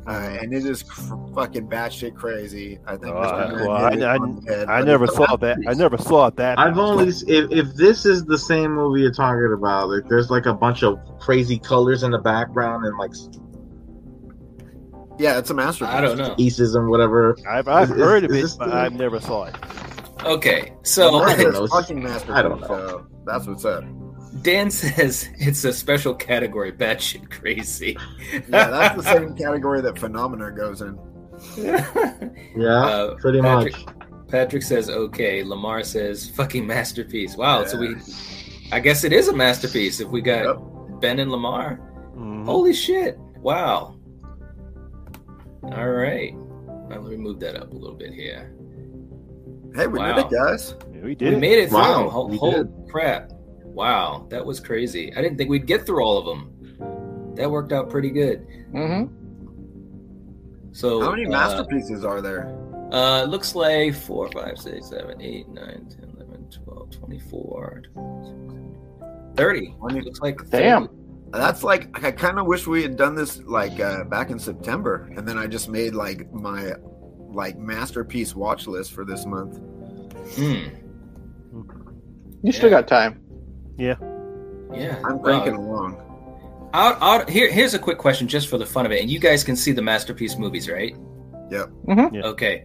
Uh, and it is cr- fucking batshit crazy. I think
Oh,
Mr.
I-
Mann
well,
hit
I,
it
I,
on the head,
I
but
never
it's a
saw that. I never saw that.
I've only s- if, if this is the same movie you're talking about, like there's like a bunch of crazy colors in the background and like
Yeah, it's a masterpiece.
I don't know.
pieces and whatever.
I've, I've
Is- is-
heard of
is
it,
this
but
the-
I've never saw it.
Okay. So
I don't
It's a
know.
fucking masterpiece.
I don't know.
So that's what's up.
Dan says it's a special category, batshit crazy.
Yeah, that's the same category that Phenomena goes in.
Yeah,
Uh,
pretty
Patrick-
much.
Patrick says okay. Lamar says fucking masterpiece. Wow. So we, I guess it is a masterpiece if we got Ben and Lamar.
Mhm.
Holy shit! Wow. All right. Now let me move that up a little bit here.
Hey, we
Wow.
did it, guys.
Yeah, we
we
did it.
made it through.
Wow,
Wow,
we
Holy crap! Wow, that was crazy. I didn't think we'd get through all of them. That worked out pretty good.
Mm-hmm.
So
How many
uh,
masterpieces are there?
Uh, it looks like 4, 5, 6, 7, 8, 9, 10, 11, 12, 24, 30.
Twenty-
Looks like
Damn.
30.
That's like I kind of wish we had done this like uh, back in September, and then I just made like my like masterpiece watch list for this month.
Hmm.
You still
Yeah.
got time.
Yeah.
I'm
Wow.
thinking along.
Out, out, here, here's a quick question just for the fun of it. And you guys can see the masterpiece movies, right?
Yep.
Mhm.
Yeah.
Okay.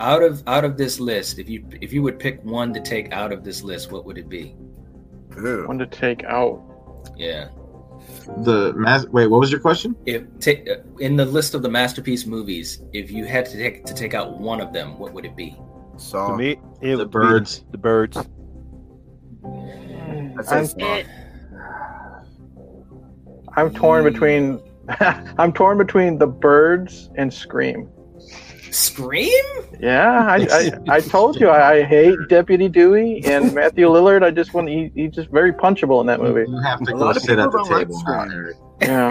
Out of out of this list, if you if you would pick one to take out of this list, what would it be?
Ooh.
One to take out.
Yeah.
The mas- wait, what was your question?
If ta- uh, in the list of the masterpiece movies, if you had to take to take out one of them, what would it be?
Saw.
To me, it
the
would be
birds.
The birds.
I said
I'm,
Saw.
It-
I'm torn between. I'm torn between the birds and Scream.
Scream?
Yeah, I, I, I told you I, I hate Deputy Dewey and Matthew Lillard. I just want he, he's just very punchable in that movie.
You have to
A
go
lot of
sit
people
at the
don't like
table now,
Scream.
Eric.
Yeah.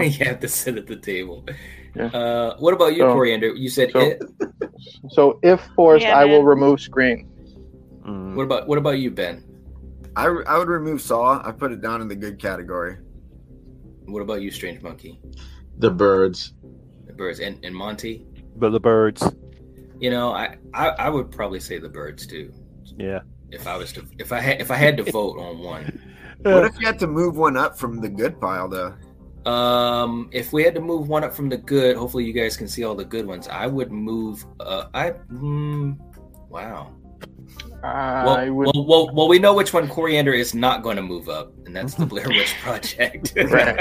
you have to sit at the table.
Yeah.
Uh, what about you,
So-
Coriander? You said
so-
it.
So if forced,
Yeah,
I will
man.
remove Scream.
Mhm.
What about what about you, Ben?
I, I would remove Saw. I put it down in the good category.
What about you, Strange Monkey?
The birds.
The birds and, and Monty.
But the birds.
You know, I, I I would probably say the birds too.
Yeah.
If I was to if I had if I had to vote on one,
What if you had to move one up from the good pile though?
um, if we had to move one up from the good, hopefully you guys can see all the good ones. I would move. Uh, I mm, wow. Well,
I would.
well, well, well, we know which one Coriander is not going to move up, and that's the Blair Witch Project.
Right.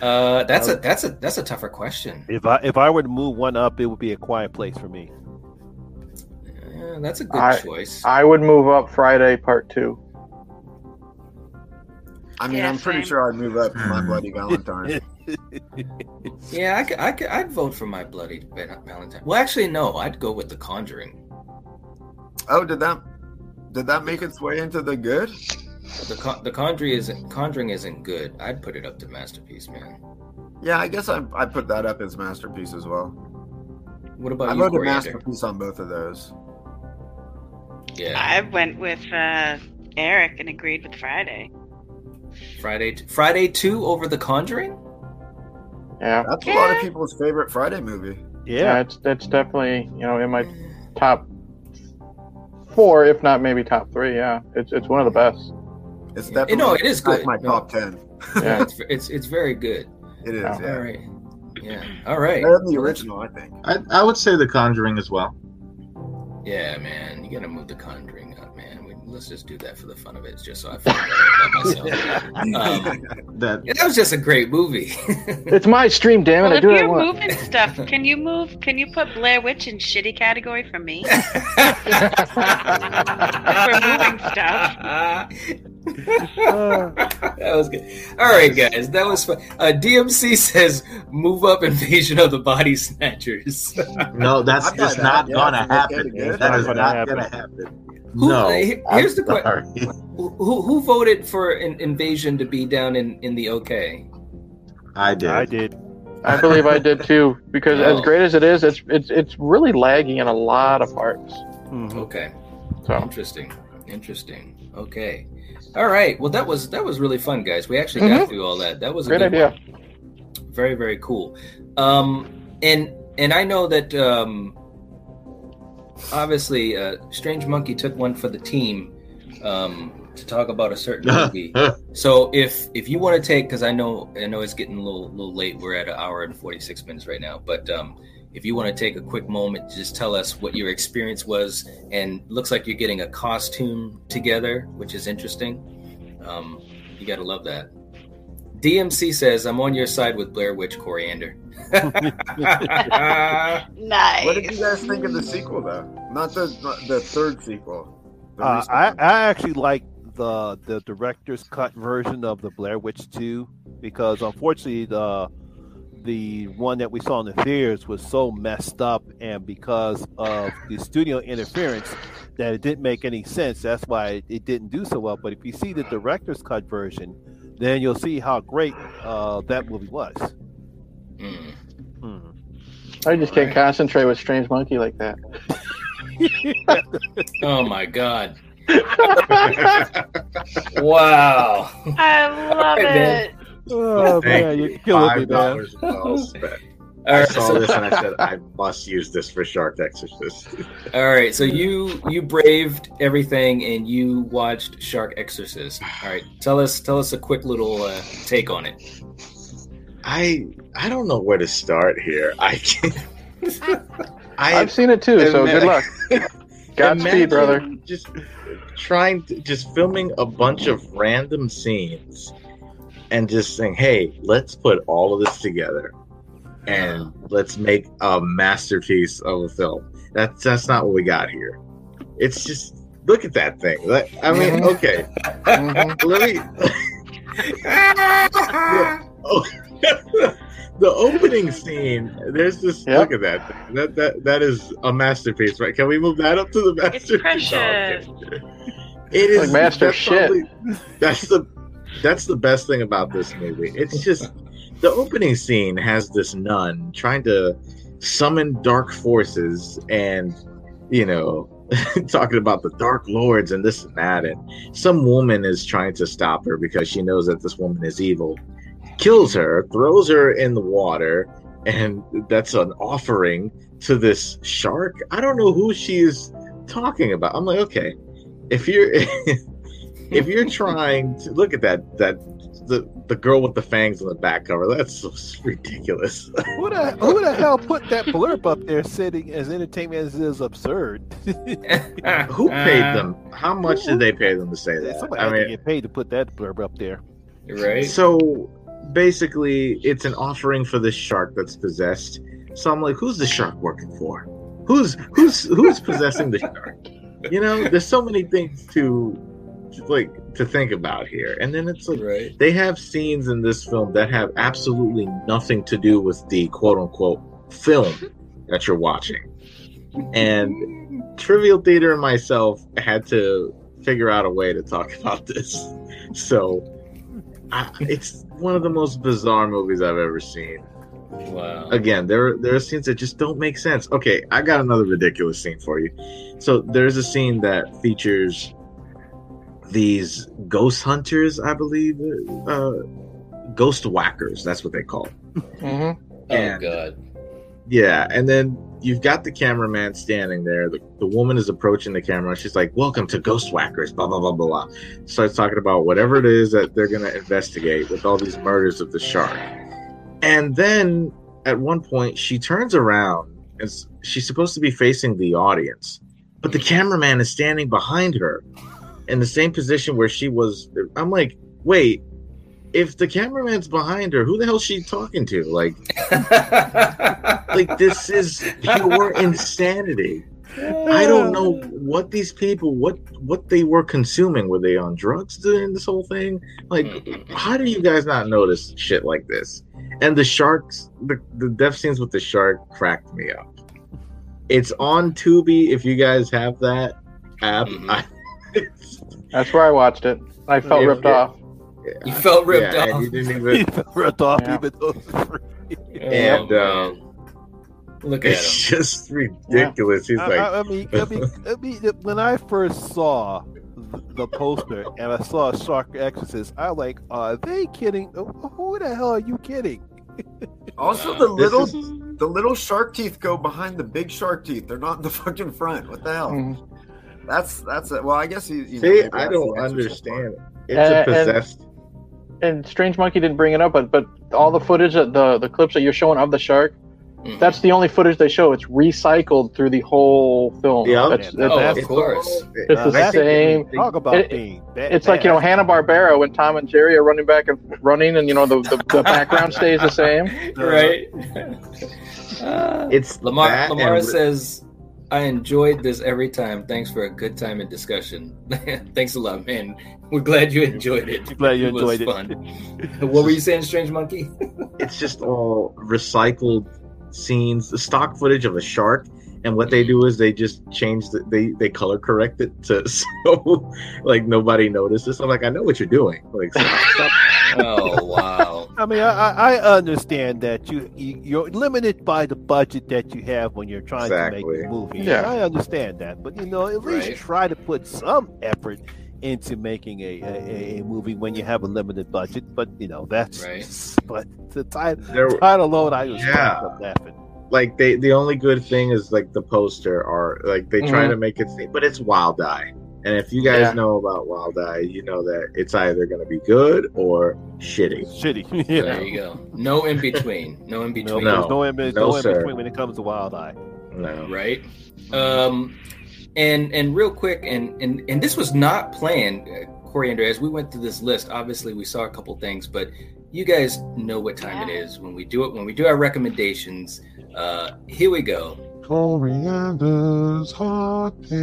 uh, that's a that's a that's a tougher question.
If I if I were to move one up, it would be a quiet place for me.
Uh, that's a good
I-
choice.
I would move up Friday Part Two.
I mean,
Yeah,
I'm pretty
same.
sure I'd move up my bloody Valentine.
yeah, I could, I could, I'd vote for my bloody Val- Valentine. Well, actually, no, I'd go with The Conjuring.
Oh, did that did that make its way into the good?
The con- the Conjuring isn't Conjuring isn't good. I'd put it up to masterpiece, man.
Yeah, I guess I, I put that up as masterpiece as well.
What about
I
you,
voted
Coriander?
masterpiece on both of those.
Yeah,
I went with uh, Eric and agreed with Friday.
Friday, Friday Two over The Conjuring.
Yeah,
that's a lot of people's favorite Friday movie.
yeah, it's that's definitely you know in my top four, if not maybe top three. Yeah, it's it's one of the best.
It's
You know, it is good.
My
Eh, No.
top ten.
Yeah.
it's, it's it's very good.
It is.
Yeah.
Yeah.
All right. Yeah. All right.
Better than the original, I think.
I, I would say The Conjuring as well.
Yeah, man, you gotta move the Conjuring up, man. We, let's just do that for the fun of it, just so I feel better about myself. Um,
That
yeah, that was just a great movie.
It's my stream, damn it!
Well,
I
if
do what I
you're
want.
moving stuff, can you move? Can you put Blair Witch in shitty category for me? for moving stuff.
that was good. All right, guys, that was fun. Uh, DMC says, "Move up invasion of the body snatchers."
no, that's
I buy
just
that,
not
yeah,
gonna
it's okay to
happen.
do it.
That
It's
is
not
not
gonna
gonna happen.
Who-
no.
he-
I'm
here's the que-
sorry.
who who voted for an invasion to be down in in the OK?
I did.
I did.
I believe I did too, because
No.
as great as it is, it's it's it's really laggy in a lot of parts.
Okay.
So
Interesting. Interesting. Okay. All right. Well, that was that was really fun, guys. We actually got through all that. That was a
Mm-hmm. great
good
idea.
One. Very very cool. Um, and and I know that um, obviously, uh, Strange Monkey took one for the team um, to talk about a certain movie. So if if you want to take, because I know I know it's getting a little little late. We're at an hour and forty six minutes right now. But um, if you want to take a quick moment, to just tell us what your experience was, and looks like you're getting a costume together, which is interesting. Um, you gotta love that. DMC says, "I'm on your side with Blair Witch Coriander." Hmm.
Nice.
What did you guys think of the sequel, though? Not the not the third sequel. The
Uh,
recent
I,
one.
I actually like the the director's cut version of the Blair Witch 2 because unfortunately the the one that we saw in the theaters was so messed up and because of the studio interference that it didn't make any sense that's why it didn't do so well but if you see the director's cut version then you'll see how great uh, that movie was
Mm.
I just can't concentrate with Strange Monkey like that.
Oh my god! Wow.
I love
Alright, man.
it.
oh
Thank
man
you.
you're killing me man
$5 well spent.
All
I
right,
saw
so-
this and I said, I must use this for Shark Exorcist.
All right, so you you braved everything and you watched Shark Exorcist. All right, tell us tell us a quick little uh, take on it.
I I don't know where to start here. I can't. I
I've seen it too, so
Amen.
good luck. Godspeed,
imagine
brother.
Just trying to just filming a bunch of random scenes and just saying, "Hey, let's put all of this together and let's make a masterpiece of a film." That's that's not what we got here. It's just look at that thing. Like, I mean, okay,
Mhm.
let me. the, oh, the opening scene. There's this.
Yep.
Look at that. Thing. That that that is a masterpiece, right? Can we move that up to the masterpiece? Oh, okay.
precious.
It is
Like master
that's
shit.
probably- that's the that's the best thing about this movie. It's just the opening scene has this nun trying to summon dark forces and you know talking about the dark lords and this and that and some woman is trying to stop her because she knows that this woman is evil kills her throws her in the water and that's an offering to this shark i don't know who she is talking about i'm like okay if you're if you're trying to look at that that the, the girl with the fangs on the back cover that's so ridiculous
who the, who the hell put that blurb up there sitting as entertainment as it is absurd
Who paid them? How much did they pay them to say
Uh, Yeah,
that?
somebody
I
had to
mean,
get paid to put that blurb up there.
Right?
so basically, it's an offering for this shark that's possessed. So I'm like, who's the shark working for? Who's who's who's possessing the shark? You know, there's so many things to to, like to think about here, and then it's like
right.
they have scenes in this film that have absolutely nothing to do with the quote unquote film that you're watching. And Trivial Theater and myself had to figure out a way to talk about this. So I, it's one of the most bizarre movies I've ever seen.
Wow. Oh,
Again, there there are scenes that just don't make sense. Okay, I got another ridiculous scene for you. So there's a scene that features these ghost hunters, I believe, uh, ghost whackers. That's what they call. It. Mm-hmm.
Oh god.
Yeah, and then you've got the cameraman standing there. The, the woman is approaching the camera. She's like, "Welcome to Ghost Whackers." Blah blah blah blah blah. Starts talking about whatever it is that they're going to investigate with all these murders of the shark. And then at one point, she turns around and s- she's supposed to be facing the audience, but the cameraman is standing behind her in the same position where she was. I'm like, wait. If the cameraman's behind her, who the hell's she talking to? Like, like this is pure insanity. I don't know what these people what what they were consuming. Were they on drugs during this whole thing? Like,
Hmm. Mm-hmm.
how do you guys not notice shit like this? And the sharks, the, the death scenes with the shark cracked me up. It's on Tubi if you guys have that app.
Mm-hmm.
I,
That's where I watched it. I felt
Yeah,
ripped
yeah.
off.
You felt ripped
yeah,
off.
And you didn't even.
ripped off
Yeah.
even though it's free.
And,
Oh, man. Look at him.
It's just ridiculous. He's
I,
like,
I- I mean, I mean, I mean, when I first saw th- the poster and I saw a shark exorcist, I like, are they kidding? Who the hell are you kidding?
Also, the
This
little
is-
the little shark teeth go behind the big shark teeth. They're not in the fucking front. What the hell?
Mhm.
That's that's it. Well, I guess you. you know,
see,
maybe
I
that's
don't
the exorcist part.
understand. It's
And-
a
and-
possessed.
And Strange Monkey didn't bring it up, but but all the footage that the the clips that you're showing of the shark,
Mhm.
that's the only footage they show. It's recycled through the whole film.
Yeah.
That's,
oh,
that's,
of course.
it's
Uh,
the
that's-
same.
Talk about
It-
being. Bad,
It's like you know Hanna Barbera when Tom and Jerry are running back and running, and you know the, the, the background stays the same.
right. Ah.
It's
Lamar
that and
Lamar
re-
says, "I enjoyed this every time. Thanks for a good time and discussion. Thanks a lot, man. We're glad you enjoyed it.
Glad you
It was
enjoyed it.
fun. what were you saying, Strange Monkey?
it's just all recycled scenes, the stock footage of a shark, and what they do is they just change the they they color correct it to so like nobody notices. I'm like, I know what you're doing. Like, stop, stop.
oh wow.
I mean, I, I I understand that you, you you're limited by the budget that you have when you're trying to make
Exactly.
a movie.
Yeah.
I understand that, but you know, at least
Right.
try to put some effort into making a, a, a movie when you have a limited budget. But you know, that's
Right.
but the time
There-
title alone, I was
Yeah.
cracking up laughing.
like they the only good thing is like the poster or like they try
Mhm.
to make it seem, but it's Wild Eye. And if you guys
Yeah.
know about Wild Eye, you know that it's either going to be good or shitty.
Shitty. You know?
There you go. No in between. No in
No,
between.
No.
there's no in, there's
No,
no, in
sir.
between when it comes to Wild Eye.
No.
right um and and real quick and and and this was not planned uh, coriander as we went through this list obviously we saw a couple things but you guys know what time it is when we do it when we do our recommendations uh here we go
Coriander's hot picks.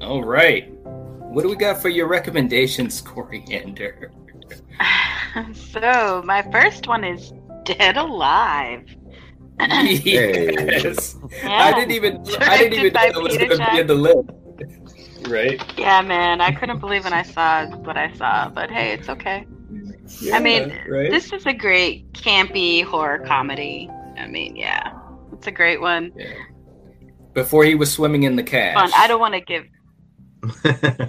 all right what do we got for your recommendations coriander
so my first one is Dead Alive.
yes i
Yeah.
didn't e- even i didn't even
Directed by
know it was
Peter
going to be in the list right
yeah, man, I couldn't believe when I saw what I saw, but hey, it's okay. I mean,
Yeah, right
This is a great campy horror comedy. I mean, yeah, it's a great one.
before he was swimming in the cash
Fun. I don't want to give.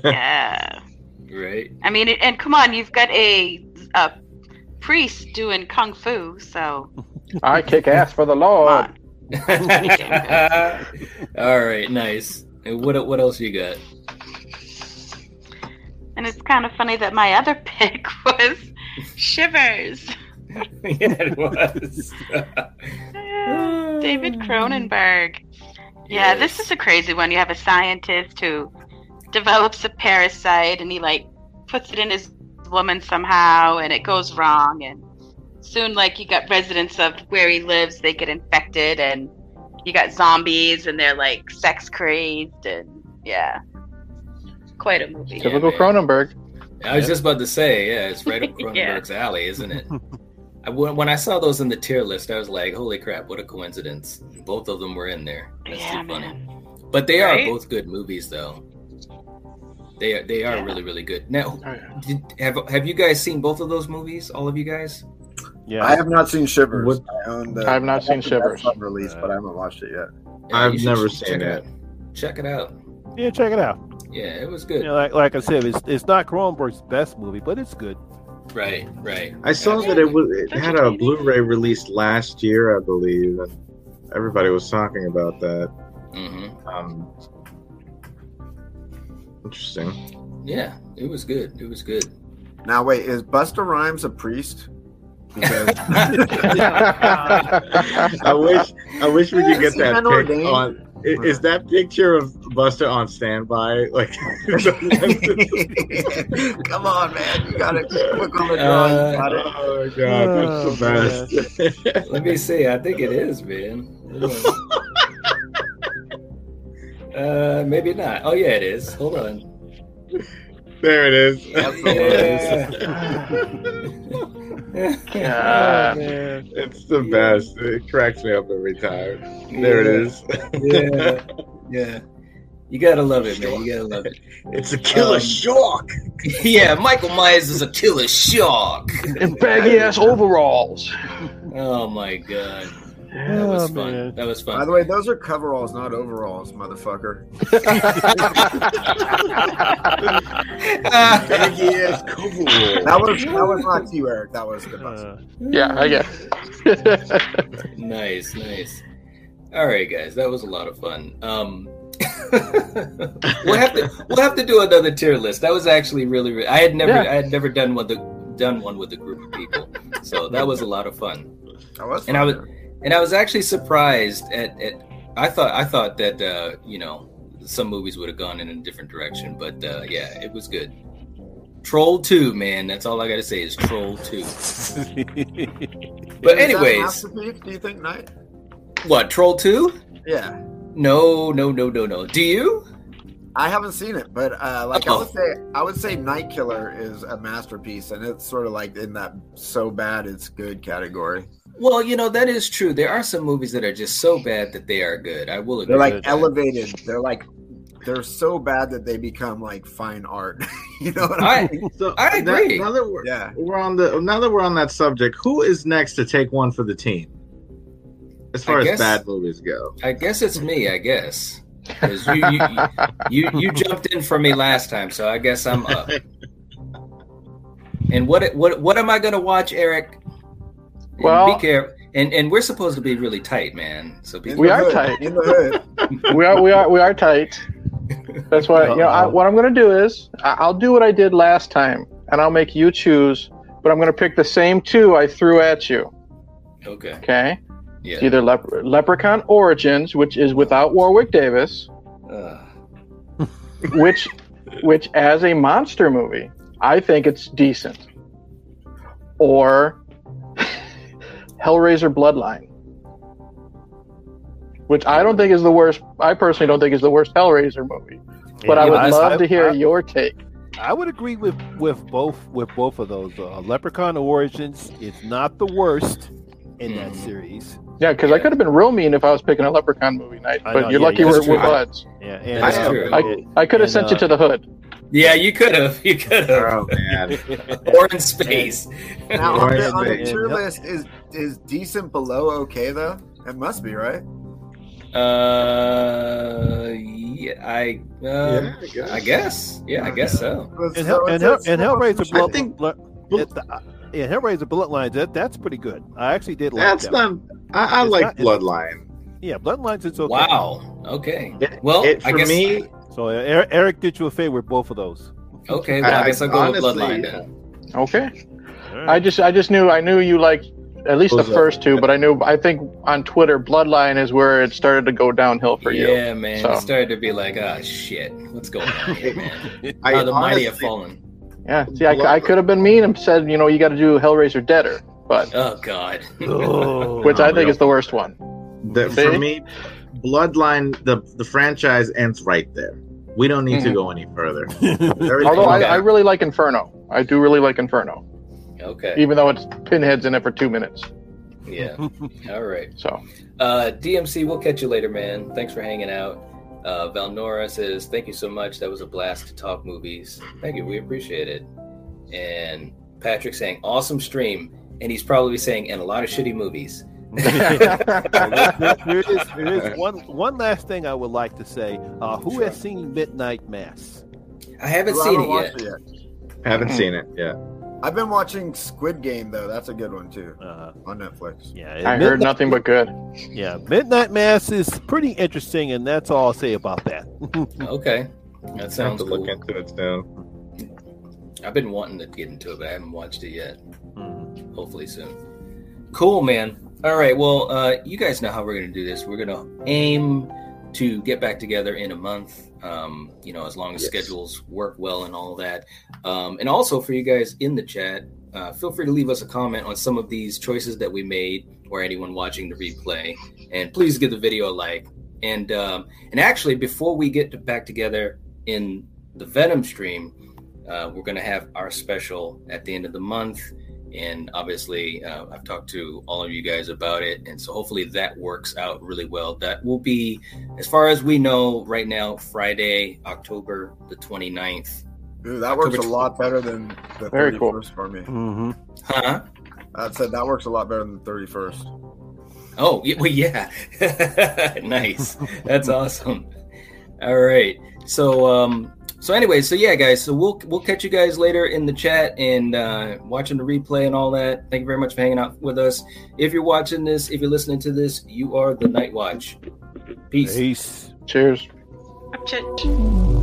Yeah.
right
I mean, and come on, you've got a, a priest doing kung fu, so
I kick ass for the
come
Lord.
on.
All right, nice. And what what else you got?
And it's kind of funny that my other pick was Shivers.
yeah, it was.
David Cronenberg. Yeah, this is a crazy one. You have a scientist who develops a parasite and he like puts it in his woman somehow and it goes wrong and soon like you got residents of where he lives, they get infected and you got zombies and they're like sex crazed and yeah. Quite a movie.
Yeah,
Typical
man.
Cronenberg.
I was just about to say, yeah, it's right up
Yeah.
Cronenberg's alley, isn't it? I, when when I saw those in the tier list, I was like, "Holy crap! What a coincidence! Both of them were in there. That's
Yeah,
too funny."
man.
But they are
Right?
both good movies, though. They are they are
Yeah.
really really good. Now,
Oh, yeah.
did, have have you guys seen both of those movies? All of you guys?
Yeah.
I have not seen Shivers.
What-
I own the,
I've not seen
that's
Shivers.
not released, but I haven't watched it yet.
Yeah,
I've
you should
never
ch-
seen
check
it.
out. Check it out.
Yeah, check it out.
Yeah, it was
You
good.
know, like, like I said, it's, it's not Cronenberg's best movie, but it's good.
Right, right.
I saw that it was it had a Blu-ray release last year, I believe, and everybody was talking about that.
hmm
Um, interesting.
Yeah, it was good. It was good.
Now wait, is Busta Rhymes a priest? Because
I wish I wish we could get
Is he
that
unordained?
pic on. i- Is that picture of Buster on standby? Like,
Come on, man, you gotta click on the draw.
Uh,
you got it.
oh my god,
Oh,
that's the best.
Let me see. I think it is, man. uh, maybe not. Oh yeah, it is. Hold on.
there it is.
Yeah.
God.
It's the best. It cracks me up every time. There it is.
yeah, yeah. You gotta love it, man. You gotta love it.
It's a killer
Um,
shark.
yeah, Michael Myers is a killer shark.
And baggy ass overalls.
Oh my god, that was
Oh,
fun.
man.
That was fun.
By the way, those are coveralls, not overalls, motherfucker.
Yes, cool.
That was that was not you, Eric. That was the bus.
Uh,
Yeah, I guess.
nice, nice. All right, guys, that was a lot of fun. Um, we'll have to we'll have to do another tier list. That was actually really, re- I had never
Yeah.
I had never done one the done one with a group of people, so that was a lot of fun.
That was
And I was
fun.
and I was actually surprised at, at I thought I thought that uh, you know some movies would have gone in a different direction, but uh, yeah, it was good. Troll two, man. That's all I got to say is Troll two. But
Is that a
anyways,
masterpiece, do you think, Knight?
what Troll two?
Yeah,
No, no, no, no, no. Do you?
I haven't seen it, but uh, like
Oh.
I would say, I would say Night Killer is a masterpiece, and it's sort of like in that so bad it's good category.
Well, you know that is true. There are some movies that are just so bad that they are good. I will agree.
They're like
with that.
elevated. They're like they're so bad that they become like fine art. you know what I mean?
I
So
I
now-
agree.
Now that we're,
Yeah.
we're on the now that we're on that subject, who is next to take one for the team? As
I
far
guess-
as bad movies go,
I guess it's me. I guess 'Cause you, you you you jumped in for me last time, so I guess I'm up. And what what what am I gonna watch, Eric? And
Well-
be careful. And and we're supposed to be really tight, man. So be
In
We
the
are
hood,
tight.
in the hood.
we are we are we are tight. That's why you know I, what I'm gonna do is I, I'll do what I did last time, and I'll make you choose. But I'm gonna pick the same two I threw at you.
okay.
Okay, It's
Yeah.
either Lep- Leprechaun Origins, which is without Warwick Davis,
Uh,
which which as a monster movie, I think it's decent, or Hellraiser Bloodline. Which I don't think is the worst. I personally don't think is the worst Hellraiser movie. But I
yeah,
would love to hear
I-
your take.
I would agree with with both with both of those. Uh, Leprechaun Origins is not the worst in that
Mhm.
series.
Yeah, because I could have been real mean if I was picking a Leprechaun movie night,
I
but
know,
you're
yeah,
lucky
yeah,
we're,
that's
we're
true.
buds.
Yeah,
That's
uh,
true.
it-
I could have
And,
sent you
uh,
to the hood.
yeah, you could have. You could have.
oh man,
Or in space.
Now on the, on the
Yeah.
tier list is is decent below okay though. It must be right.
Uh, yeah, I, um,
Yeah, I guess.
I guess. Yeah, I guess so.
and, Hell, and, Hell, and Hellraiser
I
Blood.
think-
Blo- it- the- uh, yeah, Hellraiser Bloodlines. That that's pretty good. I actually did like
that's
that.
not. I, I
It's
like
not- it's-
Bloodline.
one. yeah, Bloodlines. It's okay.
Wow. Okay.
It-
Well,
it,
I
for
guess.
me,
So uh, Eric, Eric did you a favor with both of those.
okay. Well, I,
I-
guess I'll go with
honestly,
Bloodline then.
Okay.
All
I
right.
just I just knew I knew you liked at least the
Those are-
first two, but I knew I think on Twitter Bloodline is where it started to go downhill for you.
yeah, man.
so.
It started to be like, ah, shit. What's going on here, man?
I
How the mighty have
honestly-
fallen.
Yeah. See, I, I could have been mean and said, you know, you got to do Hellraiser Deader, but
Oh God.
Oh.
which I think
real.
is the worst one.
The,
See?
for me, Bloodline, the the franchise ends right there. We don't need to
Mm-hmm.
Mhm.
go any further.
Although I,
Okay.
I really like Inferno. I do really like Inferno,
okay.
even though it's pinheads in it for two minutes.
Yeah. All right.
So
Uh, DMC, we'll catch you later, man. Thanks for hanging out. Uh, Valnora says, Thank you so much. That was a blast to talk movies. Thank you. We appreciate it. And Patrick saying, Awesome stream. and he's probably saying, and a lot of shitty movies.
there, there is, there is one, one last thing I would like to say. Uh, who has seen Midnight Mass?
I haven't
Well, I
seen
don't watch
it yet.
Haven't seen it yet.
I've been watching Squid Game though. That's a good one too
Uh,
on Netflix.
yeah,
I heard nothing but good.
Yeah, Midnight Mass is pretty interesting, and that's all I'll say about that.
Okay, that
I have
sounds
to
cool.
look into it soon.
I've been wanting to get into it, but I haven't watched it yet. Hopefully soon. Cool, man. All right. Well, uh, you guys know how we're going to do this. We're going to aim to get back together in a month. Um, you know, as long as
Yes.
schedules work well and all that. Um, and also for you guys in the chat, uh, feel free to leave us a comment on some of these choices that we made, or anyone watching the replay. And please give the video a like. And um, and actually, before we get to back together in the Venom stream, uh, we're going to have our special at the end of the month. And obviously, uh, I've talked to all of you guys about it. And so hopefully that works out really well. That will be, as far as we know right now, Friday, October the 29ninth.
Ooh, that works a lot better than the
Very
thirty
cool.
first for me.
Mm-hmm.
Huh?
I said that works a lot better than the thirty first.
Oh, yeah, well, yeah. nice. That's awesome. All right. So, um, so anyway, so yeah, guys. So we'll we'll catch you guys later in the chat and uh, watching the replay and all that. Thank you very much for hanging out with us. If you're watching this, if you're listening to this, you are the Night Watch. Peace.
Peace.
Cheers.
Up, church.
Bye.